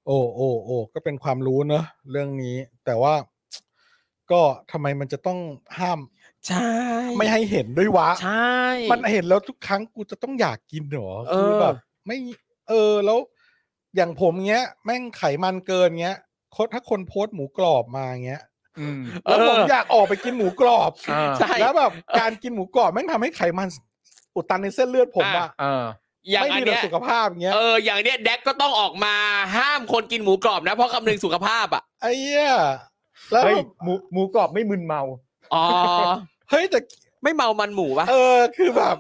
โอ้โอ้โอ้ก็เป็นความรู้เนอะเรื่องนี้ แต่ว่า ก็ทำไมมันจะต้องห้าม ใช่ ไม่ให้เห็นด้วยวะ ใช่ มันเห็นแล้วทุกครั้งกูจะต้องอยากกินเหรอ เอ คือ อ แบบ ไม่เออแล้ว อย่างผมเงี้ย แม่งไขมันเกินเงี้ยโคตรถ้าคนโพสต์หมูกรอบมาเงี้ย อืม แล้วผมอยากออกไปกินหมูกรอบ อ่า ใช่ แล้วแบบการกินหมูกรอบแม่งทำให้ไขมันอุดตันในเส้นเลือดผม อ่ะ อะ อ่า อย่าง ไม่ อัน ดีต่ เนี้ อย สุขภาพอย่างเงี้ย เอออย่างเนี้ยแดกก็ต้องออกมาห้ามคนกินหมูกรอบนะเพราะคำนึงสุขภาพอ่ะ ไอ้เหี้ยแล้ว เฮ้ยหมูหมูกรอบไม่มึนเมา อ๋อ เฮ้ยแต่ ไม่เมามันหมูปะ เออคือแบบ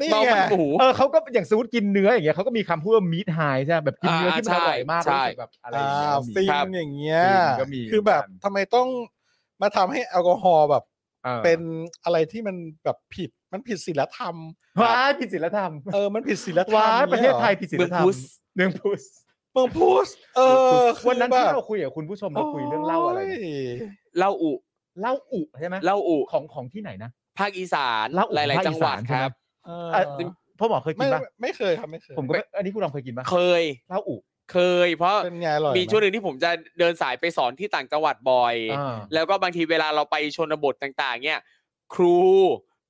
นี่ เมา ไง มันหมู เออเขาก็อย่างสมมติกินเนื้ออย่างเงี้ยเขาก็มีคำพูดว่า meat high ใช่ไหมแบบกินเนื้อที่มันอร่อยมาก ใช่ รู้สึกแบบอะไรอ อ่า ย่างเงี้ยครับฟิล์มอย่างเงี้ยก็มีฟิล์มก็มี คือแบบ เหมือนกัน ทำไมต้องมาทำให้แอลกอฮอล์แบบ ออ เป็นอะไรที่มันแบบผิดมันผิดศีลธรรม ว้ายผิดศีลธรรม เออมันผิดศีลธรรม ว้าย อางงี้ ประเทศไทย หอ ผิดศีล เมือง ธรรม พุส เมืองพุส เมืองพุทธเออ วันนั้น คือ ที่ แบบ เราคุยกับคุณผู้ชมเราคุยเรื่องเหล้าอะไรโยนะเล่าอุ เหล้าอุใช่ไหม เล่าอุ ของของที่ไหนนะ ภาคอีสาน เหล้าอุ หลาย ภค ๆ จังหวัด อีสาคนใช่ไม รับ เออ เอ่อพ่อหมอเคยกิ ไม่ นป่ะ ไม่เคยครับไม่เคย ผมก็ไม่อันนี้คุณลองเคยกินป่ะ เคย เหล้าอุ เคย เพราะ เป็นไงอร่อย มี ไห ช่วงหนึ่งที่ผมจะเดินสายไปสอนที่ต่างจังหวัดบ่อย อ่า แล้วก็บางทีเวลาเราไปชนบทต่าง ๆ เนี่ย ครู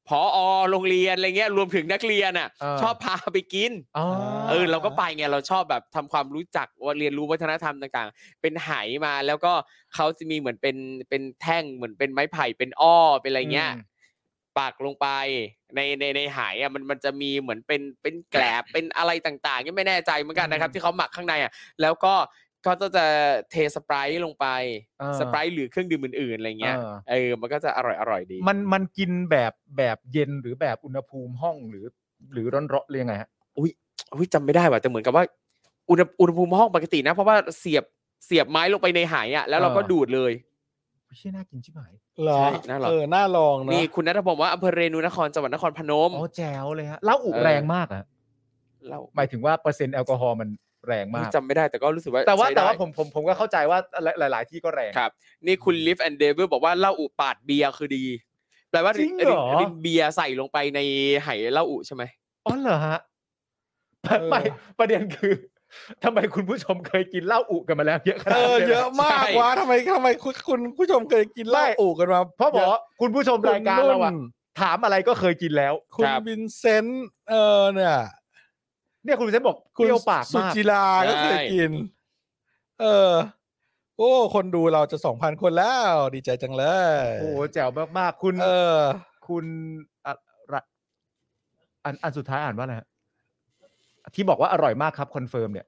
พออโรงเรียนอะไรเงี้ยรวมถึงนักเรียนอ่ะ เออ ชอบพาไปกิน อ๋อ เออเราก็ไปไงเราชอบแบบทำความรู้จักว่าเรียนรู้วัฒนธรรมต่างๆ เป็นไหมาแล้วก็เขาจะมีเหมือนเป็นเป็นแท่งเหมือนเป็นไม้ไผ่เป็นอ้อเป็นอะไรเงี้ยปักลงไปในในในไหอ่ะมันมันจะมีเหมือนเป็นเป็นแกลบเป็นอะไรต่างๆยังไม่แน่ใจเหมือนกันนะครับ ที่เขาหมักข้างในอ่ะแล้วก็ก็จะเทสไปรท์ลงไป อ่า สไปรท์หรือเครื่องดื่มอื่นๆอะไรเงี้ย อ่า เออมันก็จะอร่อยอร่อยดี มันมันกินแบบแบบเย็นหรือแบบอุณหภูมิห้องหรือ หรือร้อนร้อนๆหรือยังไงฮะ อุ้ยจำไม่ได้ว่ะแต่เหมือนกับว่า อุณหอุณหภูมิห้องปกตินะ เพราะว่าเสียบเสียบไม้ลงไปในไหอ่ะแล้วเราก็ อ่า ดูดเลย ไม่ใช่ยน่ากินชิบหาย เหรอ ใช่น่าลอง เออน่าลองเน นี่ อะ คุณนัทพงศ์ว่าอำเภอเรนูนครจังหวัดนครพนม อ๋อแจ๋วเลยฮะเหล้าอุ เออ แรงมากอะ เรา หมายถึงว่าเปอร์เซ็นต์แอลกอฮอล์มันแรงมาก จำไม่ได้แต่ก็รู้สึกว่า แต่ว่า ใช้ได้ แต่ว่าผมผมผมก็เข้าใจว่าหลาย ๆ ที่ก็แรง ครับ นี่คุณลิฟแอนเดเวอร์บอกว่าเหล้าอุปาดเบียร์คือดี แปลว่า จริงเหรอ นเบียร์ใส่ลงไปในไหเหล้าอุใช่ไหม อ๋อเหรอฮะไม่ประเด็นคือ ทำไมคุณผู้ชมเคยกินเหล้าอุกันมาแล้วเยอะขนา เอ ด อ นี้ เยอะมากวะทำไมทำไมคุณคุณผู้ชมเคยกินเหล้าอู่กันมา เพราะหมอ เย คุณผู้ชม คุณ รายการเราอะ นุ่น ถามอะไรก็เคยกินแล้ว คุณวินเซนต์เออเนี่ย เนี่ยคุณเซนบอก คุณ เปรี้ยวปาก สุ มาก จิราก็เคยกิน เออ โอ้ คนดูเราจะสองพันคนแล้ว ดีใจจังเลย โอ้โหแจ๋วมากๆคุณ เออ คุณอะไรอันอันสุดท้ายอ่านว่าอะไรฮะที่บอกว่าอร่อยมากครับคอนเฟิร์มเนี่ย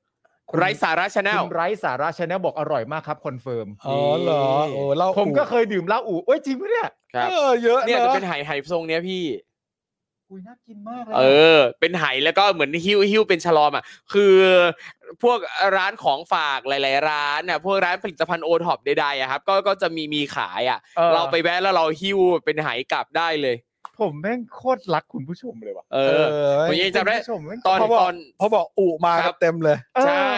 คุณ ไรสาระชาแนล คุณไรสาระชาแนลบอกอร่อยมากครับคอนเฟิร์ม อ๋อเหรอโอ้เหล้า ผมก็ อู่ เคยดื่มเหล้าอุเอ้ยจริงปะเนี่ย ครับ เออเยอะ เนี่ย อะ จะเป็นไหไหทรงเนี้ยพี่ อุยน่ากินมากเลย เออ เป็นไหแล้วก็เหมือนหิ้วหิ้วเป็นชะลอมอ่ะ คือพวกร้านของฝากหลาย ๆ ร้านน่ะพวกร้านผลิตภัณฑ์โอท็อปใดๆอะครับ ก็ก็จะมีมีขายอ่ะ เราไปแวะแล้วเราหิ้วเป็นไหกลับได้เลย ผมแม่งโคตรรักคุณผู้ชมเลยว่ะ เออ ผมยังจำได้ คุณผู้ชมแม่ง ตอน เพราะบอก ตอน เพราะบอกอุมา ค กั รั น บ เต็มเลย เออ ใช่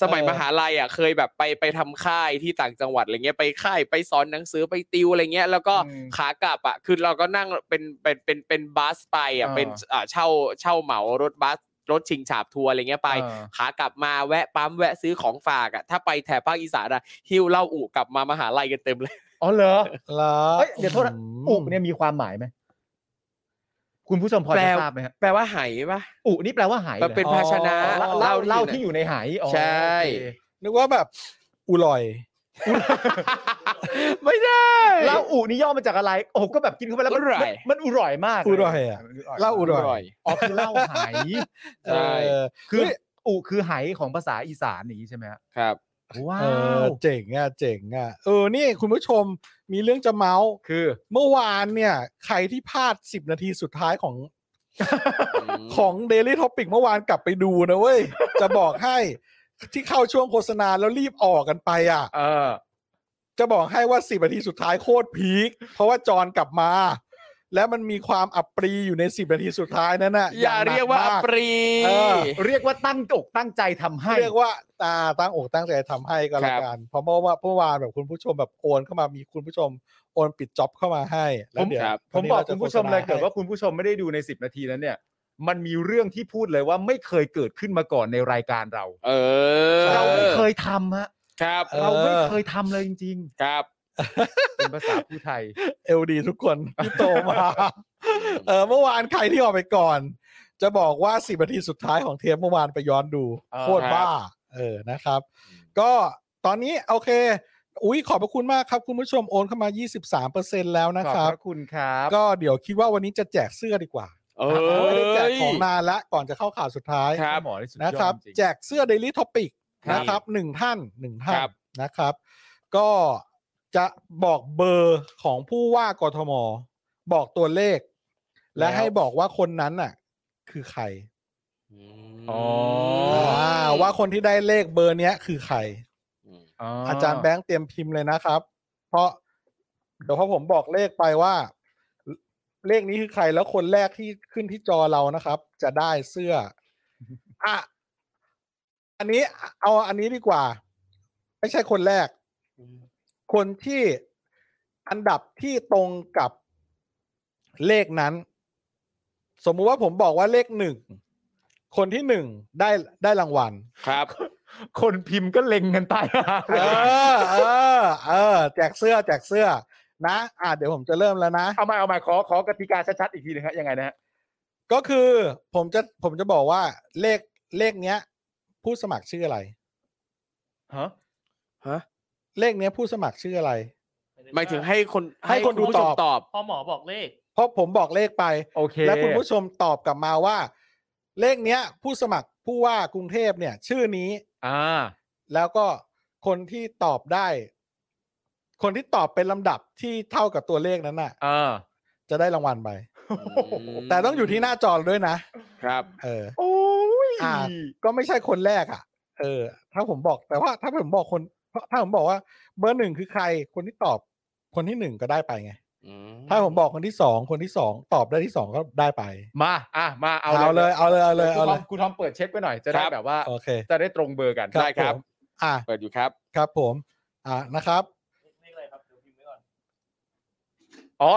สมัย เออ มหาลัยอ่ะเคยแบบไปไปทำค่ายที่ต่างจังหวัดอะไรเงี้ยไปค่ายไปสอนหนังสือไปติวอะไรเงี้ย แล้วก็ อืม ขากลับอ่ะคือเราก็นั่งเป็นเป็นเป็นเป็นบัสไปอ่ะ อ่า เป็นอ่าเช่าเช่าเหมารถบัสรถชิงฉาบทัวร์อะไรเงี้ยไป อ่า ขากลับมาแวะปั๊มแวะซื้อของฝากอ่ะถ้าไปแถบภาคอีสานอ่ะหิ้วเหล้าอุกลับมามหาลัยกันเต็มเลย อ๋อเหรอ แล้ว เอ้ยเดี๋ยวโทษนะอุเนี่ยมีความหมายไหมคุณผู้ชมพอ แปล จะทราบไหมฮะ แปลว่าไหปะ อุนี่แปลว่าหาย มันเป็นภาชนะ เหรอเหล้าเหล้าที่ อ อยู่ ยู่ในหายอ๋อ ใช่ โอเค นึกว่าแบบอุลอย ไม่ได้ เหล้าอุนี่ย่อมาจากอะไร โอ้ก็แบบกินเข้าไปแล้วมัน อร่อย มันมันอร่อยมาก อร่อยอะเหล้าอร่อย อ๋อคือเหล้าหาย ใช่ เออ คืออุคือหายของภาษาอีสานอย่างนี้ใช่ไหมฮะ ครับ ว้า เออ ว เจ๋งอ่ะเจ๋งอ่ะเออนี่คุณผู้ชมมีเรื่องจะเมาส์ คือ เมื่อวานเนี่ย ใครที่พลาด 10 นาทีสุดท้ายของของ Daily Topic เมื่อวานกลับไปดูนะเว้ย จะบอกให้ที่เข้าช่วงโฆษณาแล้วรีบออกกันไปอ่ะ เออ จะบอกให้ว่าสิบนาทีสุดท้ายโคตรพีคเพราะว่าจอนกลับมา แล้วมันมีความอับปรีอยู่ในสิบนาทีสุดท้ายนั่นน่ะ อย่า หนั เรียกว่าอั ม ปรี เออ เรียกว่าตั้งอกตั้งใจทำให้ เรียกว่าตาตั้งอกตั้งใจทำให้ก็แล้วกันเพราะเมื่อว่าเมื่อวานแบบคุณผู้ชมแบบโอนเข้ามามีคุณผู้ชมโอนปิดจ็อบเข้ามาให้แล้วเดี๋ยว ผมบอกคุณผู้ชมเลยเกิดว่า วันนี้รจะโฆษณ คุณผู้ชมไม่ได้ดูใน 10 นาทีนั้นเนี่ย มันมีเรื่องที่พูดเลยว่าไม่เคยเกิดขึ้นมาก่อนในรายการเรา เออ เราไม่เคยทำฮะ ครับ เราไม่เคยทำเลยจริง ครับ ๆ เป็นภาษาผู้ไทย าเอลดีทุก คนที่โตมา เออเมื่อวานใครที่ออกไปก่อน จะบอกว่าสิบนาทีสุดท้ายของเทปเมื่อวานไปย้อนดู เออ โคตรบ้า เออนะครับ ก็ตอนนี้โอเค อุ้ยขอบพระคุณมากครับ คุณผู้ชมโอนเข้ามา 23%แล้วนะ ขอบ ครับ พระคุณครับ ก็เดี๋ยวคิดว่าวันนี้จะแจกเสื้อดีกว่า เอ ไม่ได้แจกของ ย นานละก่อนจะเข้าข่าวสุดท้าย ครับ หมอที่สุดยอด นะครับ จริง แจกเสื้อ Daily Topic ครับ นะครับหนึ่งท่านหนึ่งท่าน ครับ นะครับ ก็จะบอกเบอร์ของผู้ว่ากทม บอกตัวเลข และให้บอกว่าคนนั้นน่ะ คือใคร อ๋ อ๋ออ่ าว่าคนที่ได้เลขเบอร์เนี้ยคือใคร อาจารย์แบงค์เตรียมพิมพ์เลยนะครับ เพราะเดี๋ยวพอผมบอกเลขไปว่า เลขนี้คือใครแล้วคนแรกที่ขึ้นที่จอเรานะครับ จะได้เสื้ออ่ะอันนี้เอาอันนี้ดีกว่า ไม่ใช่คนแรก คนที่อันดับที่ตรงกับเลขนั้น สมมุติว่าผมบอกว่าเลขหนึ่งคนที่หนึ่งได้ได้รางวัล ครับ คนพิมพ์ก็เล็งกันตาย เออเออเออแจกเสื้อแจกเสื้อ นะอ่ะเดี๋ยวผมจะเริ่มแล้วนะ เอามาเอามาขอขอกติกาชัดๆอีกทีหนึงครับยังไงนะฮะ ก็คือผมจะผมจะบอกว่าเลขเลขเนี้ย ผู้สมัครชื่ออะไร ฮะ เลขเนี้ยผู้สมัครชื่ออะไร หมายถึงให้คน ให้คนดู ณผู้ชม ตอบ ตอบ พ่อหมอบอกเลข เพราะผมบอกเลขไป โอเค และคุณผู้ชมตอบกลับมาว่า เลขเนี้ย ผู้สมัครผู้ว่ากรุงเทพเนี่ย ชื่อนี้ อ่า แล้วก็คนที่ตอบได้ คนที่ตอบเป็นลำดับที่เท่ากับตัวเลขนั้นน่ะ อ่า จะได้รางวัลไป แต่ต้องอยู่ที่หน้าจอเราด้วยนะครับ เออ โอ้ย อ่า ก็ไม่ใช่คนแรกอ่ะ เออ ถ้าผมบอกแต่ว่าถ้าผมบอกคน ถ้าผมบอกว่าเบอร์หนึ่งคือใคร คนที่ตอบคนที่หนึ่งก็ได้ไปไง ถ้าผมบอกคนที่สองคนที่สองตอบได้ที่สองก็ได้ไป มาอ่ะมาเอา เอาเลยเอาเลยเอาเลยเอาเลย ครูทอมครูทอมเปิดเช็คไว้หน่อยจะได้ ครับ แบบว่า โอเค จะได้ตรงเบอร์กัน ได้ครับ ผมอ่ะ เปิดอยู่ครับ ครับผม อ่ะนะครับ เลขอะไรครับ เดี๋ยวพิมพ์ไว้ก่อน อ๋อ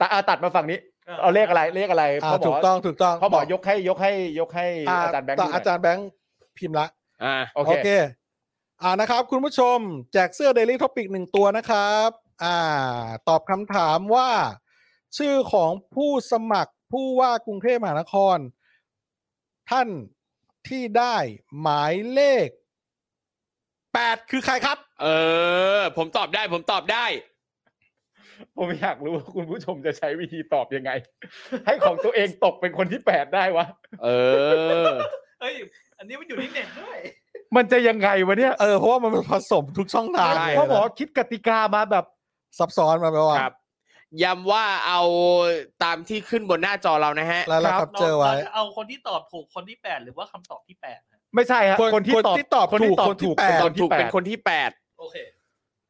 ตัดอ่ะตัดมาฝั่งนี้ เอาเลขอะไรเลขอะไร อ่ะ พ่อหม ถู อก ต้องถูกต้อง พ่อหมอยกให้ยกให้ยกให้ อ่ะ อาจารย์แบงค์ ต่ ดูหน่ อา อย จารย์แบงค์พิมพ์ละ อ่า โอ โอ เค เค อ่านะครับ คุณผู้ชม แจกเสื้อ Daily Topic หนึ่งตัวนะครับ อ่า ตอบคำถามว่า ชื่อของผู้สมัครผู้ว่ากรุงเทพมหานคร ท่านที่ได้หมายเลข 8 คือใครครับ เออ ผมตอบได้ ผมตอบได้ ผมอยากรู้ว่าคุณผู้ชมจะใช้วิธีตอบยังไง ให้ของตัวเองตกเป็นคนที่แปดได้วะ เออ เอ้ย อันนี้มันอยู่ในเน็ตด้วย มันจะยังไงวะเนี่ย เออ เพราะว่ามันผสมทุกช่องทาง ได้ เลย พ่อหมอ นะ คิดกติกามาแบบ ซับซ้อนมาไปลว่า ครับ ย้ำว่าเอาตามที่ขึ้นบนหน้าจอเรานะฮะ แล้วเราครับเจอไว้ ราจะเอาคนที่ตอบถูกคนที่แปดหรือว่าคำตอบที่แปดฮะ ไม่ใช่ฮะ คน คนที่ คน ตอบ ที่ตอบ คนที่ ถูก ตอบ คนที่ ถูก แปด เป็น ต ค อน น ถู ที่ ก แป เป็ ด นคนที่ 8 โอเค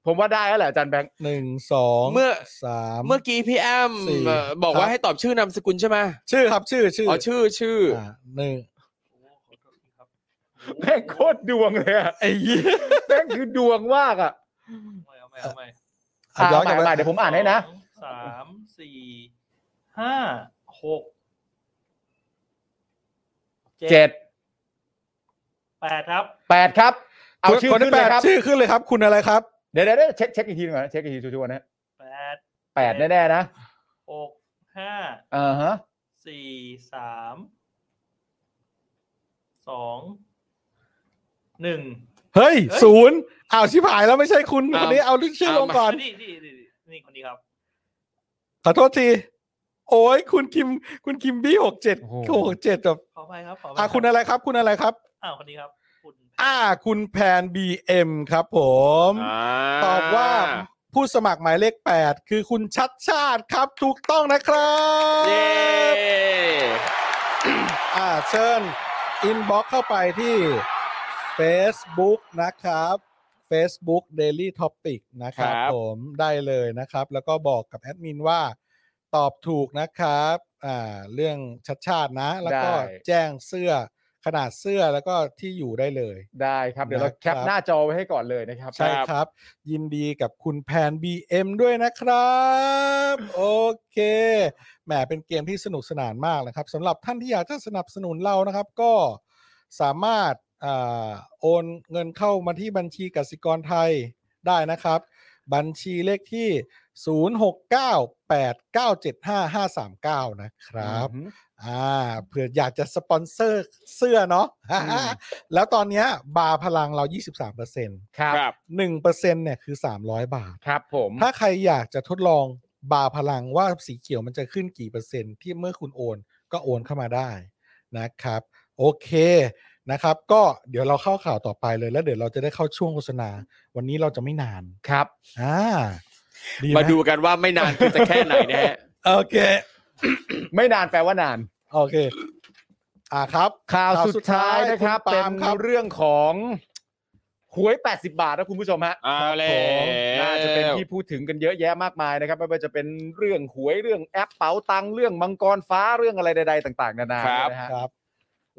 ผมว่าได้แล้วแหละอาจารย์แบงค์ หนึ่งสอง เมื่อ สาม เมื่อกี้พี่แอม สี่ เอ่อบอก ครั ว่า บ ให้ตอบชื่อนามสกุลใช่ไหม ชื่อครับชื่อชื่อ อ๋ อ อชื่อชื่ออ อ่าหนึ่ง แม่ง โคตรดวงเลยอะไอ้ยี่แม่งคือดวงมากอะ ไม่เอาไม่เอาไม่ อ่ะ อ่ะ ย้อนกลับ ให ไป ม่ๆเดี๋ยวผมอ่านให้นะ สองสามสี่ห้าหก เจ็ด แปดครับ แปดครับ เอาชื่อ คน ขึ้ ที่ นเลยครับ แปดชื่อขึ้นเลยครับ คุณอะไรครับ เดี๋ยวเดี๋ยวเดี๋ยวเช็คเช็คอีกทีหนึงก่อนนะเช็คอีกทีชัวร์ๆนะ แปด แปดแน่ๆนะ หกห้า อ่าฮะ สี่สามสองหนึ่ง เฮ้ย เฮ้ย ศูนย์อ้าวชิบหายแล้วไม่ใช่คุณ อ้าว คนนี้เอาชื่อลงก่อน นี่นี่นี่นี่คนนี้ครับ ขอโทษที โอ้ยคุณคิม คุณคิมบี้หกเจ็ดหกเจ็ดแบบ ขออภัยครับขออภัย อ่า รับ คุณอะไรครับ คุณอะไรครับ อ้าวคนนี้ครับคุณ อ่า คุณแพนบีเอ็มครับผม อ่า ตอบว่าผู้สมัครหมายเลข 8 คือคุณชัดชาติครับ ถูกต้องนะครับ เย้ อ่าเชิญอินบ็อกเข้าไปที่ Facebook นะครับ Facebook Daily Topic นะครับ ครับ ผมได้เลยนะครับ แล้วก็บอกกับแอดมินว่าตอบถูกนะครับอ่าเรื่องชัดชาตินะ แล้วก็แจ้งเสื้อขนาดเสื้อแล้วก็ที่อยู่ได้เลย ได้ครับเดี๋ยวเราแคป นะครับ หน้าจอไว้ให้ก่อนเลยนะครับ ใช่ครับ ยินดีกับคุณแพน BM ด้วยนะครับ โอเคแหมเป็นเกมที่สนุกสนานมากนะครับสำหรับท่านที่อยากจะสนับสนุนเรานะครับ ก็สามารถอ่าโอนเงินเข้ามาที่บัญชีกสิกรไทยได้นะครับ บัญชีเลขที่ 0698975539 นะครับ อืม อ่าเผื่ออยากจะสปอนเซอร์เสื้อเนาะ อืม แล้วตอนเนี้ยบาร์พลังเรา 23%เ ครับ ครับ หนึ่งเปอร์เซ็นเนี่ยคือ 300 บาท ครับผม ถ้าใครอยากจะทดลองบาร์พลังว่าสีเขียวมันจะขึ้นกี่เปอร์เซ็นต์ที่เมื่อคุณโอน ก็โอนเข้ามาได้นะครับ โอเคนะครับ ก็เดี๋ยวเราเข้าข่าวต่อไปเลยแล้วเดี๋ยวเราจะได้เข้าช่วงโฆษณา วันนี้เราจะไม่นาน ครับ อ่าไห มาดูกันว่าไม่นานคือจะแค่ไหนนะฮะ โอเค ไม่นานแปลว่านาน โอเค อ่าครับ ข่าวสุข่าวดท้ายสุดท้าย นะครับ คุณ เป็ ปาล์ น มครับ เรื่องของหวย 80 บาทนะคุณผู้ชมฮะ เอาแล้ว ผมน่าจะเป็นที่พูดถึงกันเยอะแยะมากมายนะครับ ไม่ว่าจะเป็นเรื่องหวยเรื่องแอปเป๋าตังค์เรื่องมังกรฟ้าเรื่องอะไรใด ๆ ต่างๆ นานา ครับ นะฮะ ครับ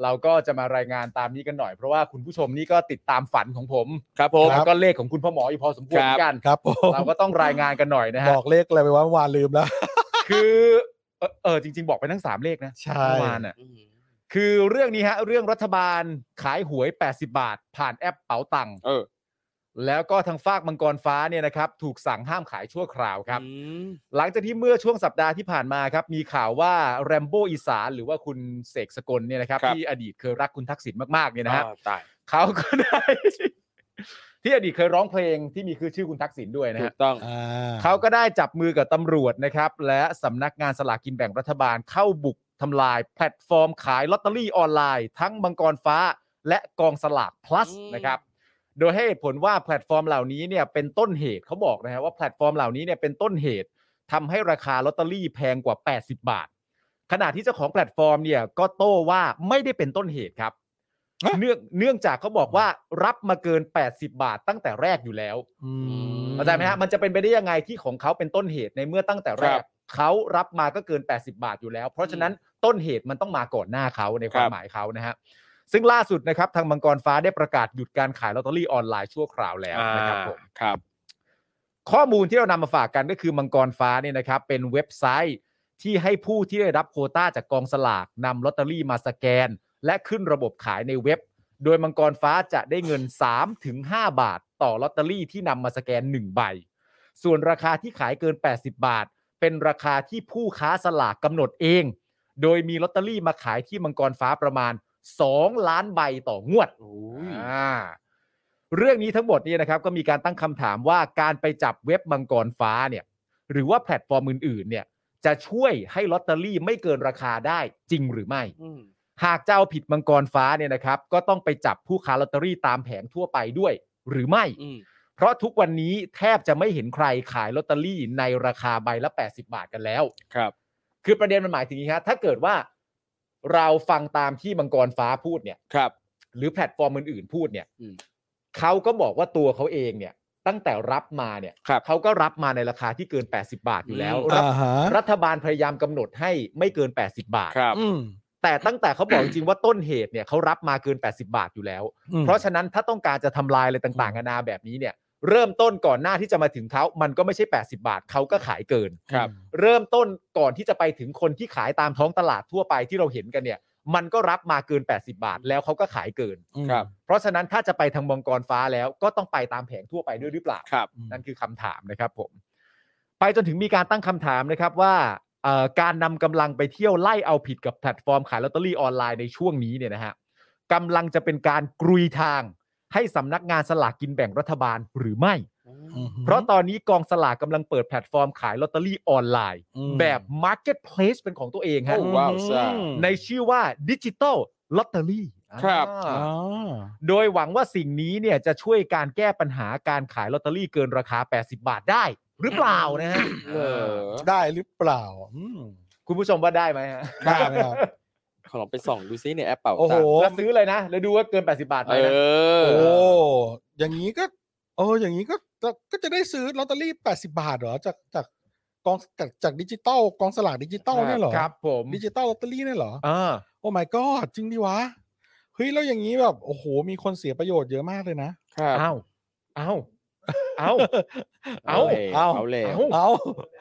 เราก็จะมารายงานตามนี้กันหน่อย เพราะว่าคุณผู้ชมนี่ก็ติดตามฝันของผม ครับผม แล้วก็เลขของคุณพ่อหมออยู่พอสมควรเหมือนกัน ครับผม เราก็ต้องรายงานกันหน่อยนะ บ ฮะ อกเลขอะไรไปว่าวานลืมแล้ว คือเอ่อเออจริง ๆ บอกไปทั้งสามเลขนะ ใช่ เมื่อวานอ่ะ คือเรื่องนี้ฮะเรื่องรัฐบาลขายหวย 80 บาท ผ่านแอปเป๋าตังค์ เออ แล้วก็ทางฝากมังกรฟ้าเนี่ยนะครับ ถูกสั่งห้ามขายชั่วคราวครับ อืม หลังจากที่เมื่อช่วงสัปดาห์ที่ผ่านมาครับ มีข่าวว่าแรมโบ้อีสานหรือว่าคุณเสกสกลเนี่ยนะครับ ที่อดีตเคยรักคุณทักษิณมากๆเนี่ยนะฮะ อ่าตาย เขาก็ได้ ที่อดีตเคยร้องเพลงที่มีคือชื่อคุณทักษิณด้วยนะ ถู ฮะ กต้อง อ่า เขาก็ได้จับมือกับตำรวจนะครับ และสำนักงานสลากกินแบ่งรัฐบาลเข้าบุกทำลายแพลตฟอร์มขายลอตเตอรี่ออนไลน์ ทั้งมังกรฟ้าและกองสลาก plus อืม นะครับ โดยให้เหตุผลว่าแพลตฟอร์มเหล่านี้เนี่ยเป็นต้นเหตุเขาบอกนะฮะว่าแพลตฟอร์มเหล่านี้เนี่ยเป็นต้นเหตุทำให้ราคาลอตเตอรี่แพงกว่า 80 บาท ขณะที่เจ้าของแพลตฟอร์มเนี่ยก็โต้ว่าไม่ได้เป็นต้นเหตุครับ เนื่องเนื่องจากเขาบอกว่ารับมาเกิน 80 บาทตั้งแต่แรกอยู่แล้ว อืม เข้าใจไหมฮะมันจะเป็นไปได้ยังไงที่ของเขาเป็นต้นเหตุในเมื่อตั้งแต่คแรรั ก บ เขารับมาก็เกิน 80 บาทอยู่แล้ว เพราะฉะนั้นต้นเหตุมันต้องมาก่อนหน้าเขาในควาคมรับ หมายเขานะฮะซึ่งล่าสุดนะครับทางมังกรฟ้าได้ประกาศหยุดการขายลอตเตอรี่ออนไลน์ชั่วคราวแล้วนะครับผม อ่าครับ ข้อมูลที่เรานำมาฝากกันก็คือมังกรฟ้าเนี่ยนะครับ เป็นเว็บไซต์ที่ให้ผู้ที่ได้รับโควต้าจากกองสลากนำลอตเตอรี่มาสแกน และขึ้นระบบขายในเว็บ โดยมังกรฟ้าจะได้เงิน 3-5 บาท ต่อลอตเตอรี่ที่นำมาสแกน 1 ใบ ส่วนราคาที่ขายเกิน 80 บาท เป็นราคาที่ผู้ค้าสลากกำหนดเอง โดยมีลอตเตอรี่มาขายที่มังกรฟ้าประมาณ 2 ล้านใบต่องวด อ่าเรื่องนี้ทั้งหมดเนี่ยนะครับก็มีการตั้งคำถามว่าการไปจับเว็บมังกรฟ้าเนี่ยหรือว่าแพลตฟอร์มอื่นๆเนี่ยจะช่วยให้ลอตเตอรี่ไม่เกินราคาได้จริงหรือไม่ อืม หากจะเอาผิดมังกรฟ้าเนี่ยนะครับ ก็ต้องไปจับผู้ค้าลอตเตอรี่ตามแผงทั่วไปด้วยหรือไม่ อืม เพราะทุกวันนี้แทบจะไม่เห็นใครขายลอตเตอรี่ในราคาใบละ 80 บาทกันแล้ว ครับ คือประเด็นมันหมายถึงอย่างนี้ครับถ้าเกิดว่าเราฟังตามที่มังกรฟ้าพูดเนี่ย ครับ หรือแพลตฟอร์มอื่นๆพูดเนี่ย อืม เขาก็บอกว่าตัวเขาเองเนี่ย ตั้งแต่รับมาเนี่ย ครับ เขาก็รับมาในราคาที่เกิน 80 บาทอยู่แล้ว อืม รัฐ อ่าฮะ รัฐบาลพยายามกำหนดให้ไม่เกิน 80 บาท ครับ อืม แต่ตั้งแต่เขาบอกจริงๆว่าต้นเหตุเนี่ยเขารับมาเกิน 80 บาทอยู่แล้ว อืม เพราะฉะนั้นถ้าต้องการจะทำลายอะไรต่างๆนานาแบบนี้เนี่ย เริ่มต้นก่อนหน้าที่จะมาถึงเขามันก็ไม่ใช่ 80 บาทเขาก็ขายเกิน ครับ เริ่มต้นก่อนที่จะไปถึงคนที่ขายตามท้องตลาดทั่วไปที่เราเห็นกันเนี่ย มันก็รับมาเกิน 80 บาท แล้วเขาก็ขายเกิน อืม ครับ เพราะฉะนั้นถ้าจะไปทางมังกรฟ้าแล้วก็ต้องไปตามแผงทั่วไปด้วยหรือเปล่า ครับ อืม นั่นคือคำถามนะครับผม ไปจนถึงมีการตั้งคำถามนะครับว่าเอ่อการนำกำลังไปเที่ยวไล่เอาผิดกับแพลตฟอร์มขายลอตเตอรี่ออนไลน์ในช่วงนี้เนี่ยนะฮะกำลังจะเป็นการกรุยทาง ให้สำนักงานสลากกินแบ่งรัฐบาลหรือไม่ เพราะตอนนี้กองสลากกำลังเปิดแพลตฟอร์มขายลอตเตอรี่ออนไลน์ อืม แบบ Marketplace เป็นของตัวเองฮะ โอ้ว้าวซ่า ในชื่อว่าดิจิตอลลอตเตอรี่ ครับ อ่า โดยหวังว่าสิ่งนี้เนี่ยจะช่วยการแก้ปัญหาการขายลอตเตอรี่เกินราคา 80 บาทได้ หรือเปล่านะฮะ เหรอ ได้หรือเปล่าอืม คุณผู้ชมว่าได้ไหมฮะ ได้ไหมครับ ขอลองไปส่องดูซิเนี่ยแอปเป่า โอ้โห ตังค์ แล้วซื้อเลยนะ แล้วดูว่าเกิน 80 บาทไหม เอ นะ อ โอ้ อย่างนี้ก็โอ้อย่างนี้ก็ก็ก็จะได้ซื้อลอตเตอรี่ 80 บาทเหรอ จากจากกองจากจากดิจิตอลกองสลากดิจิตอลเนี่ยเหรอ ครับผม ดิจิตอลลอตเตอรี่เนี่ยเหรอ เออ โอ้ my god จริงดิวะ เฮ้ย แล้วอย่างนี้แบบ โอ้โห มีคนเสียประโยชน์เยอะมากเลยนะ ครับ เอ้าเอ้า เอ้า เอา เอา เอา เอาเลย เอ้า เอา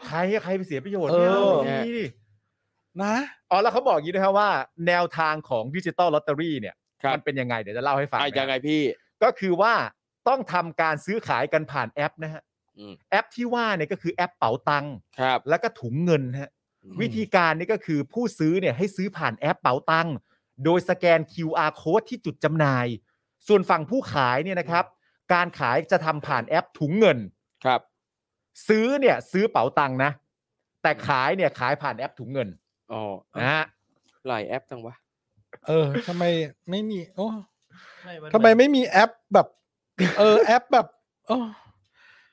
ใครใครไปเสียประโยชน์ เออ เนี่ยเอาดีดิ นะ อ๋อแล้วเขาบอกอย่างนี้ด้วยครับว่า แนวทางของดิจิตอลลอตเตอรี่เนี่ย ครับ มัเป็นยังไงเดี๋ยวจะเล่าให้ฟัง อ่ะ นะ ยังไงพี่ ก็คือว่าต้องทำการซื้อขายกันผ่านแอปนะฮะ อืม แอปที่ว่าเนี่ยก็คือแอปเป๋าตังค์ ครับ แล้วก็ถุงเงินฮะวิธีการนี่ก็คือผู้ซื้อเนี่ยให้ซื้อผ่านแอปเป๋าตังค์โดยสแกน QR code ที่จุดจำหน่าย ส่วนฝั่งผู้ขายเนี่ยนะครับ การขายจะทำผ่านแอปถุงเงิน ครับ ซื้อเนี่ยซื้อเป๋าตังค์นะ แต่ขายเนี่ยขายผ่านแอปถุงเงิน อ๋อ นะฮะ หลายแอปจังวะ เออทำไมไม่มีโอ้ น ทำไมไม่มีแอปแบบ เออ แอปแบบโอ้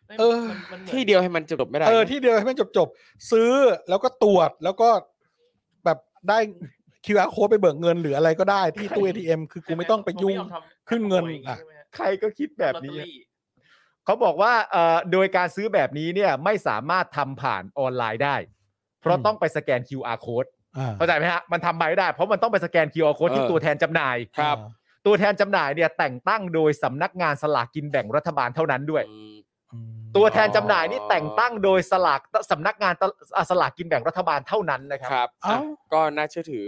ไม่ เออ มันมันเหมือน ที่เดียวให้มันจะจบไม่ได้ เออที่เดียวให้มันจบจบๆซื้อแล้วก็ตรวจแล้วก็แบบได้ QR code ไปเบิกเงินหรืออะไรก็ได้ที่ตู้ ATM คือกูไม่ต้องไปยุ่ง ม่อมทำ ขึ้นเงิน ขโมย อ่ะ ใช่ไหมฮะ ใครก็คิดแบบ ลอตเตอ นี้ รี่ เขาบอกว่าเอ่อโดยการซื้อแบบนี้เนี่ยไม่สามารถทำผ่านออนไลน์ได้ เพราะ อืม ต้องไปสแกน QR code อ่า เข้าใจไหมฮะ มันทำไปไม่ได้ เพราะมันต้องไปสแกน QR code ที่ตัวแทนจำหน่าย ครับ ตัวแทนจำหน่ายเนี่ยแต่งตั้งโดยสำนักงานสลากกินแบ่งรัฐบาลเท่านั้นด้วย อืม ตัวแทนจำหน่ายนี่แต่งตั้งโดยสลากสำนักงานตอ่าสลากกินแบ่งรัฐบาลเท่านั้นนะครั ครับ เอ้า ก็น่าเชื่อถือ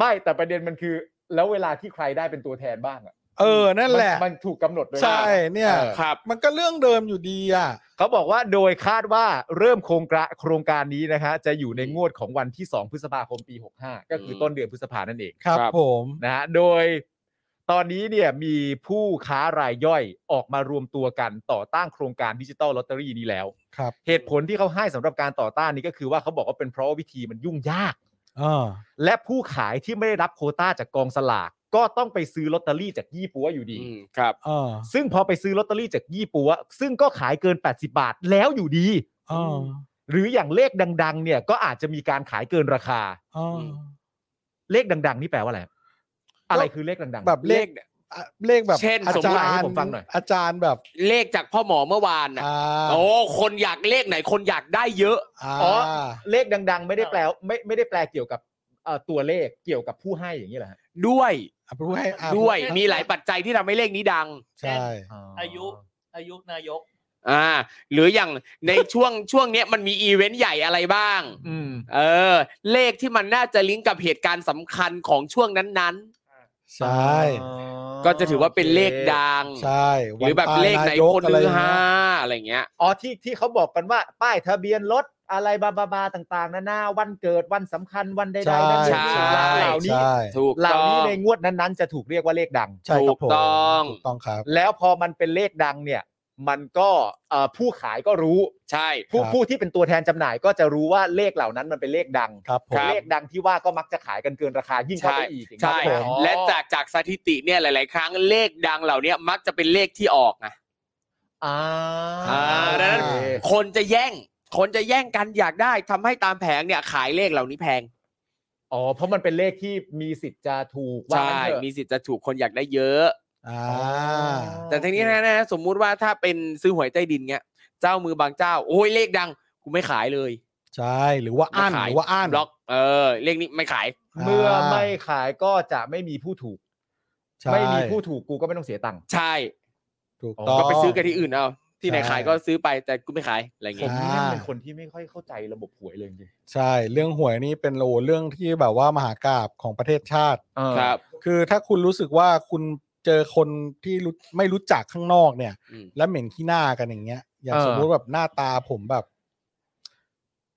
ไม่แต่ประเด็นมันคือ แล้วเวลาที่ใครได้เป็นตัวแทนบ้างอะ เออ นั่นแหละ มันมันถูกกำหนดโดย ใช่เนี่ย เออ ครับ มันก็เรื่องเดิมอยู่ดีอ่ะ เขาบอกว่าโดยคาดว่าเริ่มโครงกระโครงการนี้นะฮะจะอยู่ในงวดของวันที่ 2 พฤษภาคมปี 65 ก็คือ ม ต้นเดือนพฤษภานั่นเอง ครับ ครับ ผม นะฮะโดยตอนนี้เนี่ยมีผู้ค้ารายย่อยออกมารวมตัวกันต่อต้านโครงการดิจิ t a ลลอตเตอรี่นี้แล้ว ครับ เหตุผลที่เขาให้สำหรับการต่อต้านนี้ก็คือว่าเขาบอกว่าเป็นเพราะว่าวิธีมันยุ่งยาก อ่า และผู้ขายที่ไม่ได้รับโควต้าจากกองสลากก็ต้องไปซื้อลอตเตอรี่จากยี่ปัวอยู่ดี อืมครับ อ่า ซึ่งพอไปซื้อลอตเตอรี่จากยี่ปัวซึ่งก็ขายเกิน 80 บาทแล้วอยู่ดี อ่า หรืออย่างเลขดัง ๆ เนี่ยก็อาจจะมีการขายเกินราคา อ่า เลขดัง ๆ นี่แปลว่าอะไรอะไรคือเลขดัง แบบเลข อ่ะเลขแบบ เช่น อา สมมุติ จาร ให้ ย์ ผมฟังหน่อย อาจารย์แบบ เลขจากพ่อหมอเมื่อวานน่ะ อ่า โอ้คนอยากเลขไหนคนอยากได้เยอะ อ่า อ๋อ เลขดัง ๆ ไม่ได้แปลไม่ไม่ได้แปลเกี่ยวกับเอ่อตัวเลขเกี่ยวกับผู้ให้อย่างนี้แหละ ด้วย อ่ะรู้ให้อ่ะ ด้วยมีหลายปัจจัยที่ทำให้เลขนี้ดัง ใช่ อายุอายุนายก อ่า หรืออย่างในช่วงช่วงเนี้ยมันมีอีเวนต์ใหญ่อะไรบ้าง อืม เออ เลขที่มันน่าจะลิงก์กับเหตุการณ์สำคัญของช่วงนั้น ใช่ ๆ ก็จะถือว่าเป็นเลขดัง ใช่ หรือแบบ วันตาย เลขไหน ายก คน อะไร ฮือ เงี้ ฮาย อะไรเงี้ย อ๋อที่ที่เขาบอกกันว่าป้ายทะเบียนรถอะไรบาบาบาต่างๆนานาวันเกิดวันสำคัญวันใด ใช่ ๆนั่น ใช่ นี่เหล่านี้ ใช่ ถูก เหล่า ต้อง นี้ในงวดนั้นๆจะถูกเรียกว่าเลขดัง ใช่ครับ ถู ผม กต้อง ถูกต้องครับ แล้วพอมันเป็นเลขดังเนี่ย มันก็เอ่อผู้ขายก็รู้ ใช่ ผู้ ครับ ผู้ที่เป็นตัวแทนจำหน่ายก็จะรู้ว่าเลขเหล่านั้นมันเป็นเลขดัง ครับผม ครับ เลขดังที่ว่าก็มักจะขายกันเกินราคายิ่งเข้าไปอีกอย่าง ใช่ เงี้ย ครับผม และจากจากสถิติเนี่ยหลาย ๆ ครั้งเลขดังเหล่าเนี้ยมักจะเป็นเลขที่ออกนะ อ่า อ่าดังนั้น โอเค คนจะแย่ง คนจะแย่งกันอยากได้ทำให้ตามแผงเนี่ยขายเลขเหล่านี้แพง อ๋อเพราะมันเป็นเลขที่มีสิทธิ์จะถูกว่า ใช่ งั้นเถอะ มีสิทธิ์จะถูกคนอยากได้เยอะ อ่า แต่ทีนี้นะนะสมมุติว่าถ้าเป็นซื้อหวยใต้ดินเงี้ย เจ้ามือบางเจ้า โอ้ยเลขดัง กูไม่ขายเลย ใช่หรือว่าอ่าน ไม่ขย หรือว่าอ่าน บล็อกเออ เลขนี้ไม่ขาย า เมื่อไม่ขายก็จะไม่มีผู้ถูก ใช่ ไม่มีผู้ถูกกูก็ไม่ต้องเสียตังค์ ใช่ ถูก อ๋อ ต้อง ก็ไปซื้อกันที่อื่นเอา ที่ไหน ใช่ ขายก็ซื้อไปแต่กูไม่ขายอะไร ผ เงี้ ม ย นี่ อ่า เป็นคนที่ไม่ค่อยเข้าใจระบบหวยเลยจริง ใช่เรื่องหวยนี่เป็นโลเรื่องที่แบบว่ามหากราบของประเทศชาติ ๆ ครับ คือถ้าคุณรู้สึกว่าคุณเจอคนที่รู้ไม่รู้จักข้างนอกเนี่ย อืม แล้วเหม็นขี้หน้ากันอย่างเงี้ย อย่างสมมติแบบหน้าตาผมแบบ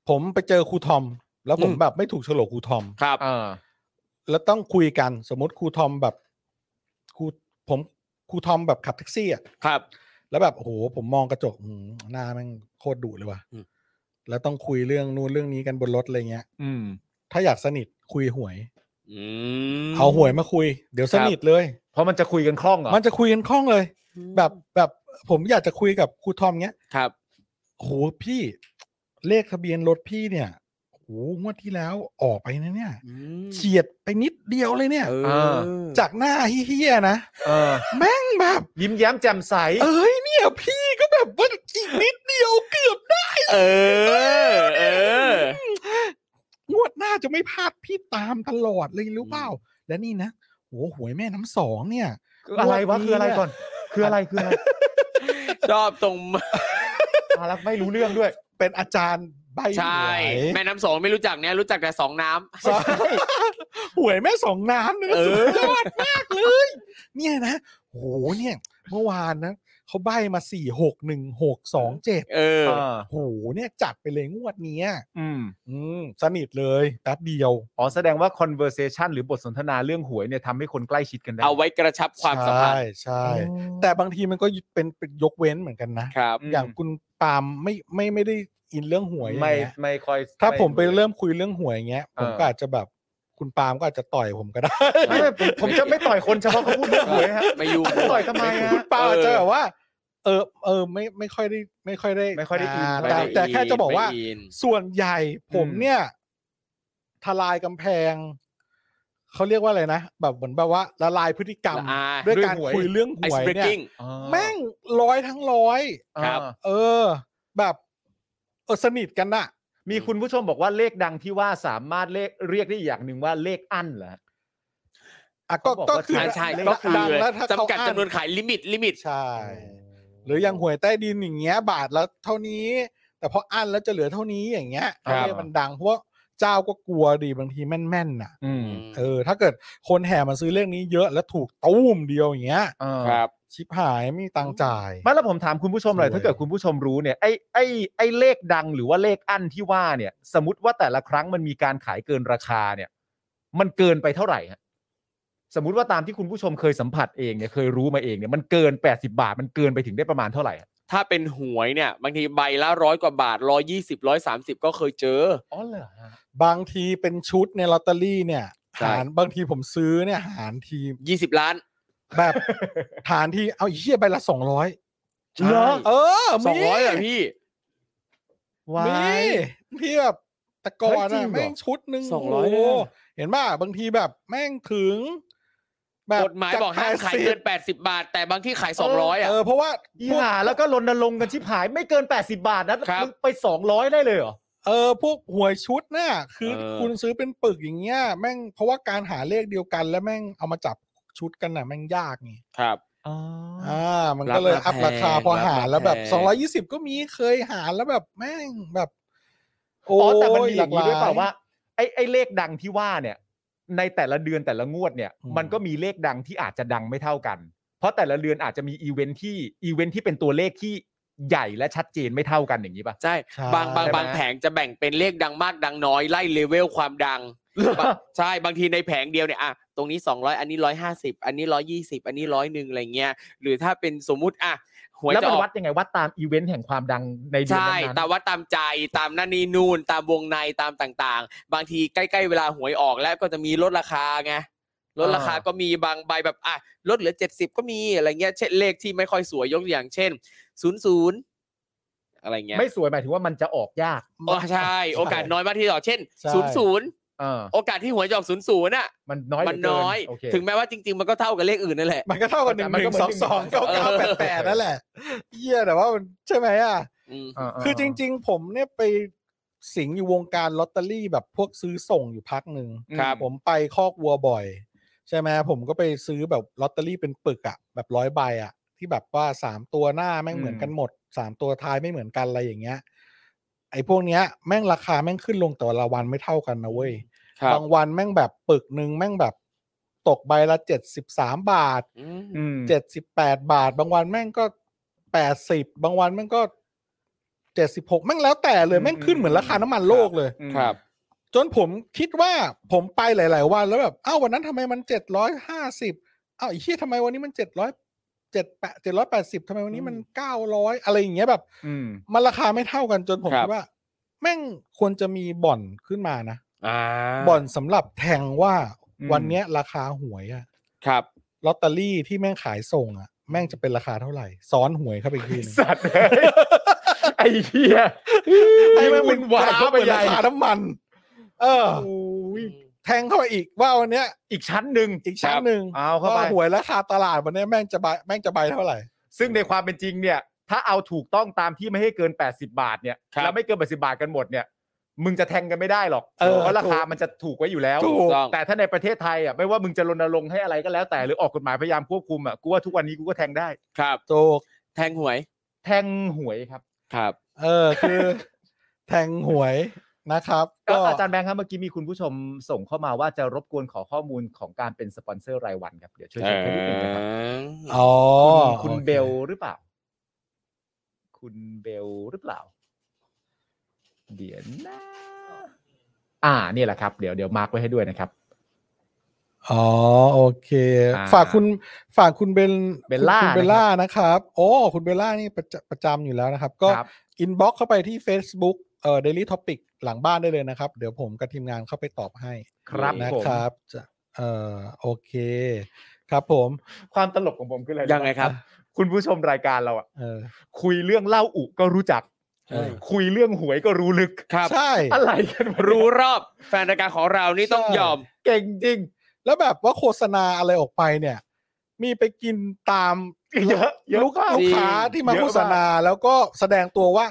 ผมไปเจอครูทอม แล้วผม อืม แบบไม่ถูกโฉลกครูทอม ครับ อ่า แล้วต้องคุยกันสมมติครูทอมแบบครูผมครูทอมแบบขับแท็กซี่อ่ะ ครับ แล้วแบบโอ้โหผมมองกระจกอืมหน้าแม่งโคตรดุเลยว่ะ อืม แล้วต้องคุยเรื่องนู่นเรื่องนี้กันบนรถอะไรเงี้ย อืม ถ้าอยากสนิทคุยหวย อืม เอาหวยมาคุย เดี๋ยวสนิทเลย เพราะมันจะคุยกันคล่องเหรอ มันจะคุยกันคล่องเลย แบบแบบผมอยากจะคุยกับครูทอมเงี้ย ครับ โหพี่เลขทะเบียนรถพี่เนี่ยโหงวดที่แล้วออกไปนะเนี่ยเฉียดไปนิดเดียวเลยเนี่ย เอ เอ อ อ จากหน้าเฮี้ยๆนะ เออ แม่งแบบ ยิ้มแย้มแจ่มใส เอ้ยเนี่ยพี่ก็แบบว่าอีกนิดเดียวเกือบได้ เออ เออ งวดหน้าจะไม่พลาดพี่ตามตลอดเลยรู้เปล่าและนี่นะโหหวยแม่น้ำสองเนี่ย คืออะไรวะ งวดนี้ คืออะไรก่อน คืออะไรคืออะไร ชอบตรง อารักไม่รู้เรื่องด้วย เป็นอาจารย์ใบห ใช่ วย แม่น้ำสองไม่รู้จักเนี่ยรู้จักแต่สองน้ำ ใช่หวยแม่สองน้ำเนี่ยนะ เอ สุ อ ดยอดมากเลย เนี่ยนะโหเนี่ย เมื่อวานนะเขาใบมาสี่หกหนึ่งหกสองเจ็ด เออ เออ โหเนี่ยจัดไปเลยงวดเนี้ย อืม อืมสนิทเลยแป๊บเดียว อ๋อแสดงว่า conversation หรือบทสนทนาเรื่องหวยเนี่ยทำให้คนใกล้ชิดกันได้ เอาไว้กระชับความสัมพัน ใช่ ธ์ ใช่ แต่บางทีมันก็เป็นเป็นยกเว้นเหมือนกันนะ ครับ ม อย่างคุณปาล์มไม่ไม่ไม่ได้อินเรื่องหวยอย่าง ไม่ เงี้ย ไม่ค่อย ถ้าผมไป รู้ เริ่มคุยเรื่องหวยอย่างเงี้ย ผม เออ ก็อาจจะแบบ คุณปาล์มก็อาจจะต่อยผมก็ได้ ไม่ไม่ผมผมจะไม่ต่อยคนเฉพาะเขาพูดเรื่องหวยฮะ ไม่ยุ่ง ต่อยทำไมฮะ คุณปาล์มอาจจะ เออ แบบว่า เออเออไม่ไม่ค่อยได้ไม่ค่อยได้ ไม่ค่อยได้อิน า ไม่ แต่ ได้ แต่แค่จะบอกว่า ไม่น ส่วนใหญ่ผม อืม เนี่ย ทลายกำแพง เขาเรียกว่าอะไรนะ แบบเหมือนแบบว่าละลายพฤติกรรม ละอา ด้วยการคุยเรื่องห ไอ ว ซ์ ย เบรก เนี่ กิ้ง ยแม่งร้อยทั้งร้อย ครับ อ่า เออ แบบเออสนิทกันน่ะ มีคุณผู้ชมบอกว่าเลขดังที่ว่าสามารถเลขเรียกได้อีกอย่างหนึ่งว่าเลขอั้นเหรอฮะ อ่ะก็ เขาบอก ก็ ว่า คือ ใช่ใช่ เลข ก็คือ ดังแล้วถ้าเขา จำกัด อั้ จำนวนขายลิมิตลิมิต ใช่ หรืออย่างหวยใต้ดินอย่างเงี้ย บาทแล้วเท่านี้ แต่พออั้นแล้วจะเหลือเท่านี้อย่างเงี้ย ครับ เรียกมันดังเพราะว่าเจ้าก็กลัวดีบางทีแม่นๆน่ะ อืม เออ ถ้าเกิดคนแห่มาซื้อเลขนี้เยอะแล้วถูกตู้มเดียวอย่างเงี้ย เออ ครับ ชิบหายไม่มีตังค์จ่าย ไม่แล้วผมถามคุณผู้ชมหน่อย สวย ถ้าเกิดคุณผู้ชมรู้เนี่ยไอ้ไอ้ไอ้เลขดังหรือว่าเลขอั้นที่ว่าเนี่ย สมมติว่าแต่ละครั้งมันมีการขายเกินราคาเนี่ย มันเกินไปเท่าไหร่ฮะสมมติว่าตามที่คุณผู้ชมเคยสัมผัสเองเนี่ยเคยรู้มาเองเนี่ยมันเกิน 80 บาท มันเกินไปถึงได้ประมาณเท่าไหร่ฮะ ถ้าเป็นหวยเนี่ย บางทีใบละร้อยกว่าบาทร้อยยี่สิบร้อยสามสิบก็เคยเจอ อ๋อเหรอฮะ บางทีเป็นชุดในลอตเตอรี่เนี่ย ใช่ หารบางทีผมซื้อเนี่ย หารที ยี่สิบล้าน แบบ หารทีเอาไอ้เหี้ยใบละสองร้อย ใช่ เออ ส มี องร้อยอ่ะพี่ ว้า มี ย พี่แบบแตะกอน เฮ้ยจริ อะ งเหรอ แม่งชุดหนึ่ง สองร้อย โโห เลยอะ เห็นป่ะบางทีแบบแม่งถึง แบบ กฎหมายบอกห้ามขายเกิน 80 บาท แต่บางที่ขาย 200 อ่ะ เออเพราะว่า อี พวก หาแล้วก็รณรงค์กันชิบหายไม่เกิน 80 บาทนะครับ มึงไป 200 ได้เลยเหรอ เออพวกหวยชุดน่ะคือ เออ คุณซื้อเป็นปึกอย่างเงี้ยแม่งเพราะว่าการหาเลขเดียวกันแล้วแม่งเอามาจับชุดกันน่ะแม่งยากไง ครับ อ่า มันก็เลย รับมา อัพราคา แพง พอหารแล้วแบรับบมาแพง สองร้อยี่สิบก็มีเคยหารแล้วแบบแม่งแบบโอ้ อ๋อแต่มันมีอย่างนี้ด้วย หลกห เปล่าว่าไอ้ไอ้เลขดังที่ว่าเนี่ย ในแต่ละเดือนแต่ละงวดเนี่ย อืม มันก็มีเลขดังที่อาจจะดังไม่เท่ากัน เพราะแต่ละเดือนอาจจะมีอีเวนท์ที่อีเวนท์ที่เป็นตัวเลขที่ใหญ่และชัดเจนไม่เท่ากันอย่างนี้ป่ะ ใช่ ใช่ บางบาง ใช่ไหม บางแผงจะแบ่งเป็นเลขดังมากดังน้อยไล่เลเวลความดัง บางใช่ บางทีในแผงเดียวเนี่ยอ่ะตรงนี้ 200 อันนี้ 150 อันนี้ 120 อันนี้ร้อยหนึ่งอะไรเงี้ย หรือถ้าเป็นสมมุติอ่ะหวย แล้ว จะ มัน ออ วั ก ดยังไงวัดตามอีเวนท์แห่งความดังในเดือน ใช่ นั้นๆ ตามวัดตามใจตามนั่นนี่นู่นตามวงในตามต่างๆ บางทีใกล้ๆเวลาหวยออกแล้วก็จะมีลดราคาไงลดราคาก็มีบางใบแบบอ่ะลดเหลือ 70 ก็มีอะไรเงี้ยเช่นเลขที่ไม่ค่อยสวยยกตัวอย่างเช่น 00 อะไรเงี้ย ไม่สวยหมายถึงว่ามันจะออกยาก โอ้ใช่ โอกาสน้อยมากที่จะออกเช่น ใช่ 00 เออ โอกาสที่หวยจะออก 00น่ะ มันน้อยเห มั ลื น เกิ น้อย โเค ถึงแม้ว่าจริง ๆ มันก็เท่ากับเลขอื่นนั่นแหละ มันก็เท่ากันหนึ่ง มันก็ หนึ่ง เหมือน สองสองเก้าเก้า เอ แป อ ดแปดนั่นแหละเหี้ยแต่ว่ามันใช่ไหมอ่ะ อืม เออเ คือจริง ๆ ผมเนี่ยไปสิงอยู่วงการลอตเตอรี่แบบพวกซื้อส่งอยู่พักหนึ่ง ครับ ผมไปคอกวัวบ่อย ใช่ไหมผมก็ไปซื้อแบบลอตเตอรี่เป็นปึกอะแบบร้อยใบอะที่แบบว่าสามตัวหน้าแม่งเหมือนกันหมดสามตัวท้ายไม่เหมือนกันอะไรอย่างเงี้ย ไอ้พวกเนี้ยแม่งราคาแม่งขึ้นลงแต่ละวันไม่เท่ากันนะเว้ย ครับ บางวันแม่งแบบปึกหนึ่งแม่งแบบตกใบละเจ็ดสิบสามบาท อืม อืม เจ็ดสิบแปดบาท บางวันแม่งก็แปดสิบบางวันแม่งก็เจ็ดสิบหกแม่งแล้วแต่เลยแม่งขึ้นเหมือนราคาน้ำมันโลกเลย อืม ครับ จนผมคิดว่าผมไปหลาย ๆ วันแล้วแบบอ้าววันนั้นทำไมมันเจ็ดร้อยห้าสิบอ้าวไอ้เหี้ยทำไมวันนี้มันเจ็ดร้อยเจ็ดแปดเจ็ดร้อยแปดสิบทำไมวันนี้มันเก้าร้อยอะไรอย่างเงี้ยแบบ อืม มันราคาไม่เท่ากันจนผม ครับ คิดว่า แม่งควรจะมีบ่อนขึ้นมานะ อ่า บ่อนสำหรับแทงว่า อืม วันเนี้ยราคาหวยอะ ครับ ลอตเตอรี่ที่แม่งขายส่งอ่ะ แม่งจะเป็นราคาเท่าไหร่ ซ้อนหวยเข้าไปอีกทีหนึง สัตว์เอ้ ยไอ้เหี้ย ไอ้แม่ง วุ่ เป็นวาวนายเข้า เข้า ไป ไป ให รา ญ่ คาน้ำมัน เออ โอ้ย แทงเข้าไปอีกว่าวันเนี้ย อีกชั้นหนึ่ง อีกชั้นหนึ่ง เอาเข้าไป ว่าหวยราคาตลาดวันเนี้ยแม่งจะใบแม่งจะใบเท่าไหร่ ซึ่งในความเป็นจริงเนี่ย ถ้าเอาถูกต้องตามที่ไม่ให้เกิน 80 บาทเนี่ย ครับ แล้วไม่เกิน 80 บาทกันหมดเนี่ย มึงจะแทงกันไม่ได้หรอก เออ เพราะราคามันจะถูกไว้อยู่แล้ว ถูก แต่ถ้าในประเทศไทยอ่ะไม่ว่ามึงจะรณรงค์ให้อะไรก็แล้วแต่หรือออกกฎหมายพยายามควบคุมอ่ะกูว่าทุกวันนี้กูก็แทงได้ ครับ โจก แทงหวย แทงหวยครับ ครับ เออคือ แทงหวยนะครับ ก็ ก็ อาจารย์แบงค์ครับเมื่อกี้มีคุณผู้ชมส่งเข้ามาว่าจะรบกวนขอข้อมูลของการเป็นสปอนเซอร์รายวันครับเดี๋ยวช่วยเช็คให้นิดนึงนะครับ อ๋อ คุณคุณ โอ เบลหรือเปล่า คุณเบลหรือเปล่า เดี๋ยวนะ อ่านี่แหละครับ เดี๋ยวเดี๋ยวมาร์กไว้ให้ด้วยนะครับ อ๋อโอเค อ่า ฝากคุณฝากคุณเบล เบลล่า คุณเบลล่านะครับ โอ้คุณเบลล่านี่ประจประจำอยู่แล้วนะครับ ก็ ครับ อินบ็อกเข้าไปที่ Facebook เอ่อ Daily Topic หลังบ้านได้เลยนะครับ เดี๋ยวผมกับทีมงานเข้าไปตอบให้ ครับ นะ ผม ครับจะเอ่อโอเคครับผม ความตลกของผมคืออะไร ยังไงครับ คุณผู้ชมรายการเราอ่ะ เออ คุยเรื่องเล่าอุก็รู้จัก เออ คุยเรื่องหวยก็รู้ลึก ครับ ใช่ อะไรกันวะ รู้รอบแฟนรายการของเรานี่ต้อง ใช่ ยอม เก่งจริง แล้วแบบว่าโฆษณาอะไรออกไปเนี่ย มีไปกินตาม เยอะเยอะ ลูก มาก ลูกค้า จริง ที่มา เยอะมาก โฆษณาแล้วก็แสดงตัวว่า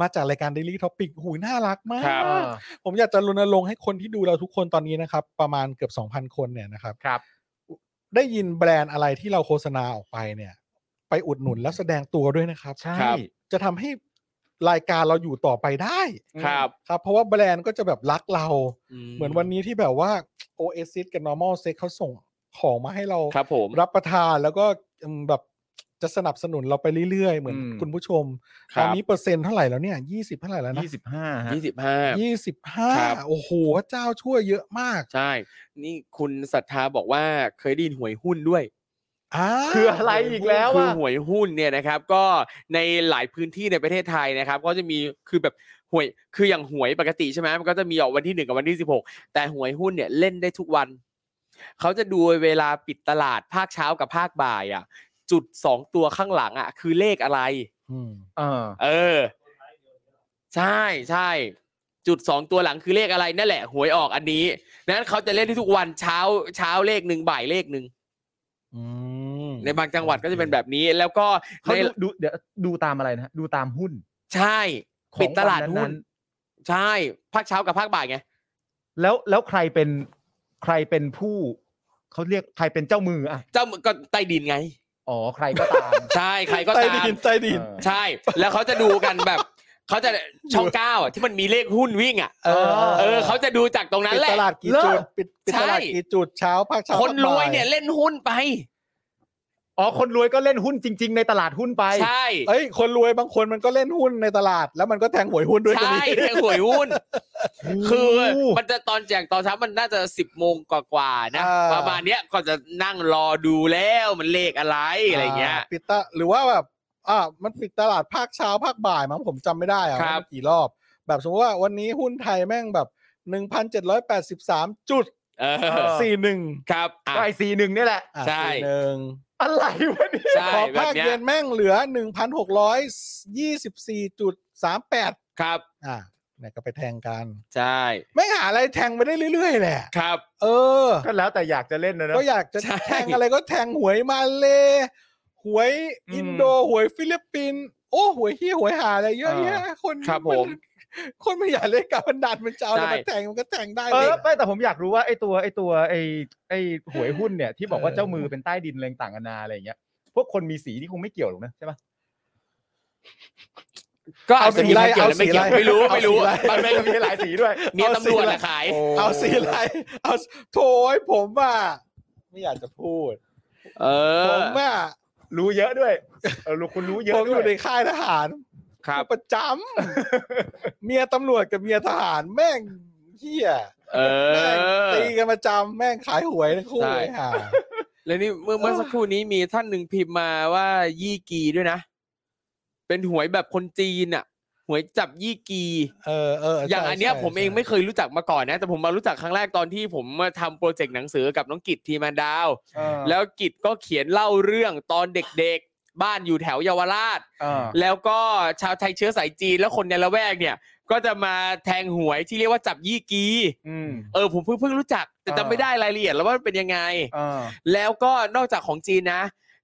มาจากรายการ Daily Topic หูยน่ารักมา ครั ก บ อ่า ผมอยากจะรณรงค์ให้คนที่ดูเราทุกคนตอนนี้นะครับ ประมาณเกือบ 2,000 คนเนี่ยนะครับ ครับ ได้ยินแบรนด์อะไรที่เราโฆษณาออกไปเนี่ย ไปอุดหนุนแล้วแสดงตัวด้วยนะครับ ใช่ ครับ จะทำให้รายการเราอยู่ต่อไปได้ ครับ ครับ เพราะว่าแบรนด์ก็จะแบบรักเรา เหมือนวันนี้ที่แบบว่า Oasis กับ Normal Sex เขาส่งของมาให้เรา ครับผม รับประทานแล้วก็อืมแบบจะสนับสนุนเราไปเรื่อยๆ เหมือน อืม คุณผู้ชม ครั ต บ อนนี้เปอร์เซ็นต์เท่าไหร่แล้วเนี่ยยี่สิบเท่าไหร่แล้วนะ ยี่สิบห้าฮะ ยี่สิบห้า ยี่สิบห้า ครับ โอ้โหพระเจ้าช่วยเยอะมาก ใช่ นี่คุณศรัทธาบอกว่าเคยไดยินหวยหุ้นด้วย อ่า คืออะไรอีกแล้ว คือ อ่ะ หวยหุ้นเนี่ยนะครับก็ในหลายพื้นที่ในประเทศไทยนะครับ ก็จะมีคือแบบหวยคืออย่างหวยปกติใช่ไหมมันก็จะมีออกวันที่หนึ่งกับวันที่สิบหกแต่หวยหุ้นเนี่ยเล่นได้ทุกวันเขาจะดูเวลาปิดตลาดภาคเช้ากับภาคบ่ายอ่ะ จุดสองตัวข้างหลังอ่ะ คือเลขอะไร ม อ่า เออ ใช่ใช่จุดสองตัวหลังคือเลขอะไรนั่นแหละ หวยออกอันนี้นั้นเขาจะเล่นที่ทุกวันเช้าเช้าเลขหนึ่งบ่ายเลขหนึ่ง อืม ในบางจังหวัดก็จะเป็นแบบนี้แล้วก็ เขา ใน ดูดูเดี๋ยวดูตามอะไรนะฮะดูตามหุ้น ใช่ ของ ปิดตลาด วันนั้นๆ หุ้น ใช่ภาคเช้ากับภาคบ่ายไง แล้วแล้วใครเป็นใครเป็นผู้เขาเรียกใครเป็นเจ้ามืออ่ะ เจ้ามือก็ใต้ดินไง อ๋อใครก็ตาม ใช่ ใครก็ ใต้ ตาม ดินใต้ดิน เออ ใช่ แล้วเขาจะดูกันแบบเขาจะช่องเก้าอ่ะที่มันมีเลขหุ้นวิ่งอ่ะ เออ เออเขาจะดูจากตรงนั้น ปิด แหละ ตลาดกี่ เลิ จุด ก ปิดปิด ใช่ ตลาดกี่จุดเช้าภาคเช้า คนรวย บ่า เนี่ยเล่นหุ้นไป อ๋อคนรวยก็เล่นหุ้นจริง ๆ ในตลาดหุ้นไป ใช่ เอ้ยคนรวยบางคนมันก็เล่นหุ้นในตลาด แล้วมันก็แทงหวยหุ้นด้วยก็ ใช่ มี เทหวยหุ้น คือมันจะตอนแจกตอนเช้ามันน่าจะสิบโมงกว่าๆนะ อ่า ประมาณเนี้ยก็จะนั่งรอดูแล้วมันเลขอะไรอะไรเงี้ย าปิดตาหรือว่าแบบอ่ามันปิดตลาดภาคเช้าภาคบ่ายมั้งผมจำไม่ได้อะ ครั ว่า บ มันกี่รอบ แบบสมมติว่าวันนี้หุ้นไทยแม่งแบบหนึ่งพันเจ็ดร้อยแปดสิบสามจุด เอ เอ อ อ สี่หนึ่ง ครับอ่ะ ไอซีหนึ่งนี่แหละ ใช่ หนึ่ง อะไรวะเนี่ย ใช่ พอ แบ ภา บ ค เนี้ย เย็นแม่งเหลือหนึ่งพันหกร้อยยี่สิบสี่จุดสามแปด ครับ อ่าเนี่ยก็ไปแทงกัน ใช่ ไม่หาอะไรแทงไปได้เรื่อยๆ แหละ ครับ เออ ก็แล้วแต่อยากจะเล่นนะเน ก็ อะ อยากจะ ใช่ แทงอะไรก็แทงหวยมาเลยหวย อืม อินโดหวยฟิลิปปินส์โอ้หวยเฮียหวยหาอะไรเยอะแยะคน ครับผม นคนไม่อยากเล่นการพนันมันจะเอาอะไรมาแทงมันก็แทงได้ เอ เลย อไม่แต่ผมอยากรู้ว่าไอตัวไอตัวไอไอหวยหุ้นเนี่ยที่บอกว่า เออ เจ้ามือเป็นใต้ดินอะไรต่างกันานาอะไรอย่างเงี้ยพวกคนมีสีที่คงไม่เกี่ยวหรอกนะใช่ปะ ก็อาจจะมี เอาสี ไม่เกี่ยวและไม่อะไรเกี่ยวไม่เอาสีอะไรรู้ไม่รู้ เอาสีอะไร มันไม่ มีหลายสีด้วย มีตำรวจแหละขาย เอาสีอะไรเอาโถยผมอ่ะไม่อยากจะพูด เอ ผ อ มอ่ะ รู้เยอะด้วยเออรู้คุณรู้เย ผมอะอ ด้ว ยู่ใน ย ค่ายทหาร ครับ ประจ ำเมียตำรวจกับเมียทหารแม่งเฮีย เอ แม่ง อ ตีกันประจำแม่งขายหวยทั้งคู่ ใช่ เลยค่ะ แล้วนี่เมื่อเมื่อสักครู่นี้มีท่านหนึ่งพิมพ์มาว่ายี่กีด้วยนะ เป็นหวยแบบคนจีนอ่ะ หวยจับยี่กี เออเออ อ ใช่ ย่างอันเนี้ย ใช่ ผมเอง ใช่ ไม่เคยรู้จักมาก่อนนะ แต่ผมมารู้จักครั้งแรกตอนที่ผมมาทำโปรเจกต์หนังสือกับน้องกิจทีมันดาว เออ แล้วกิจก็เขียนเล่าเรื่องตอนเด็กๆ บ้านอยู่แถวเยาวราช เออ แล้วก็ชาวไทยเชื้อสายจีนและคนในละแวกเนี่ย ก็จะมาแทงหวยที่เรียกว่าจับยี่กี อืม เออผมเพิ่งเพิ่งรู้จัก แต่ อ่า จำไม่ได้รายละเอียดแล้วว่ามันเป็นยังไง เออ แล้วก็นอกจากของจีนนะ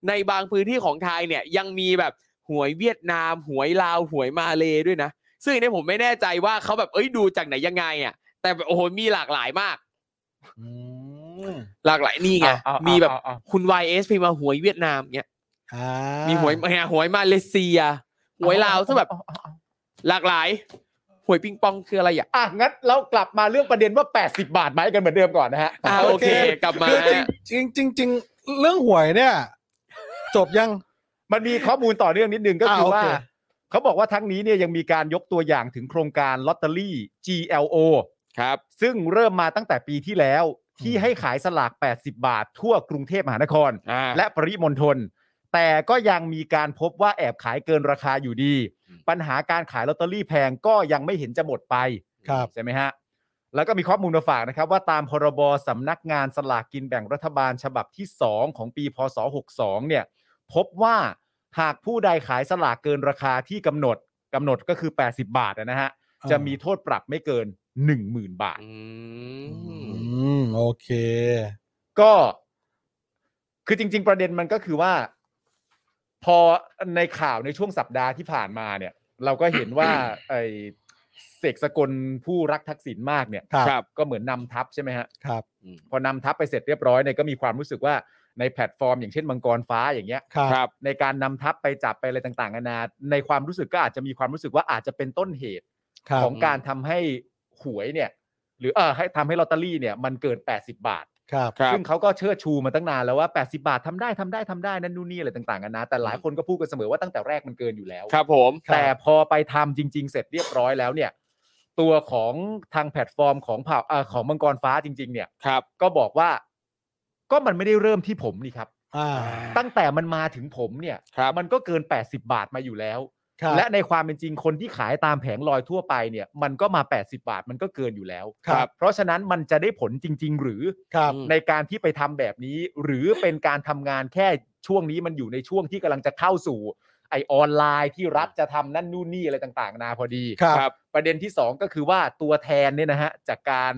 ในบางพื้นที่ของไทยเนี่ยยังมีแบบหวยเวียดนาม หวยลาวหวยมาเลด้วยนะ ซึ่งอันเนี่ยผมไม่แน่ใจว่าเขาแบบเอ้ยดูจากไหนยังไงอ่ะแต่แบบโอ้โหมีหลากหลายมาก หลากหลายนี่ไง เอาเอา มีแบบ เอาเอา คุณ YS พิมพ์มาหวยเวียดนามเนี่ย อ่า มีหวยมาหวยมาเลเซีย หวยลาวซึ่งแบบ เอาเอาเอา หลากหลาย หวยปิงปองคืออะไรอ่ะ อ่ะงั้นเรากลับมาเรื่องประเด็นว่า 80 บาทไหมกันเหมือนเดิมก่อนนะฮะ อ่าโอเค กลั บมา คือจริงจริงจริงๆเรื่องหวยเนี่ย จบยัง มันมีข้อมูลต่อเนื่องนิดนึงก็คือ อ่ะโอ ว่า เค เขาบอกว่าทั้งนี้เนี่ยยังมีการยกตัวอย่างถึงโครงการลอตเตอรี่ GLO ครับ ซึ่งเริ่มมาตั้งแต่ปีที่แล้วที่ให้ขายสลาก 80 บาท ทั่วกรุงเทพมหานคร อ่า และปริมณฑลแต่ก็ยังมีการพบว่าแอบขายเกินราคาอยู่ดี อืม ปัญหาการขายลอตเตอรี่แพงก็ยังไม่เห็นจะหมดไป ครับ ใช่ไหมฮะ แล้วก็มีข้อมูลมาฝากนะครับ ว่าตามพรบสำนักงานสลากกินแบ่งรัฐบาลฉบับที่ 2 ของปีพศ 62 เนี่ย พบว่าหากผู้ใดขายสลากเกินราคาที่กำหนดกำหนดก็คือ 80 บาทนะฮะ จะมีโทษปรับไม่เกิน 10,000 บาท อื อื ม มโอเค ก็ คือจริง ๆ ประเด็นมันก็คือว่า พอในข่าวในช่วงสัปดาห์ที่ผ่านมาเนี่ย เราก็เห็น ว่า ไอเสกสกลผู้รักทักษิณมากเนี่ย ครับ ครับ ก็เหมือนนำทัพใช่ไหมฮะ ครับ พอนำทัพไปเสร็จเรียบร้อยเนี่ยก็มีความรู้สึกว่าในแพลตฟอร์ม อย่างเช่นมังกรฟ้าอย่างเงี้ย ครับ ครับ ในการนำทัพไปจับไปอะไรต่างๆนานาในความรู้สึกก็อาจจะมีความรู้สึกว่าอาจจะเป็นต้นเหตุ ครับ ของการทำให้หวยเนี่ย หรือเออให้ทำให้ลอตเตอรี่เนี่ยมันเกิน 80 บาท ครับ ครับ ซึ่งเขาก็เชิดชูมาตั้งนานแล้วว่า 80 บาททำได้ทำได้ทำได้นั่นนู่นนี่อะไรต่างๆกันานะแต่หลายคนก็พูดกันเสมอว่าตั้งแต่แรกมันเกินอยู่แล้ว ครับผม แต่พอไปทำจริง ๆ เสร็จเรียบร้อยแล้วเนี่ย ตัวของทางแพลตฟอร์มของเผ่าเอ่อของมังกรฟ้าจริง ๆ เนี่ย ครับ ก็บอกว่าก็มันไม่ได้เริ่มที่ผมนี่ครับ อ่า ตั้งแต่มันมาถึงผมเนี่ย ครับ มันก็เกิน 80 บาทมาอยู่แล้ว ครับ และในความเป็นจริงคนที่ขายตามแผงลอยทั่วไปเนี่ย มันก็มา 80 บาทมันก็เกินอยู่แล้ว ครับ เพราะฉะนั้นมันจะได้ผลจริง ๆ หรือ ครับ อืม ในการที่ไปทำแบบนี้ หรือเป็นการทำงานแค่ช่วงนี้มันอยู่ในช่วงที่กำลังจะเข้าสู่ ไอออนไลน์ที่รัฐจะทำนั่นนู่นนี่อะไรต่างๆนาพอดี ครับ ครับ ประเด็นที่ 2 ก็คือว่าตัวแทนเนี่ยนะฮะจากการ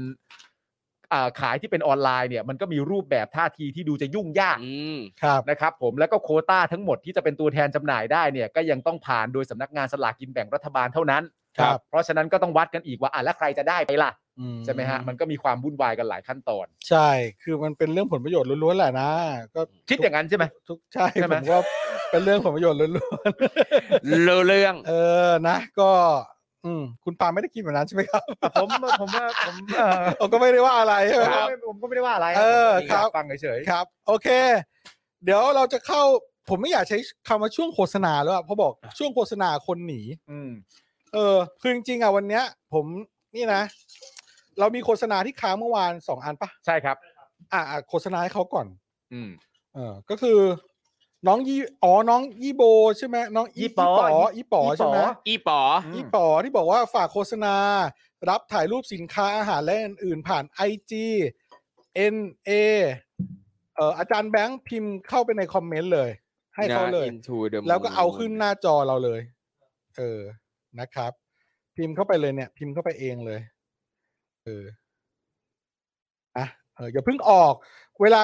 อ่าขายที่เป็นออนไลน์เนี่ยมันก็มีรูปแบบท่าทีที่ดูจะยุ่งยาก อืม ครับ นะครับผมแล้วก็โควต้าทั้งหมดที่จะเป็นตัวแทนจำหน่ายได้เนี่ยก็ยังต้องผ่านโดยสำนักงานสลากกินแบ่งรัฐบาลเท่านั้น ครับ เพราะฉะนั้นก็ต้องวัดกันอีกว่าอ่ะแล้วใครจะได้ไปล่ะ อื ใช่ไหมฮะมันก็มีความวุ่นวายกันหลายขั้นตอน ใช่ คือมันเป็นเรื่องผลประโยชน์ล้วนๆแหละนะ ก็ คิดอย่างนั้นใช่ไหม ทุกใช่ ใช่ไห ผม มว่าเป็นเรื่องผลประโยชน์ล้วน เรื่องเรื่อง ๆ เออ นะ ก็ อืม คุณปาไม่ได้กินแบบนั้นใช่ไหมครับ ผมผมว่าผมเอ่อ ผมก็ไม่ได้ว่าอะไรใช่ไหม ผมก็ไม่ได้ว่าอะไร เออ ผม ครั ยา บ กฟังเฉยๆ ครับ โอเค เดี๋ยวเราจะเข้า ผมไม่อยากใช้คำว่าช่วงโฆษณาแล้วอะเพราะบอกช่วงโฆษณาคนหนี อืม เออ คือจริงๆอะวันเนี้ย ผมนี่นะ เรามีโฆษณาที่ค้างเมื่อวานสองอันปะ ใช่ครับ อ่ะอ่ะโฆษณาให้เขาก่อน อืม เออก็คือน้องยี่อ๋อน้องยี่โบใช่ไหมน้อง ยี่ป๋อ ยี่ปอ ยี่ป๋อ ใช่ไหม อีป๋อ อืม ยี่ปอที่บอกว่าฝากโฆษณา รับถ่ายรูปสินค้าอาหารและอื่นๆผ่าน IG NA เอ่ออาจารย์แบงค์พิมพ์เข้าไปในคอมเมนต์เลย ให้เขาเลย Into the Moon แล้วก็เอาขึ้นหน้าจอเราเลย เออนะครับ พิมพ์เข้าไปเลยเนี่ย พิมพ์เข้าไปเองเลย เอออ่ะเอออย่าเพิ่งออก เวลา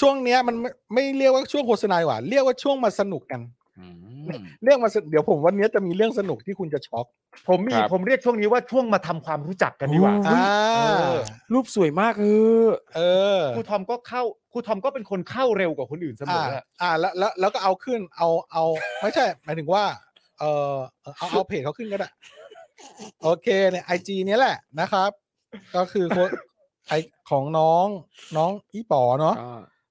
ช่วงเนี้ยมันไม่ไม่เรียกว่าช่วงโฆษณาดีกว่า เรียกว่าช่วงมาสนุกกัน อืม เรียกมาสนเดี๋ยวผมวันเนี้ยจะมีเรื่องสนุกที่คุณจะช็อก ผมมี ครับ ผมเรียกช่วงนี้ว่าช่วงมาทำความรู้จักกันดีกว่า อ่า รูปสวยมากเออ เออ ครูทอมก็เข้าครูทอมก็เป็นคนเข้าเร็วกว่าคนอื่นเสม อ่า ออะ อ่าแล้วแล้วแล้วก็เอาขึ้น เอาเอาไม่ใช่ หมายถึงว่า เออเอาเอาเพจเขาขึ้นก็ได้ โอเคในไอจีนี้ยแหละนะครับ ก็คือ คนไอของน้องน้องอีป๋อเนาะ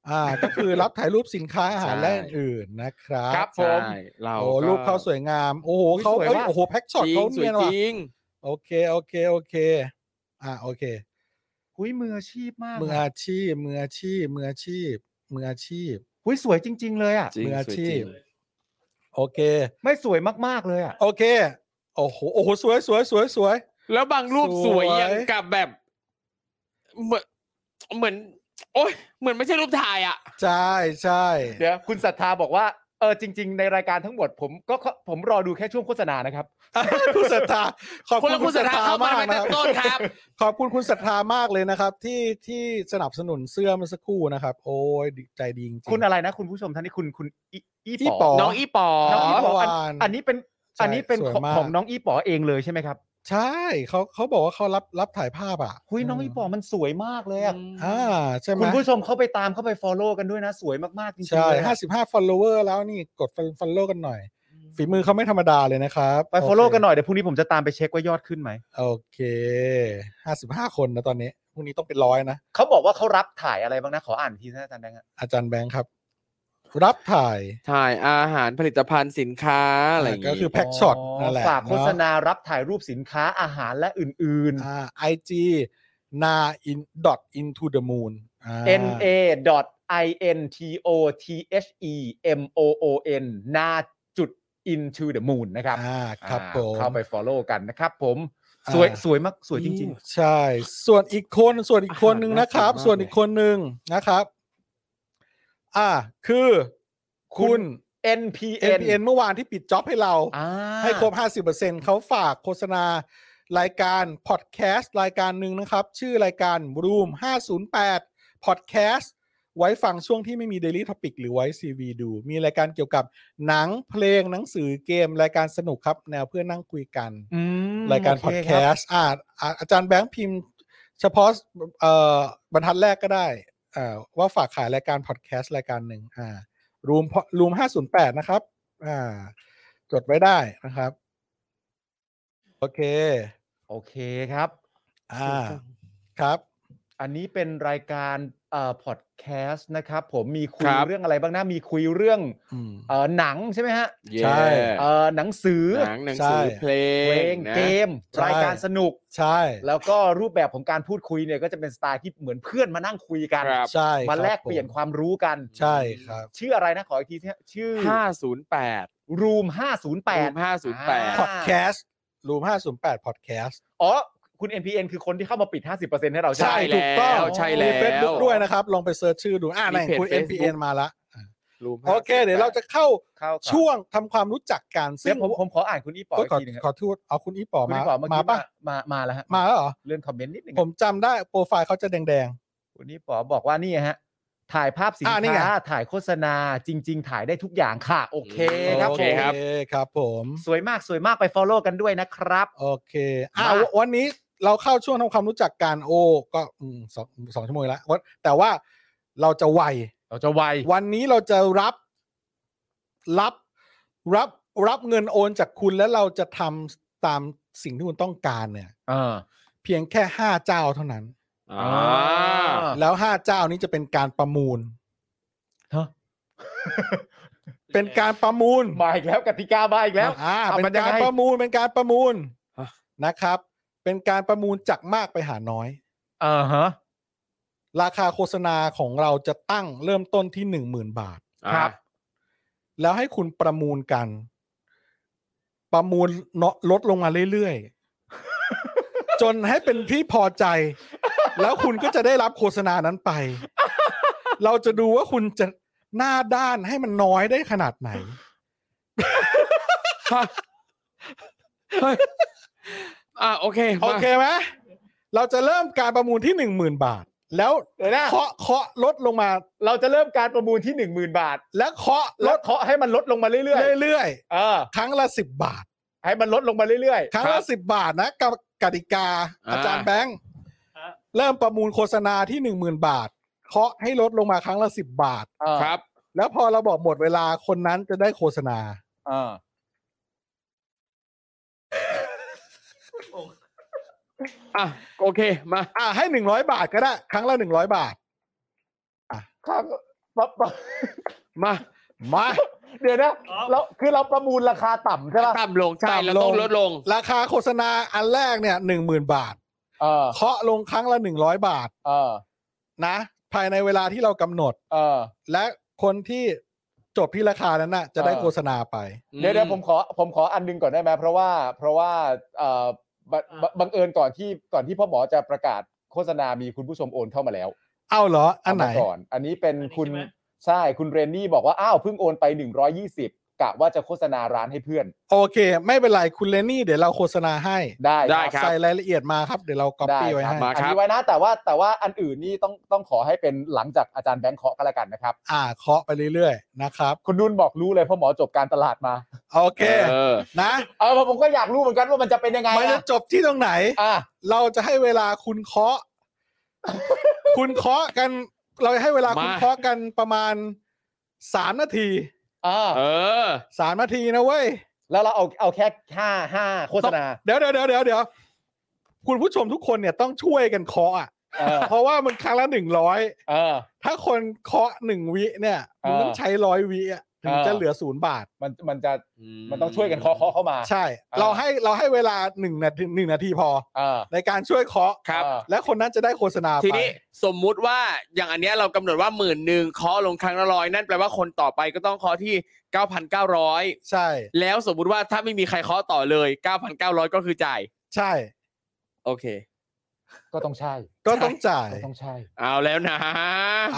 อ่า ก็คือรับถ่ายรูปสินค้าอาหารและ ใช่ อื่นๆนะครับ ครับผม ใช่เรา โอ้รูปเขาสวยงาม โอ้โห อุ๊ย เขา สวย เอ้ย มาก โอ้โหแพ็กช็อต จริง เขา สวย เนียน จ ว่ะ ริง โอเคโอเคโอเค อ่าโอเค หุ้ยมืออาชีพมาก มือ อะ อาชีพมืออาชีพมืออาชีพมืออาชีพ หุ้ยสวยจริง ๆ เลยอ่ะ จริง มืออาชีพ สวยจริง โอเค ไม่สวยมาก ๆ เลยอ่ะ โอเค โอ้โหโอ้โหสวยสวยสวยสวย แล้วบางรูปสวย สวย ยังกับแบบ เหมือนเหมือน โอ้ยเหมือนไม่ใช่รูปถ่ายอ่ะ ใช่ใช่ เดี๋ยว คุณศรัทธาบอกว่าเออจริง ๆ ในรายการทั้งหมดผมก็ขอผมรอดูแค่ช่วงโฆษณานะครับ คุณศรัทธาขอบ คน คุ ละ ณ คุ คุณ ณ ส ศรัท ถา ธา เข้ามา มา ใน กนะ ตั้งครับ ต้นครับ ขอบคุณคุณศรัทธามากเลยนะครับ ที่ที่สนับสนุนเสื้อเมื่อสักครู่นะครับ โอ้ยดีใจดีจริงๆ คุณอะไรนะคุณผู้ชมท่านนี้คุณคุณอีอี อีป๋อ น้องอีป๋อ น้องอีป๋ออัน วาน อันนี้เป็น ใช่ อันนี้เป็น สวย ของ มาก ของน้องอีป๋อเองเลยใช่ไหมครับ ใช่เขาเขาบอกว่าเขารับรับถ่ายภาพอ่ะ หุ้ยน้องอีป๋อมันสวยมากเลยอ่ะ อ่าใช่ไหม คุณผู้ชมเข้าไปตามเข้าไปฟอลโล่กันด้วยนะ สวยมาก ๆ จริงๆ ใช่ เลย ห้า อะ สิบห้า follower แล้วนี่กด follow กันหน่อย ฝีมือเขาไม่ธรรมดาเลยนะครับ ไปฟอลโล่ โเค กันหน่อยเดี๋ยวพรุ่งนี้ผมจะตามไปเช็คว่ายอดขึ้นไหม โอเค ห้าสิบห้าคนนะตอนนี้ พรุ่งนี้ต้องเป็นร้อยนะ เขาบอกว่าเขารับถ่ายอะไรบ้างนะขออ่านทีนะอาจารย์แบงค์อะ อาจารย์แบงค์ครับ รับถ่าย ถ่ายอาหารผลิตภัณฑ์สินค้าอะไรอย่าง ก็ งี้ คือแพ็กช็อตนั่นแหละ ฝากโฆษณารับถ่ายรูปสินค้าอาหารและอื่น ๆ ไอจีนาอินดอทอินทูเดอะมูน n a i n t o t h e m o o n นาจุด into the moon นะครับ ครับ อ่า ผม เข้าไป follow กันนะครับผม สวย อ่า สวยมากสวยจริง ใช่ ส่วนอีกคนส่วนอีกคนหนึ่ง อาหารน่า นะครับ กินมาก ส่วนอีกคนหนึ่งนะครับ อ่า คือ คุ คุณ ณ ๆ NPN NPN เมื่อวานที่ปิดจ็อบให้เรา อ่า ให้ครบ 50%เขาฝากโฆษณารายการพอดแคสต์รายการหนึ่งนะครับ ชื่อรายการ Room 508 Podcast ไว้ฟังช่วงที่ไม่มี Daily Topic หรือไว้ CV ดู มีรายการเกี่ยวกับหนังเพลงหนังสือเกมรายการสนุกครับ แนวเพื่อนนั่งคุยกัน อืม รายการ โ พอดแค รับ สต์อาอ่าอาจารย์แบงค์พิมพ์ เฉพาะเอ่อบรรทัดแรกก็ได้อ่าว่าฝากขายรายการพอดแคสต์รายการหนึ่งอ่ารูมรูมห้าศูนย์แปดนะครับ อ่า จดไว้ได้นะครับ โอเค โอเคครับ อ่าครับ อันนี้เป็นรายการเอ่อพอดแคสต์นะครับ ผมมีคุย ครับ เรื่องอะไรบ้างนะมีคุยเรื่อง อืม เอ่อหนังใช่ไหมฮะ ใช่ เอ่อหนังสือ หนังหนังสือ ใช่ เพล เพล ง ง นะ เกม ใช่ รายการสนุก ใช่ แล้วก็รูปแบบของการพูดคุยเนี่ยก็จะเป็นสไตล์ที่เหมือนเพื่อนมานั่งคุยกัน ครับ ใช่ครับ มาแลกเปลี่ยน ผ ความรู้กัน ใช่ครับ ชื่ออะไรนะขออีกทีสิฮะชื่อ ห้าศูนย์แปด รูม508 Room 508 า พอดแคสต์รูมห้าศูนย์แปดพอดแคสต์ อ๋อ คุณ NPN คือคนที่เข้ามาปิด 50%ให้เรา ใช่ ใช่แล้วไหมถูกต้อง ใช่แล้ว มีเฟซบุ๊กด้วยนะครับ ลองไปเซิร์ชชื่อดู อ่าไหน มีเพจ คุณ NPN Facebook มาละ รูม โอเค เดี๋ยวเราจะเข้า เข้าครับ ช่วงทำความรู้จักกัน เดี๋ยวผมผมขออ่านคุณอีป๋อ ก็ขออีกทีหนึงค ข รัอบโทูดเอาคุณอีป๋อ คุณ มา อีป๋อเมื่อ มา กี้ ปะ มามามาแล้วฮะ มาแล้วเหรอ เลื่อนคอมเมนต์นิดหนึง ผมจำได้โปรไฟล์เขาจะแดง คุณอีป๋อบอกว่านี่ฮะ ถ่ายภาพสิน อ่านี่ไง ค้าถ่ายโฆษณาจริง ๆ ถ่ายได้ทุกอย่างค่ะ โอเค ๆ ครับ โอ ผ เค ม ครับครับผม สวยมากสวยมากไป follow กันด้วยนะครับ โอเคอ่า มา วันนี้เราเข้าช่วงทำความรู้จักกันโอ้ก็อืมสองสองชั่วโมงแล้ววันแต่ว่าเราจะไว เราจะไว วันนี้เราจะรับรับรับรับเงินโอนจากคุณแล้วเราจะทำตามสิ่งที่คุณต้องการเนี่ย เออ เพียงแค่ห้าเจ้าเท่านั้น อ่า อ่ะ แล้วห้าเจ้านี้จะเป็นการประมูล ฮะ เป็นการประมูล มาอีกแล้วกติกามาอีกแล้ว อ่า อ่ะ เป็น มันยัง การ ไง ประมูลเป็นการประมูล ฮะ นะครับ เป็นการประมูลจากมากไปหาน้อย เออฮะ ราคาโฆษณาของเราจะตั้งเริ่มต้นที่หนึ่งหมื่นบาท ครับ แล้วให้คุณประมูลกัน ประมูลเนาะลดลงมาเรื่อย ๆ จนให้เป็นที่พอใจ แล้วคุณก็จะได้รับโฆษณานั้นไป เราจะดูว่าคุณจะหน้าด้านให้มันน้อยได้ขนาด ไหน เฮ้ยอ่าโอเคมา โอเคไหมเราจะเริ่มการประมูลที่หนึ่งหมื่นบาท แล้ว เดี๋ยวนะ เคาะเคาะลดลงมา เราจะเริ่มการประมูลที่ 1 0,000 บาท และเคาะล ล ด ดเคาะให้มันลดลงมาเรื่อย เรื่อย ๆเออ ๆ ครั้งละสิบบาท ให้มันลดลงมาเรื่อย ครั้งละสิบบาทนะกับกติกา อาจารย์แบงค์ ฮะ เริ่มประมูลโฆษณาที่หนึ่งหมื่นบาท เคาะให้ลดลงมาครั้งละสิบบาท ๆเออ ครับ แล้วพอเราบอกหมดเวลาคนนั้นจะได้โฆษณา เออ อ่ะโอเคมา อ่าให้หนึ่งร้อยบาทก็ได้ ครั้งละหนึ่งร้อยบาท ครับปั๊บ ปั๊บ มา มา เดี๋ยวนะ อ๋อ เราคือเราประมูลราคาต่ำใช่ป่ะ ต่ำลงใช่เราต้องลดลง ราคาโฆษณาอันแรกเนี่ยหนึ่งหมื่นบาท เออ เคาะลงครั้งละหนึ่งร้อยบาท เออ นะ ภายในเวลาที่เรากำหนด เออ และคนที่จบที่ราคานั้นน่ะ จะได้ เออ โฆษณาไป เดี๋ยวเดี๋ยวผมขอผมขออันหนึงก่อนได้ไหมเพราะว่าเพราะว่าเออบังบังบังเอิญก่อนที่ก่อนที่พ่อหมอจะประกาศโฆษณามีคุณผู้ชมโอนเข้ามาแล้ว เอ้าเหรอ อันไหน เามาก่อน อันนี้เป็นคุณ อันนี้ใช่ไหม ใช่คุณเรนนี่บอกว่าอ้าวเพิ่งโอนไป 120กะว่าจะโฆษณาร้านให้เพื่อน โอเค ไม่เป็นไรคุณเลนนี่เดี๋ยวเราโฆษณาให้ ได้ ได้ ครับ ครับ ใส่รายละเอียดมาครับ เดี๋ยวเราก๊อปปี้ไว้ ด้ ให้ ครับ มาครับ อันนี้ไว้นะแต่ว่าแต่ว่าอันอื่นนี่ต้องต้องขอให้เป็นหลังจากอาจารย์แบงค์เคาะก็แล้วกันนะครับ อ่าเคาะไปเรื่อยๆ นะครับ คุณนุ่นบอกรู้เลยเพราะหมอจบการตลาดมา โอเค เออ นะ เออผมก็อยากรู้เหมือนกันว่ามันจะเป็นยังไง มันจะ นะ จบที่ตรงไหน อ่ะ เราจะให้เวลาคุณเคาะ คุณเคาะกัน เราจะให้เวลา มา คุณเคาะกันประมาณสามนาที อ่า เออ สามนาทีนะเว้ย แล้วเราเอาเอาแค่ห้าห้าโฆษณา เดี๋ยวเดี๋ยวเดี๋ยวเดี๋ยวเดี๋ยวคุณผู้ชมทุกคนเนี่ยต้องช่วยกันเคาะอ่ะ เออ เพราะว่ามันครั้งละหนึ่งร้อย เออ ถ้าคนเคาะหนึ่งวิเนี่ยมันต้องใช้ร้อยวิอ่ะถึงจะเหลือศูนย์บาท มันมันจะมันต้องช่วยกันเคาะเคาะเข้ามา ใช่ อ่า เราให้เราให้เวลาหนึ่งนาทีหนึ่งนาทีพอ เออ ในการช่วยเคาะ ครับ เออ และคนนั้นจะได้โฆษณาไป ทีนี้สมมุติว่าอย่างอันเนี้ยเรากำหนดว่าหมื่นหนึ่งเคาะลงครั้งละร้อยนั่นแปลว่าคนต่อไปก็ต้องเคาะที่ 9,900 ใช่ แล้วสมมุติว่าถ้าไม่มีใครเคาะต่อเลย 9,900 ก็คือจ่าย ใช่ โอเค ก็ต้องใช่ ก็ต้องจ่าย ก็ต้องใช่ เอาแล้วนะ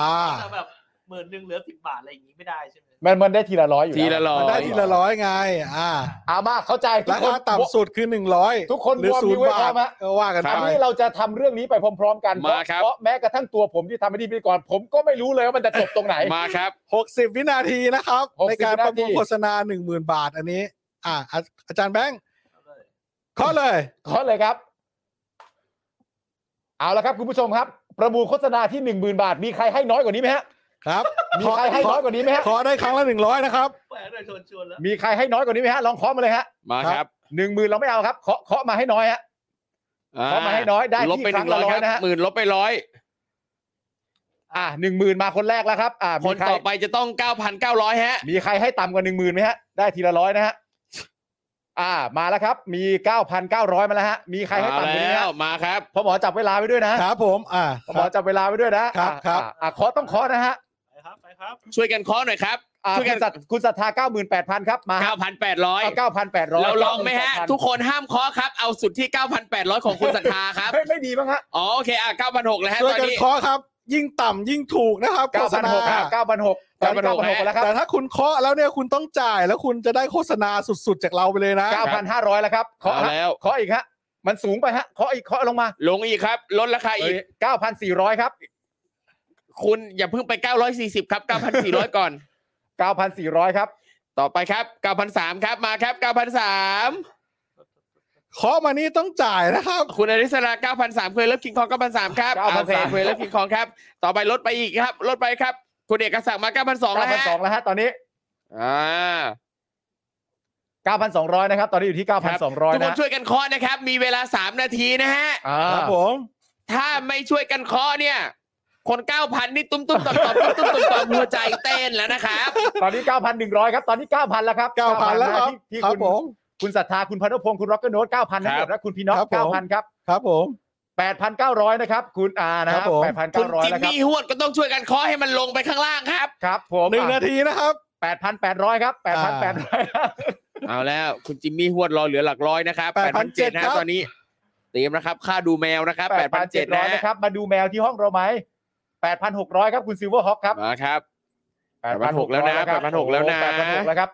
อ่า แต่แบบหมื่นหนึ่งเหลือสิบบาทอะไรอย่างงี้ไม่ได้ใช่ไหม มันมันได้ทีละร้อยอยู่แว ทีละร้อย มันได้ทีละร้อยไง อ่า เอามาเข้าใจทุ ราก คน คาต่ำสุดคือหนึ่งร้อย ทุกคน หรือ วม ศูน นิ้ว ย์ ไว้พ บา ร้อ ท มฮะ ก็ว่ากัน ค ไป บ อันนี้เราจะทำเรื่องนี้ไปพร้อม ๆ กันเพ มา ราะ ครับ เพราะแม้กระทั่งตัวผมที่ทำหน้าที่พิธีกรผมก็ไม่รู้เลยว่ามันจะจบตรงไหน มาครับ หกสิบวินาทีนะครับ 60 ในการประมูล วินาที โฆษณาหนึ่งหมื่นบาทอันนี้ อ่าอาอาจารย์แบงค์ เอาเลย เคาะเลย ขอเลยครับ เอาละครับคุณผู้ชมครับ ประมูลโฆษณาที่ 1 0,000 บาท มีใครให้น้อยกว่านี้ไหมฮะ ครับ มีใครให้น้อยกว่านี้ไหมฮะ เคาะได้ครั้งละหนึ่งร้อยนะครับ แปลกเลยชวนชวนๆแล้ว มีใครให้น้อยกว่านี้ไหมฮะลองเคาะมาเลยฮะ มาครับ หนึ่งหมื่นเราไม่เอาครับเคาะเคาะมาให้น้อยฮะ ขอมาให้น้อยได้ที่ ลบไป ค ห รั้ นึ่ ง ง ละ ร้อยคร้อยรับ นะฮะ หมื่นลบไปร้อย อ่าหนึ่งหมื่นมาคนแรกแล้วครับ อ่า ค มี น ใร ต่อไปจะต้อง 9,900ฮะ มีใครให้ต่ำกว่าหนึ่งหมื่นไหมฮะได้ทีละร้อยนะฮะอ่า มาแล้วครับ มีเก้าพันเก้าร้อยมาแล้วฮะมีใครให้ มา ต่ำกว่านี้ไหม แล้ว ฮะ มาครับ พอหมอจับเวลาไว้ด้วยนะ ครับผมอ่าคหมอ รับ จับเวลาไว้ด้วยนะครับ ครับ อ่ะอ่ะเคาะต้องเคาะนะฮะ ไปครับไปครับ ช่วยกันเคาะหน่อยครับ อ่ะ ช่วย คุ กั ณ น ศรัทคุณศรัทธา 98,000 ครับ มา 9,800 เก้าพันแปดร้อย เราลองไหมฮะ ทุกคนห้ามเคาะครับ เอาสุดที่ 9,800 ของคุณศรัทธา ครับ ไม่ไม่ดีบ้างฮะ อ๋อโอเคอ่ะ9,600แล้วฮะ ช่วย ตอน กัน นี้ เคาะครับ ยิ่งต่ำยิ่งถูกนะครับโฆษณา 9,600ครับ9,600ตอนนี้ 9,600 9,600แล้วครั แต่ถ้าคุณเคาะแล้วเนี่ยคุณต้องจ่ายแล้วคุณจะได้โฆษณาสุดๆ จากเราไปเลยนะ บ9,500 แล้วครับเคาะ เอา ฮะ แล้ว เคาะอีกฮะ มันสูงไปฮะเคาะอีกเคาะลงมา ลงอีกครับ ลดราคาอีก 9,400 ครับ คุณอย่าเพิ่งไป 940 ครับ 9,400 ก่อน 9,400 ครับ ต่อไปครับ 9,300 ครับ มาครับ 9,300 เคาะมานี่ต้องจ่ายนะครับ คุณอริสรา9,300เคยเลิฟคิงคอง9,300 ครับ 9,300 โอเคเคยเลิฟคิงคองครับ ต่อไปลดไปอีกครับ ลดไปครับ คุณเอกศักดิ์มา 9,200แล้วฮะ 9,200แล้วฮะตอนนี้ อ่า 9,200 นะครับ ตอนนี้อยู่ที่ ทุ 9,200 กคน นะ ช่วยกันเคาะนะครับ มีเวลา 3 นาทีนะฮะ อ่า ครับผม ถ้าไม่ช่วยกันเคาะเนี่ย คนเก้าพันนี่ตุ้มตุ้มต่อมต่อมตุ้มตุ้มต่อมต่อมหัวใจเต้นแล้วนะครับ ตอนนี้ 9,100 ครับ ตอนนี้ 9,000 แล้วครับ 9,000แล้วครับ ที่ที่ ครับ ณ ผม คุณศรัทธาคุณพานุพงศ์คุณร็อกเกอร์โน้ต9,000ทั้งหมดนะคุณพี่น็อต ครับผม 9,000ครับ ครับผม 8,900 นะครับ คุณอานะค ครั รับบ ผม คุณจิม8,900แล้วครับ มี่ฮวดก็ต้องช่วยกันเคาะให้มันลงไปข้างล่างครับ ครับ ผม หนึ่งนาทีนะครับ 8,800 ครับ 8,800 เอาแล้วคุณจิมมี่ฮวดรอเหลือหลักร้อยนะครับแปดพันเจ็ด 8,700 นะครับ ตอนนี้เตรียมนะครับค่าดูแมวนะครับแปดพันเจ็ดนะ 8,700นะครับ มาดูแมวที่ห้องเราไหม8,600 ครับ คุณซิลเวอร์ฮอคครับ มาครับ 8,600 8,600 แล้วนะ ครั 8,600แล้วนะ โอ้โห8,600แล้วครับ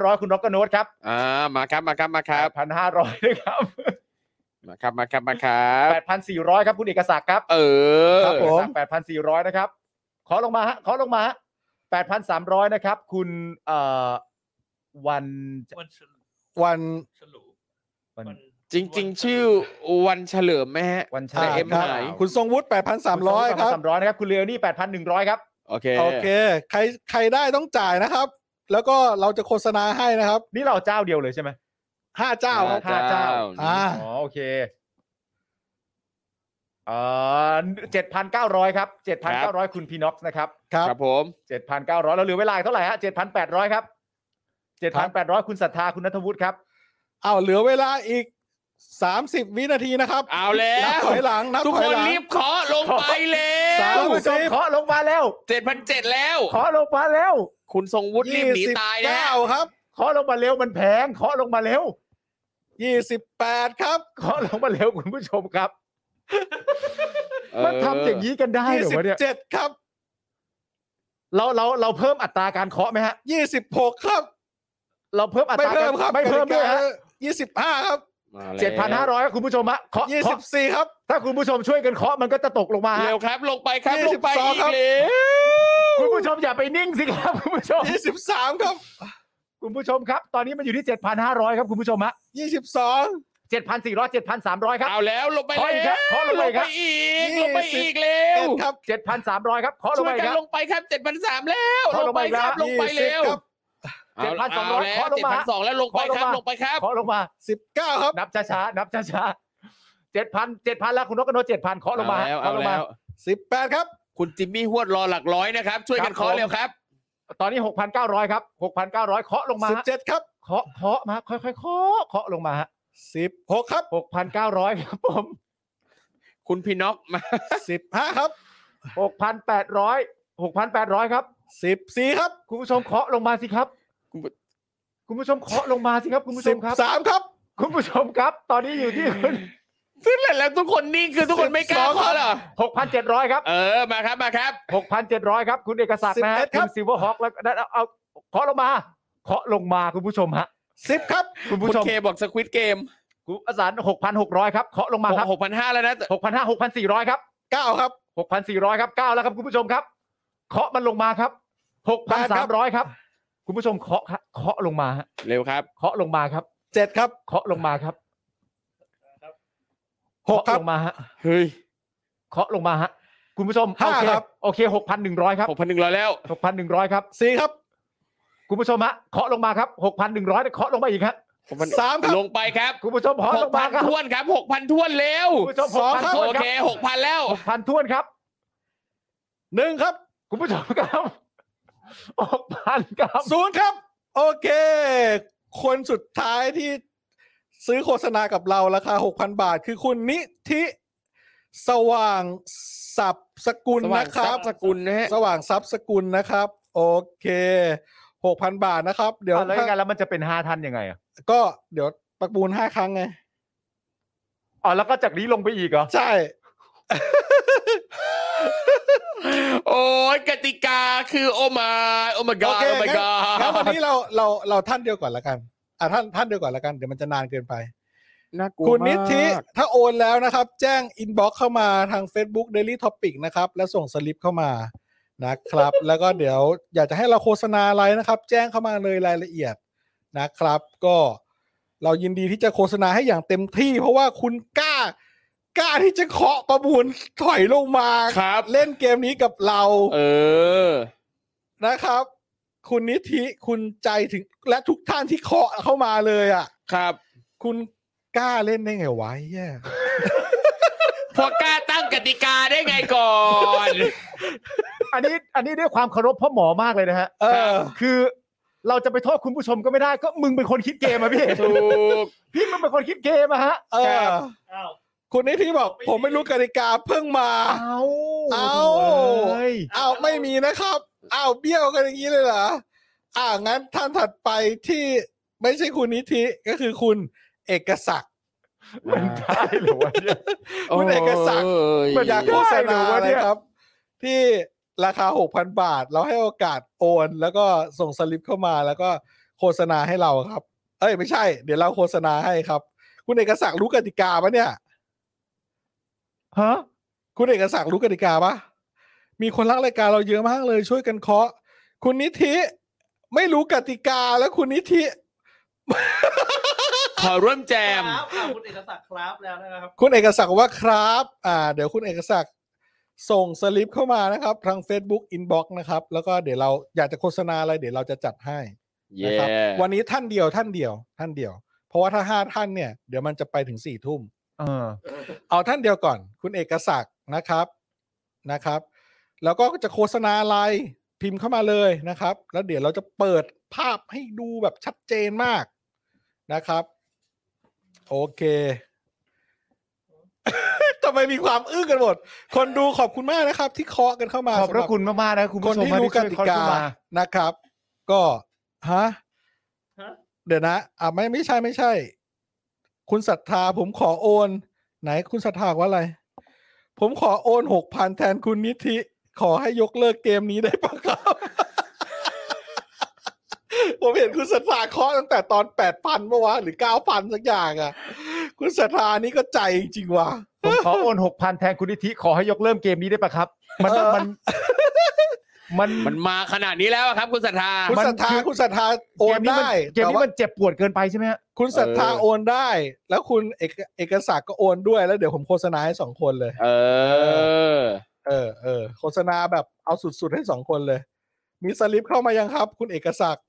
8,500 คุณร็อกเกอร์โน้ตครับ อ่ามาครับมาครับมาครับ 8,500นะครับ มาครับมาครับมาครับ 8,400 ครับคุณเอกศักดิ์ครับ เออ ครับผม 8,400 นะครับ ขอลงมาฮะขอลงมาฮะ8,300 นะครับ คุณเอ่อวัน วันฉลุ วัน ฉลุ วัน วัน จริง ๆ ชื่อวันเฉลิมไหมฮะ วันเฉ แต่ ลิ อ่าม เอ็ม ครั หาย บคุณทรงวุฒิ8,300 ครับ สามร้อยนะครับ คุณเรียวนี่แปดพันหนึ่งร้อยครับ โอเค โอเค ใครใครได้ต้องจ่ายนะครับ แล้วก็เราจะโฆษณาให้นะครับ นี่เราเจ้าเดียวเลยใช่ไหม ห้าเจ้าครับ ห้าเจ้า อ่า อ๋อ โอเคเอ่อเจ็ดพันเก้าร้อยครับเจ็ดพันเก้าร้อยคุณพีน็อกซ์นะครับ ครับ ครับผม เจ็ดพันเก้าร้อยเราเหลือเวลาอีกเท่าไหร่ฮะเจ็ดพันแปดร้อยครับเจ็ด ครั พันแปดร้อยคุณศรัทธาคุณนัทวุฒิครับ เอาเหลือเวลาอีก 30 วินาทีนะครับ เอาแล้ว นับถอยหลังนับ ทุก ถ ค อย น หลัง รีบขอลงไปเล สา ย เอ ม คุณผู้ชม สิบ ขอลงมาแล้ว เจ็ดพันเจ็ดแล้ว ขอลงมาแล้ว คุณทรงวุฒิรีบหนีตายนะ เก้าครับ ขอลงมาเร็วมันแพงขอลงมาเร็ว ยี่สิบแปดครับ ขอลงมาเร็วคุณผู้ชมครับ เออ มันทำอย่างนี้กันได้ ยี่ เหรอ สิบ วะเนี่ย เจ็ดครับ เราเราเราเพิ่มอัตราการเคาะไหมฮะ ยี่สิบหกครับ เราเพิ่มอัต ไม่ รา เพิ่มครับ ไม่เพิ่มด้วยฮะ ยี่สิบห้าครับ มาแล้ว เจ็ดพันห้าร้อยคุณผู้ชมฮะเคาะ ยี่สิ เคาะ บสี่ครับ ถ้าคุณผู้ชมช่วยกันเคาะมันก็จะตกลงมาฮะ เร็วครับ ลงไปครับ 22 ลงไปอีก ครับ เลย คุณผู้ชมอย่าไปนิ่งสิครับ คุณผู้ชม ยี่สิบสามครับ คุณผู้ชมครับ ตอนนี้มันอยู่ที่เจ็ดพันห้าร้อยครับคุณผู้ชมฮะ ยี่สิบสอง เจ็ดพันสี่ร้อยเจ็ดพันสามร้อยครับ เอาแล้วลงไป ขออีกค แล้ รับ ว ขอลง ลงไปไปครับ อีกลยี่สิ ง บ ไปอีกเร็ เอ็ ว ดครับ เจ็ดพันสามร้อยครับเคาะลง ช่ว ไป ยกัน ครับ ลงไปครับเจ็ดพันสามแล้ว ขอ ล ล ง ง ไป ไป ครับ ครับ ลงไปเร็ว ยี่สิบคเอาเอารับ7,200แล้ว ขอล เจ็ด งมา พันสองแล้วลงไปครับ ขอลงมา ลงไปครับ เคาะลงมา สิบเก้าครับ นับช้าๆนับช้าๆเจ็ดพันเจ็ดพันแล้วคุณนกกระโนเจ็ดพันเคาะลงมาฮะ เอาแล้วเอา เคาะลงมา แล้ว สิบแปดครับ คุณจิมมี่ฮวดรอหลักร้อยนะครับ ช่วยกัน ครับ เคอ ผม เร็วครับ ตอนนี้หกพันเก้าร้อยครับหกพันเก้าร้อยเคาะลงมา สิบ ฮะ เจ็ดครับ เคาะเคาะมาค่อยๆเคาะเคาะลงมาฮะ สิบหกครับ หกพันเก้าร้อยครับผม คุณพี่น็อกมา สิบห้าครับ หกพันแปดร้อยหกพันแปดร้อยครับ สิบสี่ครับ คุณผู้ชมเคาะลงมาสิครับ คุณผู้ชมเคาะลงมาสิครับ คุณผู้ช สิ ม บ ครับ สามครับ คุณผู้ชมครับ ตอนนี้อยู่ที่คุณ ขึ้นเลยแล้วทุกคนนิ่งคือทุกคนไม่กล้า 12 ขอเหรอ 6,700 ครับ เออมาครับมาครับ 6,700 ครับ คุณเอกศักดิ์นะฮะ 11ค คุ รับ ณซิลเวอร์ฮอคแล้วก็ได้เอาเอาเคาะลงมาเคาะลงมาคุณผู้ชมฮะ สิบครับ คุณ คุณ ผู้ชม เคบอกสควิตเกม คุณอาสาร6,600 ครับเคาะลงมาครับ หกพันห้าแล้วนะแต่ 6,500 6,400 ครับ เก้าครับ 6,400 ครับ 9 แล้วครับคุณผู้ชมครับ เคาะมันลงมาครับ 6,300 ครับ คุณผู้ชมเคาะฮะเคาะลงมาฮะ เร็วครับ เคาะลงมาครับ เจ็ดครับ เคาะลงมาครับ หกคเคาะรับ ลงมาฮะ เฮ้ย เคาะลงมาฮะคุณผู้ชม ห้า โอเค ครับ โอเคหกพันหนึ่งร้อยครับ หกพันหนึ่งร้อยแล้ว หกพันหนึ่งร้อยครับ สี่ครับ คุณผู้ชมฮะเคาะลงมาครับหกพันหนึ่งร้อยเคาะลงมาอีกฮะ สามครับ ลงไปครับ คุณผู้ชมเคาะ ห ล ก ง พั มานครับ ทวนครับหกพันทวนเร็ว คุณผู้ชม สองครับ 6,000ถ้ว โอน เคหกพันแล้ว หกพันทวนครับ หนึ่งครับ คุณผู้ชมครับ หกพันครับ ศูนย์ครับ โอเค คนสุดท้ายที่ซื้อโฆษณากับเราราคา 6,000 บาท คือคุณนิธิสว่างสับสกุล สว่าง นะทครั รับ พย์สกุลนะฮะ สว่างทรัพย์สกุลนะครับ โอเค 6,000 บาทนะครับ เดี๋ยว อ่ะแล้วยังไงแล้วมันจะเป็นห้าทันยังไงอ่ะ ก็เดี๋ยวประมูลห้าครั้งไง อ๋อแล้วก็จากนี้ลงไปอีกเหรอ ใช่ โอ้ยกติกาคือโอมาโอมากา โอเค โอมากา งั้นวันนี้เราเราเราท่านเดียวก่อนละกัน อ่ะท่านท่านเดียวก่อนละกัน เดี๋ยวมันจะนานเกินไป น่ากลัว คุณนิธิ มาก ถ้าโอนแล้วนะครับ แจ้งอินบ็อกเข้ามาทาง Facebook Daily Topic นะครับ และส่งสลิปเข้ามานะครับ แล้วก็เดี๋ยวอยากจะให้เราโฆษณาอะไรนะครับ แจ้งเข้ามาเลยรายละเอียดนะครับ ก็เรายินดีที่จะโฆษณาให้อย่างเต็มที่ เพราะว่าคุณกล้ากล้าที่จะเคาะประมูลถอยลงมา ครับ เล่นเกมนี้กับเรา เออ นะครับ คุณนิธิคุณใจถึงและทุกท่านที่เคาะเข้ามาเลยอ่ะ ครับ คุณกล้าเล่นได้ไงวะแย่ พอกล้าตั้งกติกาได้ไงก่อน อันนี้อันนี้ด้วยความเคารพพ่อหมอมากเลยนะฮะ เออ คือเราจะไปโทษคุณผู้ชมก็ไม่ได้ก็มึงเป็นคนคิดเกมอะพี่ ถูก พี่มึงเป็นคนคิดเกมอะฮะ เออ อ้าว คุณนิธิบอก ผมไม่รู้กติกาเพิ่งมา เอา เอา เฮ้ย อ้าวไม่มีนะครับ อ้าวเบี้ยวกันอย่างนี้เลยเหรออ่างั้นท่านถัดไปที่ไม่ใช่คุณนิธิก็คือคุณเอกศักดิ์ มันได้เหรอวะเนี่ย คุณเอกศักดิ์ มัน อยากโฆษณา ได้เหรอวะ อะไร เนี่ย ครับ ที่ราคา 6,000 บาท เราให้โอกาสโอน แล้วก็ส่งสลิปเข้ามาแล้วก็โฆษณาให้เราครับ เอ้ยไม่ใช่ เดี๋ยวเราโฆษณาให้ครับ คุณเอกศักดิ์รู้กติกาปะเนี่ย ฮะ คุณเอกศักดิ์รู้กติกาปะมีคนรักรายการเราเยอะมากเลยช่วยกันเคาะ คุณนิธิไม่รู้กติกาแล้วคุณนิธิ ขอร่วมแจมครับอ่ะคุณเอกศักดิ์ครับแล้วนะครับ คุณเอกศักดิ์บอกว่าครับ อ่า เดี๋ยวคุณเอกศักดิ์ส่งสลิปเข้ามานะครับ ทาง Facebook Inbox นะครับ แล้วก็เดี๋ยวเราอยากจะโฆษณาอะไร เดี๋ยวเราจะจัดให้นะ เย่ ครัวันนี้ท่านเดียวท่านเดียว ท่านเดียว เพราะว่าถ้าห้าท่านเนี่ยเดี๋ยวมันจะไปถึงสี่ทุ่ม เออ เอาท่านเดียวก่อน คุณเอกศักดิ์นะครับนะครับ แล้วก็จะโฆษณาอะไรพิมพ์เข้ามาเลยนะครับ แล้วเดี๋ยวเราจะเปิดภาพให้ดูแบบชัดเจนมากนะครับ โอเค ทำไมมีความอึ้งกันหมด คนดูขอบคุณมากนะครับ ที่เคาะกันเข้ามา ขอบพระคุณ สำห มากๆนะคุณ ค ผู้ น ชม ที่รู้ก ช่วย ติ คอร์ส กา เข้ม นะครับ ก็ฮะ ฮะ เดี๋ยวนะอ่ะไม่ไม่ใช่ไม่ใช่ คุณศรัทธาผมขอโอน ไหนคุณศรัทธาบอกว่าอะไร ผมขอโอนหกพันแทนคุณนิธิ ขอให้ยกเลิกเกมนี้ได้ปะครับ ผมเห็นคุณศรัทธาเคาะตั้งแต่ตอนแปดพันเมื่อวานหรือเก้าพันสักอย่างอ่ะ คุณศรัทธานี่ก็ใจจริงๆว่ะ ผมขอโอนหกพันแทนคุณนิธิขอให้ยกเริ่มเกมนี้ได้ปะครับ มัน เออ มันมัน มันมาขนาดนี้แล้วอะครับ คุณศรัทธา คุณศรัทธาคุณศรัทธาโอน เกมนี้มั ได้ เกม แต่ นี้ ว่า มันเจ็บปวดเกินไปใช่ไหมฮะ คุณศรัทธา เออ โอนได้ แล้วคุณเอกเอกศักดิ์ก็โอนด้วยแล้วเดี๋ยวผมโฆษณาให้สองคนเลย เออ เออเออโฆษณาแบบเอาสุดๆให้สองคนเลย มีสลิปเข้ามายังครับ คุณเอกศักดิ์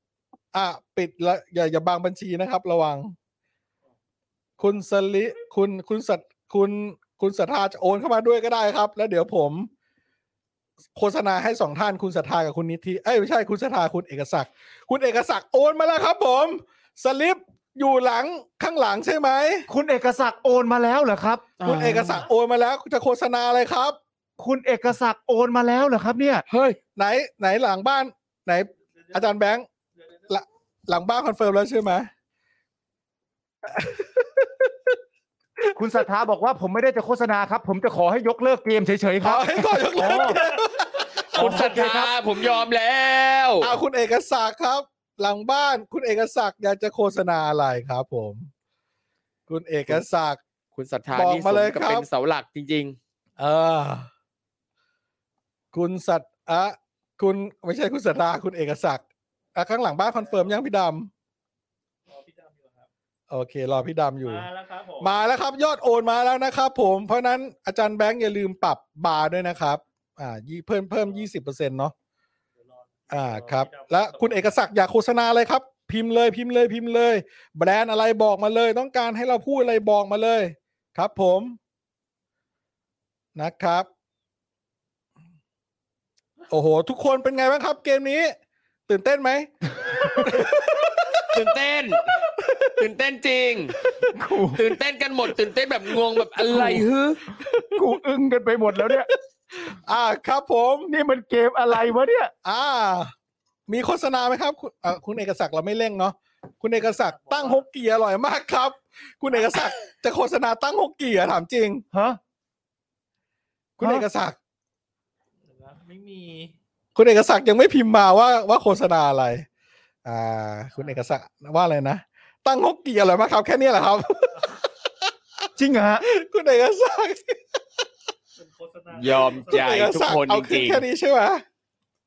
อ่ะปิดละอย่าอย่าบางบัญชีนะครับ ระวัง คุณสลิคุณคุณสัตคุณคุณศรัทธาจะโอนเข้ามาด้วยก็ได้ครับ แล้วเดี๋ยวผม โฆษณาให้สองท่านคุณศรัทธากับคุณนิธิเอ้ยไม่ใช่คุณศรัทธาคุณเอกศักดิ์คุณเอกศักดิ์โอนมาแล้วครับ ผมสลิปอยู่หลังข้างหลังใช่ไหม คุณเอกศักดิ์โอนมาแล้วเหรอครับ คุณเอกศักดิ์โอนมาแล้วจะโฆษณาอะไรครับ คุณเอกศักดิ์โอนมาแล้วเหรอครับ เนี่ย เฮ้ย ไหนไหนหลังบ้าน ไหน อาจารย์แบงค์หลังหลังบ้านคอนเฟิร์มแล้วใช่ไหม คุณสัทธาบอกว่าผมไม่ได้จะโฆษณาครับ ผมจะขอให้ยกเลิกเกมเฉยๆครั เอา บ ให้ก่อนยกเลิก คุณศรัทธาผมยอมแล้ว เอาคุณเอกศักดิ์ครับ หลังบ้านคุณเอกศักดิ์อยากจะโฆษณาอะไรครับ ผม คุณเอกศักดิ์ คุณศรัทธา บอก นี่ส มาเลย มกับ ครับ เป็นเสาหลักจริง เออ คุณสัตว์อะคุณไม่ใช่คุณสัตราคุณเอกศักดิ์อ่ะข้างหลังบ้านคอนเฟิร์มยังพี่ด รอพี่ดำอยู่ครับ ำโอเค รอพี่ดำอยู่ มาแล้วครับผม มาแล้วครับ ยอดโอนมาแล้วนะครับผม เพราะฉะนั้นอาจารย์แบงค์อย่าลืมปรับบาร์ด้วยนะครับ อ่ายี่เพิ่มเพิ่มยี่สิบเปอร์เซ็นต์เนาะ เดี๋ยวร อ่าครับ และคุณเอกศักดิ์อยากโฆษณาอะไรครับ พิมพ์เลยพิมพ์เลยพิมพ์เลย แบรนด์อะไรบอกมาเลย ต้องการให้เราพูดอะไรบอกมาเลย ครับผมนะครับ โอ้โห ทุกคนเป็นไงบ้างครับ เกมนี้ ตื่นเต้นไหม ๆ ตื่นเต้น ตื่นเต้นจริง ตื่นเต้นกันหมด ตื่นเต้นแบบงงแบบอะไร ฮึ กูอึ้งกันไปหมดแล้วเนี่ย อ่าครับผม นี่มันเกมอะไรวะเนี่ย อ่า มีโฆษณาไหมครับ คุณอ่ะคุณเอกศักดิ์เราไม่เร่งเนาะคุณเอกศักดิ์ตั้งฮกเกียอร่อยมากครับ คุณเอกศักดิ์จะโฆษณาตั้งฮกเกียถามจริง ฮะ คุณ ฮะ เอกศักดิ์ นะไม่มี คุณเอกศักดิ์ยังไม่พิมพ์มาว่าว่าโฆษณาอะไร อ่า คุณเอกศักดิ์ว่าอะไรนะตั้งฮกเกียอร่อยมากครับ แค่นี้แหละครับ จริงเหรอฮะ คุณเอกศักดิ์ เป็นโฆษณาย ย อมใจ เอก ทุก ศักดิ์ คน เอา จ ขึ้น ริง แค่นี้ใช่ไหม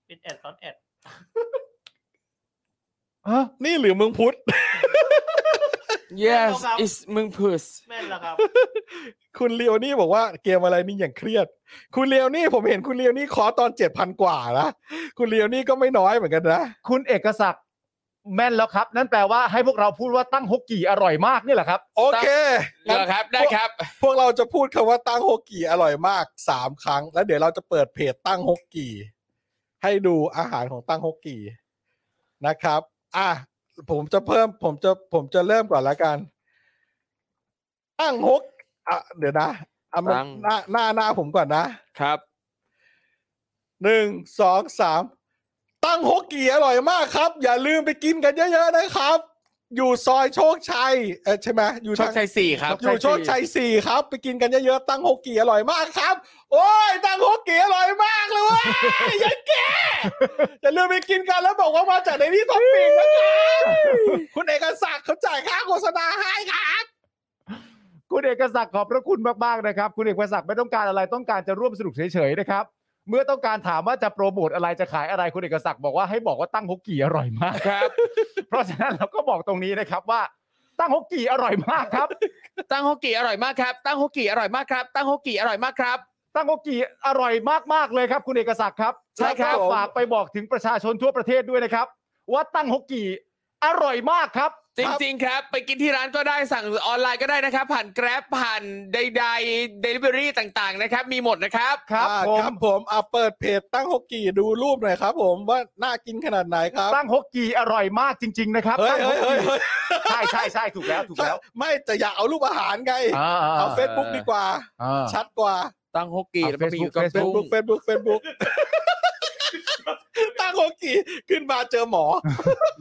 เป็นแอดซ้อนแอด ฮะ นี่หรือมึงพุทธ ๆ yes is มึงพูด แม่นแล้วครับ คุณเลียวนี่บอกว่าเกมอะไรนี่อย่างเครียด คุณเลียวนี่ผมเห็นคุณเลียวนี่ขอตอนเจ็ดพันกว่านะคุณเลียวนี่ก็ไม่น้อยเหมือนกันนะ คุณเอกศักดิ์แม่นแล้วครับ นั่นแปลว่าให้พวกเราพูดว่าตั้งฮกกี่อร่อยมากนี่แหละครับ โอเค เหรอครับได้ครับ พวกเราจะพูดคำว่าตั้งฮกกี่อร่อยมากสามครั้ง แล้วเดี๋ยวเราจะเปิดเพจตั้งฮกกี่ ให้ดูอาหารของตั้งฮกกี่นะครับ อ่ะผมจะเพิ่ม ผมจะผมจะเริ่มก่อนละกัน ตั้งฮกอ่ะเดี๋ยวนะอ่ะมัน ตั้ง หน้าหน้าหน้าผมก่อนนะ ครับ หนึ่งสองสามตั้งฮกกี้อร่อยมากครับ อย่าลืมไปกินกันเยอะ ๆ นะครับ อยู่ซอยโชคชัยเออใช่ไหมอยู่ โช ทา ค ง ชัยสี่ครับ อยู่โชคชัยสี่ครับ ไปกินกันเยอะๆตั้งฮกกี้อร่อยมากครับ โอ้ยตั้งฮกกี้อร่อยมากเลยเว้ย ยายแกอย่าลืมไปกินกันแล้วบอกว่ามาจากในนี่ท็อปปิ้งนะครับคุณเอกศักดิ์เขาจ่ายค่าโฆษณาให้ครับ คุณเอกศักดิ์ขอบพระคุณมากๆนะครับ คุณเอกศักดิ์ไม่ต้องการอะไรต้องการจะร่วมสนุกเฉยๆนะครับ เมื่อต้องการถามว่าจะโปรโมทอะไรจะขายอะไรคุณเอกศักดิ์บอกว่าให้บอกว่าตั้งฮกกี่อร่อยมาก ครับ เพราะฉะนั้นเราก็บอกตรงนี้นะครับว่า ตั้งฮกกี่อร่อยมากครับ ตั้งฮกกี้อร่อยมากครับ ตั้งฮกกี้อร่อยมากครับ ตั้งฮกกี้อร่อยมากครับ ตั้งฮกกี่อร่อยมากๆเลยครับ คุณเอกศักดิ์ครับ ใช่ครับ แล้วก็ฝากไปบอกถึงประชาชนทั่วประเทศด้วยนะครับ ว่าตั้งฮกกี่อร่อยมากครับ จริงๆ ครับ ไปกินที่ร้านก็ได้สั่งออนไลน์ก็ได้นะครับ ผ่านแกร็บผ่านใดๆเดลิเวอรี่ต่างๆ นะครับ มีหมดนะครับ ครับ อ่า ผ ครับ ม ผมอ่ะเปิดเพจตั้งฮกกี้ดูรูปหน่อยครับ ผมว่าน่ากินขนาดไหนครับ ตั้งฮกกี่อร่อยมากจริง ๆ นะครับ เฮ้ย ตั้งฮ เฮ้ ก ย กี่ เฮ้ยเฮ้ย ใช่ใช่ใช่ถูกแล้วถูกแล้ว ไม่แต่อย่าเอารูปอาหารไง เอาเฟซบุ๊กดีกว่า อ่า ชัดกว่า ตั้งฮกกี้ อ่ะ แล้วก็ไปอยู่ Facebook กับ Facebook เฟซบุ๊ กุ้ ก ง เฟซบุ๊กเฟซบุ๊ก ตั้งโอกีขึ้นมาเจอหมอ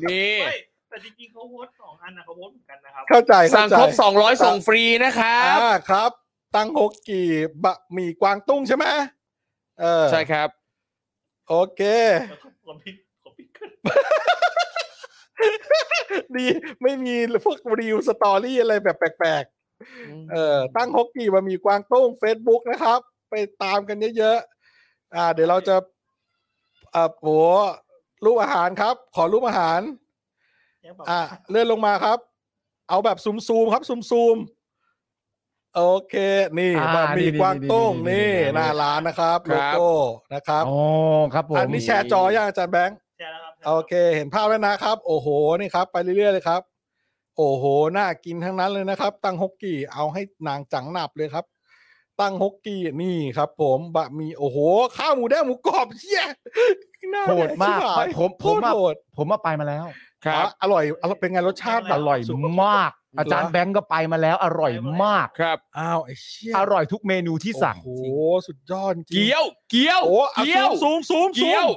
นี่ ไม่แต่จริงๆเขาโพสต์สองอันนะเขาโพสต์เหมือนกันนะครับ เข้าใจเข้า สั่ง ใจ ครบ 200 ส่งฟรีนะครับ อ่าครับ ตั้งโอกีบะหมี่กวางตุ้งใช่ไหมเออ ใช่ครับ โอเค ผมผิดผมผิดขึ้น ดีไม่มีพวกรีวสตอรี่อะไรแบบแปลกๆเออตั้งฮกกี้บะหมี่กวางตุ้ง Facebook นะครับ ไปตามกันเยอะๆอ่า เดี๋ยวเราจะอ่าโหรูปอาหารครับ ขอรูปอาหาร ยังบอก อ่ะเลื่อนลงมาครับ เอาแบบซูมซูมๆครับซูมซูมๆโอเค นี่ อ่า บะหมี่ นี่ กวางตุ้งนี่นี่นี่นี่ หน้าร้านนะครับ ค โล รับ โก้นะครับ อ๋อครับผม อันนี้แชร์จอยังอาจารย์แบงค์ แชร์แล้วครับแชร์แล้ว โอเค เห็นภาพแล้วนะครับ โอ้โหนี่ครับ ไปเรื่อยๆเลยครับ โอ้โหน่ากินทั้งนั้นเลยนะครับ ตั้งฮกกี้เอาให้นางจังหนับเลยครับ ตั้งฮกกี้นี่ครับ ผมบะหมี่โอ้โห ข้าวหมูแดงหมูกรอบ เชี่ยน่ โหดมาก ชิบหย ผม โค ผม ตร อะ โหด ผมมาไปมาแล้ว ครับ อ่ะอร่อยอร่อยเป็นไงรสชาติ อ แบบ ร่อยมาก อาจารย์แบงก์ก็ไปมาแล้ว อร่อยมาก ครับ อ้าวไอ้เชี่ย อร่อยทุกเมนูที่สั่ง โอ้โหสุดยอดจริง เกี๊ยว เกี๊ยว โอ้อ่ะ เกี๊ยว ซูมซูมซูม เกี๊ยว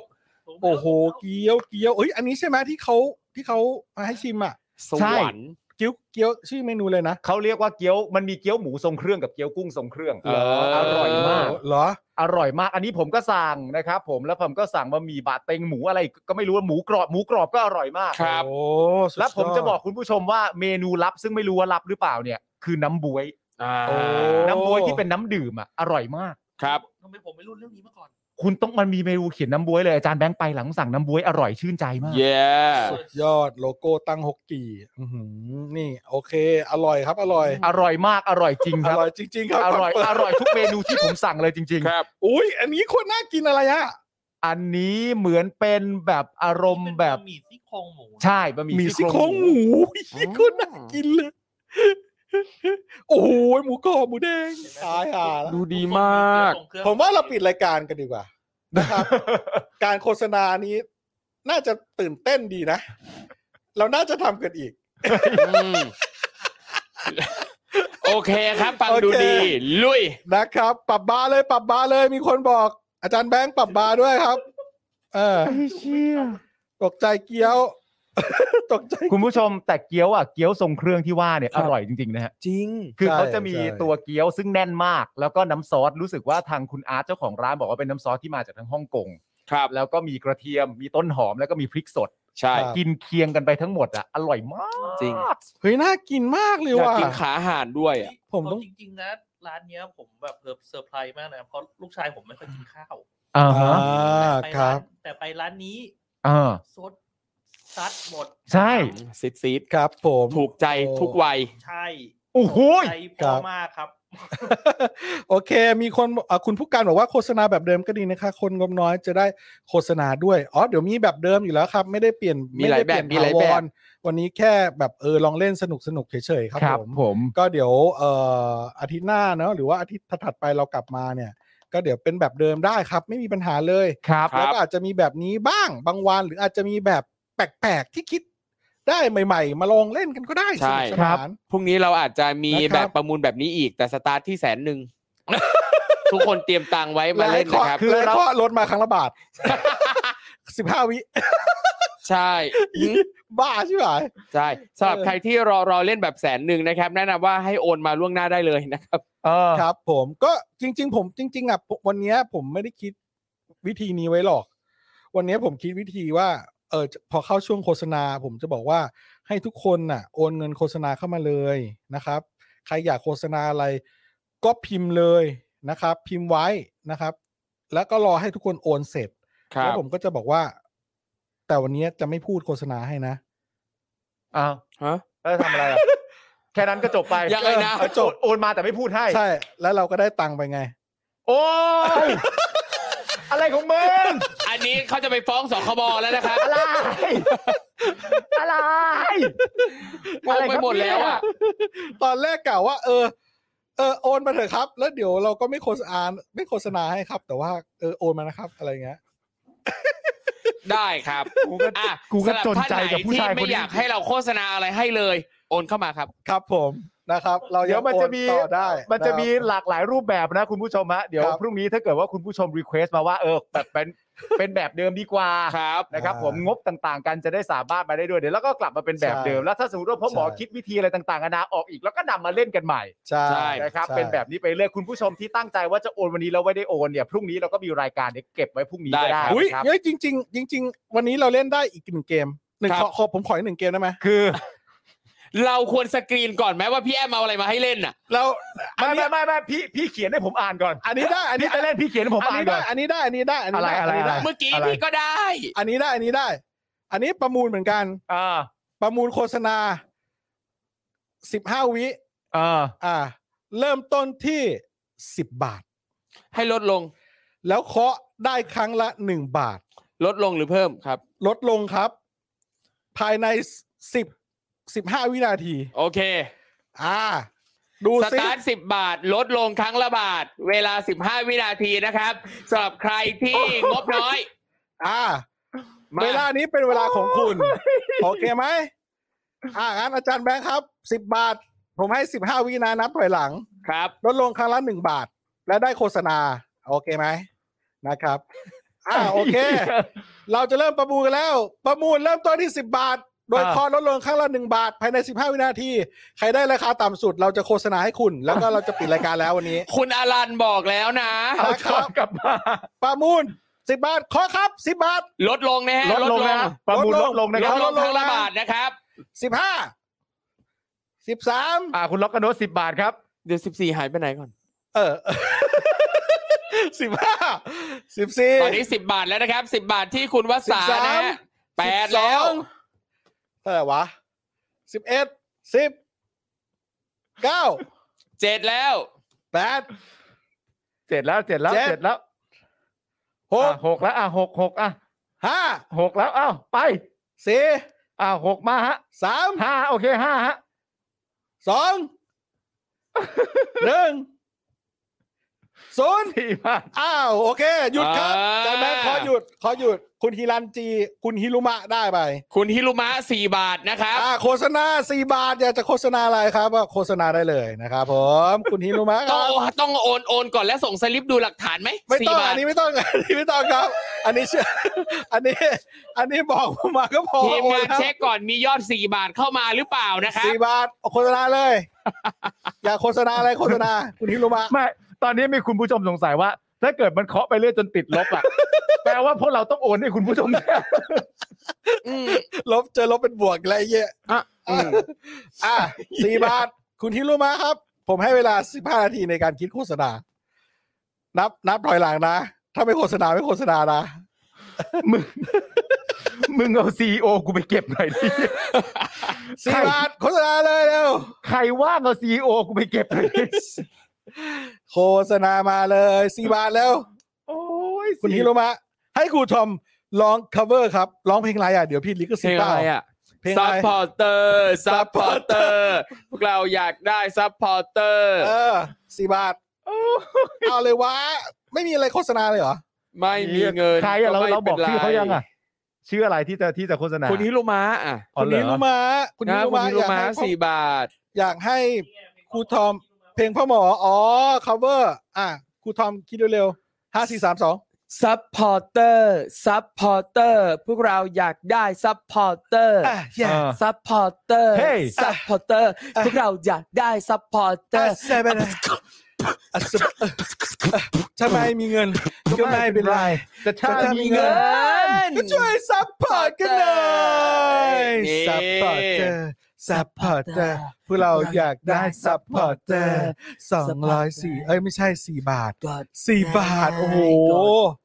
ผม โอ้โหเกี๊ยวเกี๊ยวเอ้ยอันนี้ใช่ไหมที่เขาที่เขามาให้ชิมอ่ะ ส ใช่ วรรค์ เกี๊ยวเกี๊ยวชื่อเมนูเลยนะ เขาเรียกว่าเกี๊ยวมันมีเกี๊ยวหมูทรงเครื่องกับเกี๊ยวกุ้งทรงเครื่อง เออ อร่อยมาก เหรอ อร่อยมาก อันนี้ผมก็สั่งนะครับ ผมแล้วผมก็สั่งบะหมี่บะเต็งหมูอะไรก็ไม่รู้หมูกรอบหมูกรอบก็อร่อยมาก ครับ โอ้สุด แล้วผม ยด จะบอกคุณผู้ชมว่าเมนูลับซึ่งไม่รู้ว่าลับหรือเปล่าเนี่ย คือน้ำบวย อ่า โอ้ น้ำบวยที่เป็นน้ำดื่มอ่ะอร่อยมาก ครับ ทำไมผมไม่รู้เรื่องนี้มาก่อน คุณต้องมันมีเมนูเขียนน้ำบวยเลยอาจารย์แบงค์ไปหลังสั่งน้ำบวยอร่อยชื่นใจมาก เย้ สุดยอดโลโก้ตั้งฮกกี่อื้อหือนี่ โอเค อร่อยครับ อร่อย อร่อยมากอร่อยจริง อ ครับ ร่อยจริง ๆ ครับ อร่อย เปิด อร่อยทุกเมนูที่ผมสั่งเลยจริง ครับ อุ้ยอันนี้คนน่ากินอะไรอะ ๆ อันนี้เหมือนเป็นแบบอารมณ์แบบ เป็นบะหมี่ซี่โครงหมู ใช่บะหมี่ หมีซี่โครงหมูอุ๊ยคนน่ากินเลย โอ้ยหมูกรอบหมูแดงตายห่าแล้ว ดูดีมาก ผมว่าเราปิดรายการกันดีกว่า นะครับ การโฆษณานี้ น่าจะตื่นเต้นดีนะ เราน่าจะทำกันอีก อืมโอเคครับฟังดู โอเค ดี ลุย นะครับ ปรับบาร์เลยปรับบาร์เลยมีคนบอก อาจารย์แบงค์ปรับบาร์ด้วยครับ เออ เชี่ย ตกใจเกี้ยว ตกใจ คุณผู้ชมแต่เกี๊ยวอ่ะเกี๊ยวทรงเครื่องที่ว่าเนี่ย ครั อบ ร่อยจริงๆนะฮะ จริง คือเขาจะมีตัวเกี๊ยวซึ่งแน่นมาก แล้วก็น้ำซอสรู้สึกว่าทางคุณอาร์ตเจ้าของร้านบอกว่าเป็นน้ำซอสที่มาจากทางฮ่องกง ครับ แล้วก็มีกระเทียมมีต้นหอมแล้วก็มีพริกสด ใช่ กินเคียงกันไปทั้งหมดอ่ะอร่อยมาก จริง เฮ้ยน่ากินมากเลย อยาก ว่ะ กินขาอาหารด้วยอ่ะ ผมต้ ต้ อ อง งจริงๆนะร้านเนี้ยผมแบบเซอร์ไพรส์มากนะเพราะลูกชายผมไม่ค่อยกินข้าว อ่าฮะ อ่า แต่ไป ครับ านแต่ไปร้านนี้ อ่า ซดซัดหมด ใช่ ซิดซิด ครับผม ถูกใจ โอ้ ทุกวัย ใช่ โอ้โหย ใจ ครั พ่อบ มากครับ โอเค มีคนอ่ะคุณผู้การบอกว่าโฆษณาแบบเดิมก็ดีนะคะ คนงบน้อยจะได้โฆษณาด้วยอ๋อเดี๋ยวมีแบบเดิมอยู่แล้วครับ ไม่ได้เปลี่ยน มีหลายแบบมีหลายแบบ ไได้เปนถวรวันนี้แค่แบบเออลองเล่นสนุกสนุกๆเฉยๆครับ ครับ ผม ผม ก็เดี๋ยวเอ่ออาทิตย์หน้าเนอะหรือว่าอาทิตย์ถัดๆไปเรากลับมาเนี่ย ก็เดี๋ยวเป็นแบบเดิมได้ครับ ไม่มีปัญหาเลย ครับ ครั แล้ว บ ก็อาจจะมีแบบนี้บ้างบางวัน หรืออาจจะมีแบบแปลกๆที่คิดได้ใหม่ๆ มาลองเล่นกันก็ได้ ใช่ สนุกส ครับ นาน พรุ่งนี้เราอาจจะมี นะครับ แบบประมูลแบบนี้อีกแต่สตาร์ทที่แสนหนึ่ง ทุกคนเตรียมตังไว้มาเล่นนะครับ คือเราก็ลดมาครั้งละบาท สิบห้าวิ ใช่อืม บ้าใช่ไหม ใช่สำหรับ เออ ใครที่รอรอเล่นแบบแสนหนึ่งนะครับ แนะนำว่าให้โอนมาล่วงหน้าได้เลยนะครับ เออ ครับ ผมก็จริง ๆ ผมจริง ๆอ่ะผมวันเนี้ยผมไม่ได้คิดวิธีนี้ไว้หรอก วันเนี้ยผมคิดวิธีว่าเออพอเข้าช่วงโฆษณา ผมจะบอกว่าให้ทุกคนน่ะ โอนเงินโฆษณาเข้ามาเลยนะครับ ใครอยากโฆษณาอะไร ก็พิมพ์เลยนะครับ พิมพ์ไว้นะครับ แล้วก็รอให้ทุกคนโอนเสร็จ ครั แล้ บ วผมก็จะบอกว่า แต่วันเนี้ยจะไม่พูดโฆษณาให้นะ อ้าว ฮะ แล้วทำอะไรอ่ะ แค่นั้นก็จบไป ยังไงนะ เออจบโอนมาแต่ไม่พูดให้ ใช่ แล้วเราก็ได้ตังค์ไปไง โอ้ย อะไรของมึง อันนี้เขาจะไปฟ้องสคบแล้วนะครับ อะไร อะไร งงไปหมดแล้วอ่ะ ตอนแรกกล่าวว่า เออ เออโอนมาเถอะครับ แล้วเดี๋ยวเราก็ไม่โฆษณาไม่โฆษณาให้ครับ แต่ว่าเออโอนมานะครับ อะไรเงี้ย ได้ครับอ่ะ กูก็ สำหรับ จนใจกับผู้ชาย ท่นไหนที่ คนนี้ ไม่อยากให้เราโฆษณาอะไรให้เลย โอนเข้ามาครับ ครับผมนะครับ เรา เดี๋ยวมันจะมี โอต่อได้ มันจะมี ครั หลากหลายรูปแบบนะคุณผู้ชมฮะ เดี๋ยว ครับ พรุ่งนี้ถ้าเกิดว่าคุณผู้ชมรีเควสต์มาว่าเออแบบเป็น เป็นแบบเดิมดีกว่า ครับ นะครับ อ่า ผมงบต่างๆ กันจะได้สามารถมาได้ด้วยเดี๋ยวแล้วก็กลับมาเป็นแบบเดิม ใช่ แล้วถ้าสมมติว่าพ่อหมอ ใช่ คิดวิธีอะไรต่างๆนานาออกอีกแล้วก็นำมาเล่นกันใหม่ ใช่ ใช่ นะครับ ใช่ เป็นแบบนี้ไปเรื่อยคุณผู้ชมที่ตั้งใจว่าจะโอนวันนี้แล้วไม่ได้โอนเนี่ยพรุ่งนี้เราก็มีรายการเนี่ยเก็บไว้พรุ่งนี้ก็ ได้ ได้ ครับ อุ้ย นะครับ เฮ้ยจริง ๆ จริง ๆ วันนี้เราเล่นได้อีกหนึ่งเกมหนึ่ง ครับ ขอขอผมขออีกหนึ่งเกมได้ไหม คือ เราควรสกรีนก่อนไหมว่าพี่แอมเอาอะไรมาให้เล่นน่ะ เราอัน ไม่ นี้ ไม่ไม่ไม่พี่พี่เขียนให้ผมอ่านก่อน อันนี้ได้อันนี้ พี่จะเล่นพี่เขียนให้ผม อัน อ่าน นี้ ก่ ได้ อน อันนี้ได้อันนี้ได้อันนี้ได้ อะไรอะไร นนี้ได้ อะไร เมื่อกี้ อะไร พี่ก็ได้ อันนี้ได้อันนี้ได้ อันนี้ประมูลเหมือนกัน อ่า ประมูลโฆษณาสิบห้าวิ อ่า อ่า เริ่มต้นที่ 10 บาท ให้ลดลง แล้วเคาะได้ครั้งละ 1 บาท ลดลงหรือเพิ่มครับ ลดลงครับ ภายใน 10 15 วินาที โอเค อ่า ดู ส สิ ตาร์ทสิบบาท ลดลงครั้งละบาท เวลา 15 วินาทีนะครับสำหรับใครที่ งบน้อย อ่า มา เวลานี้เป็นเวลาของคุณ โอเคไหมอ่างั้นอาจารย์แบงค์ครับ 10 บาท ผมให้ 15 วินานับถอยหลัง ครับ ลดลงครั้งละ 1 บาท และได้โฆษณา โอเคไหมนะครับ อ่าโอเค เราจะเริ่มประมูลกันแล้ว ประมูลเริ่มต้นที่ 10 บาท โดย อ่า คอลดลงข้างละหนึ่งบาทภายใน 15 วินาที ใครได้ราคาต่ำสุดเราจะโฆษณาให้คุณ แล้วก็เราจะปิดรายการแล้ววัน นี้ คุณอลันบอกแล้วนะ ครับ เอาช้อนกลับมา ประมูล 10 บาทขอครับ 10 บาท ลดลงนะฮะ ลดลงนะฮะประมูลลดลง ล นะ ด ครับ ลงลดลง ทางละ นะ บาทนะครับ 15 13 อ่าคุณล็อกกระโดดสิบาทครับ เดี๋ยวสิบสี่หายไปไหนก่อน เออ 15 14 ตอนนี้สิบบาทแล้วนะครับสิบาทที่คุณวสา สิบสาม นะฮะแปด สิบสอง แล้ว เท่าไหร่วะ 11 10 9 เจ็ดแล้ว 8 เจ็ดแล้วเจ็ดแล้ว เจ็ด เจ็ดแล้วอ่ะ 6 หกแล้วอ่ะหกหกอ่ะ 5 หกแล้วอ้าวไป 4 อ่าหกมาฮะ 3 ห้าโอเคห้าฮะ 2 1 0 สี่บาท อ้าวโอเค หยุดครับ อ่า จากนั้นขอหยุดขอหยุด คุณฮิรันจี คุณฮิรุมะได้ไป คุณฮิรุมะสี่บาทนะครับ อ่าโฆษณาสี่บาท อยากจะโฆษณาอะไรครับอ่ะโฆษณาได้เลยนะครับผมคุณฮิรุมะค ต้อง รับ โอนต้องโอนโอนก่อนแล้วส่งสลิปดูหลักฐานไหม ไม่ต้อง 4บาท อันนี้ไม่ต้อง อันนี้ไม่ต้องครับ อันนี้เชื่ออันนี้ อันนี้บอกผมมาก็พอ ทีมงาน โอแล้ว เช็คก่อนมียอด 4 บาทเข้ามาหรือเปล่านะครับ สี่บาทโฆษณาเลย อยากโฆษณาอะไรโฆษณา คุณฮิรุมะ ไม่ ตอนนี้มีคุณผู้ชมสงสัยว่า ถ้าเกิดมันเคาะไปเรื่อยจนติดลบ อ่ะ แปลว่าพวกเราต้องโอนให้คุณผู้ชม แน่ อืม ลบเจอลบเป็นบวกอะไรเงี้ย อ่ะ อ่ะอ่ะสี่บาท คุณฮิรุมะครับ ผมให้เวลาสิบห้านาทีในการคิดโฆษณา นับนับถอยหลังนะ ถ้าไม่โฆษณาไม่โฆษณานะ มึง มึงเอาซีโอกูไปเก็บหน่อยดิ สี่บาทโฆษณาเลยเร็ว ใครว่างเอาซีโอกูไปเก็บหน่อยดิ โฆษณามาเลยสี่บาทแล้ว โอ้ย คุณฮิโรมะให้ครูทอมร้อง cover ครับ ร้องเพลงอะไรอ่ะ เดี๋ยวพี่ลิข เพ สิ ล ท ง ธิ์ อะไร เปล่า อ่ะ เพลง ซั อะ พ ไร พอร์เตอร์ซัพพอร์เตอ Supporter ร์พวกเราอยากได้ซัพพอร์เตอร์ เออสี่บาท เอาเลยวะ ไม่มีอะไรโฆษณาเลยเหรอ ไม่มีเงิน ใครอะเรา ไม่ป็น เราบอกชื่อเขายังอ่ะชื่ออะไรที่จะที่จะโฆษณา คุณฮิรุมะอ่ะ อ๋อ คุณ เหรอ ฮิโรมะคุณฮิ นะ โร คุณ มะ ฮิ อ รุ ยาก มะ ให้พ่อ สี่บาท อยากให้ครูทอม เพลงพ่อหมอ อ๋อ cover อ่ะครูทอมคิดเร็วๆห้าสี่สามสอง ซัพพอร์เตอร์ซัพพอร์เตอร์พวกเราอยากได้ซัพพอร์เตอร์ อ่ะ เอ yeah อ ซัพพอร์เตอร์ เฮ้ย ซัพพอร์เตอร์พวกเราอยากได้ซัพพอร์เตอ อ่ะ ร์ เซเว่นอ่ะ ถ้าไม่มีเงิน ก็ไม่เป็นไร จะถ้า จะมี มี เงิ เงิ น น น ก็ช่วยซัพพอร์ตกันหน่อย นี่ ซัพพอร์ตเตอร์ซัพพอร์ตเตอร์พวกเราอยากได้ซัพพอร์ตเตอร์สองร้อยสี่เอ้ยไม่ใช่สี่บาทสี่บาท โอ้โห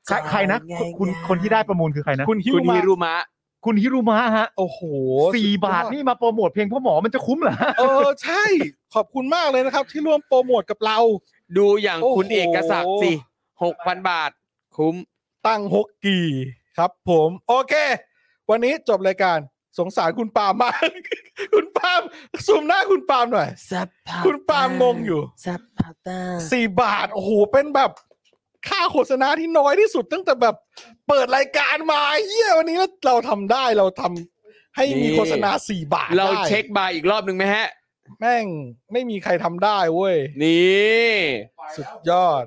ใครใครนะคุณคุณคนที่ได้ประมูลคือใครนะ คุณฮิ คุณฮิ รุ รุมะ คุณฮิรุมะฮะ โอ้โห สี่ สุดยอด บาทนี่มาโปรโมทเพลงพ่อหมอมันจะคุ้มเหรอฮะ เออ ใช่ ขอบคุณมากเลยนะครับ ที่ร่วมโปรโมทกับเรา ดูอย่าง โอ้โห คุณเอกศักดิ์สิหกพันบาท คุ้ม ตั้งฮกกีครับผมโอเค วันนี้จบรายการสงสารคุณปาล์มมาก คุณปาล์มซูมหน้าคุณปาล์มหน่อย คุณปาล์มงงอยู่สี่บาท โอ้โห เป็นแบบ ค่าโฆษณาที่น้อยที่สุดตั้งแต่แบบเปิดรายการมาเยี่ยวันนี้เราทำได้เราทำให้มี นี่ โฆษณาสี่บาท เรา ได้ เช็คบายอีกรอบหนึ่งไหมฮะ แม่งไม่มีใครทำได้เว้ย นี่ สุดยอด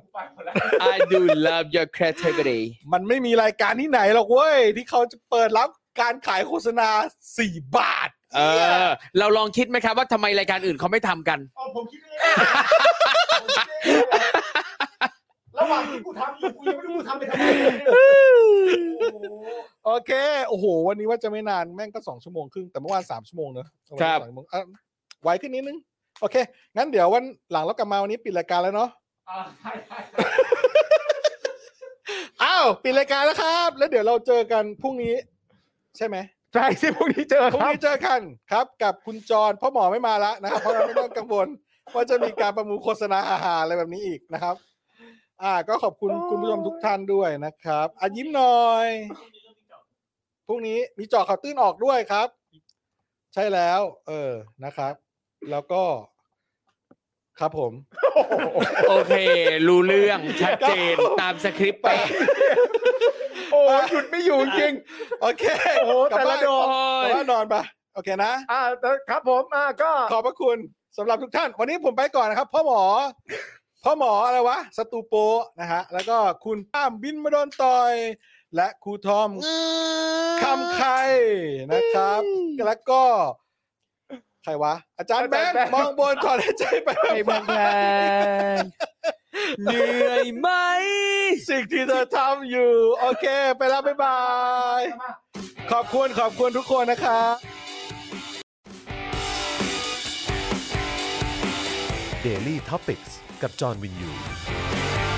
I do love your creativity มันไม่มีรายการที่ไหนหรอกเว้ย ที่เขาจะเปิดรับการขายโฆษณาสี่บาท เออ เราลองคิดไหมครับว่าทำไมรายการอื่นเขาไม่ทำกัน อ๋อผมคิดเองนะผมคิดเองนะระหว่างที่กูทำอยู่กูยังไม่รู้กูทำไปทำไม โอ้โหโอเค โอ้โห วันนี้ว่าจะไม่นานแม่งก็สองชั่วโมงครึ่งแต่เมื่อวานสามชั่วโมงเนอะเมื่อวาน ครับ สามชั่วโมงอ่ะไวขึ้นนิดนึง โอเค งั้นเดี๋ยววันหลังเรากลับมาวันนี้ปิดรายการแล้วเนาะ อ้าวปิดรายการแล้วครับ แล้วเดี๋ยวเราเจอกันพรุ่งนี้ ใช่ไหม ใช่สิพวกนี้เจอ พรุ่ ค ง รับ นี้เจอกันครับ กับคุณจรเพ่อหมอไม่มาละนะครับเพราะเราไม่ต้องกังวล ว่าจะมีการประมูลโฆษณาอาหารอะไรแบบนี้อีกนะครับ อ่า ก็ขอบคุณคุณผู้ชมทุกท่านด้วยนะครับอ่ะยิ้มหน่อยพรุ่งนี้มีเจอข่าวตื้นออกด้วยครับ ใช่แล้ว เออนะครับ แล้วก็ ครับผม โอเค รู้เรื่อง ชัดเจน ครับ ตามสคริปต์ไป โอ้ยหยุดไม่อยู่จริง โอเค โอ้โห กลับ แต่ละ บ้าน ดอก ก ลับบ้านนอนไปโอเคนะ อ่าแต่ครับผมอ่าก็ ขอบพระคุณสำหรับทุกท่าน วันนี้ผมไปก่อนนะครับพ่อหมอ พ่อหมออะไรวะ สตูโปนะฮะ แล้วก็คุณป้ามบินมาโดนต่อย และครูทอมคำไข่นะครับ แล้วก็ ใครวะ อาจารย์แบงค์ อาจารย์แบงค์ มองบนก่อนให้ใจไป ไปเมืองแพร่เหนื่อยไหม สิ่งที่เธอทำอยู่ โอเค ไปแล้วบ๊ายบาย ขอบคุณ ขอบคุณทุกคนนะครับ Daily t o p i c กกับจอห์นวินยู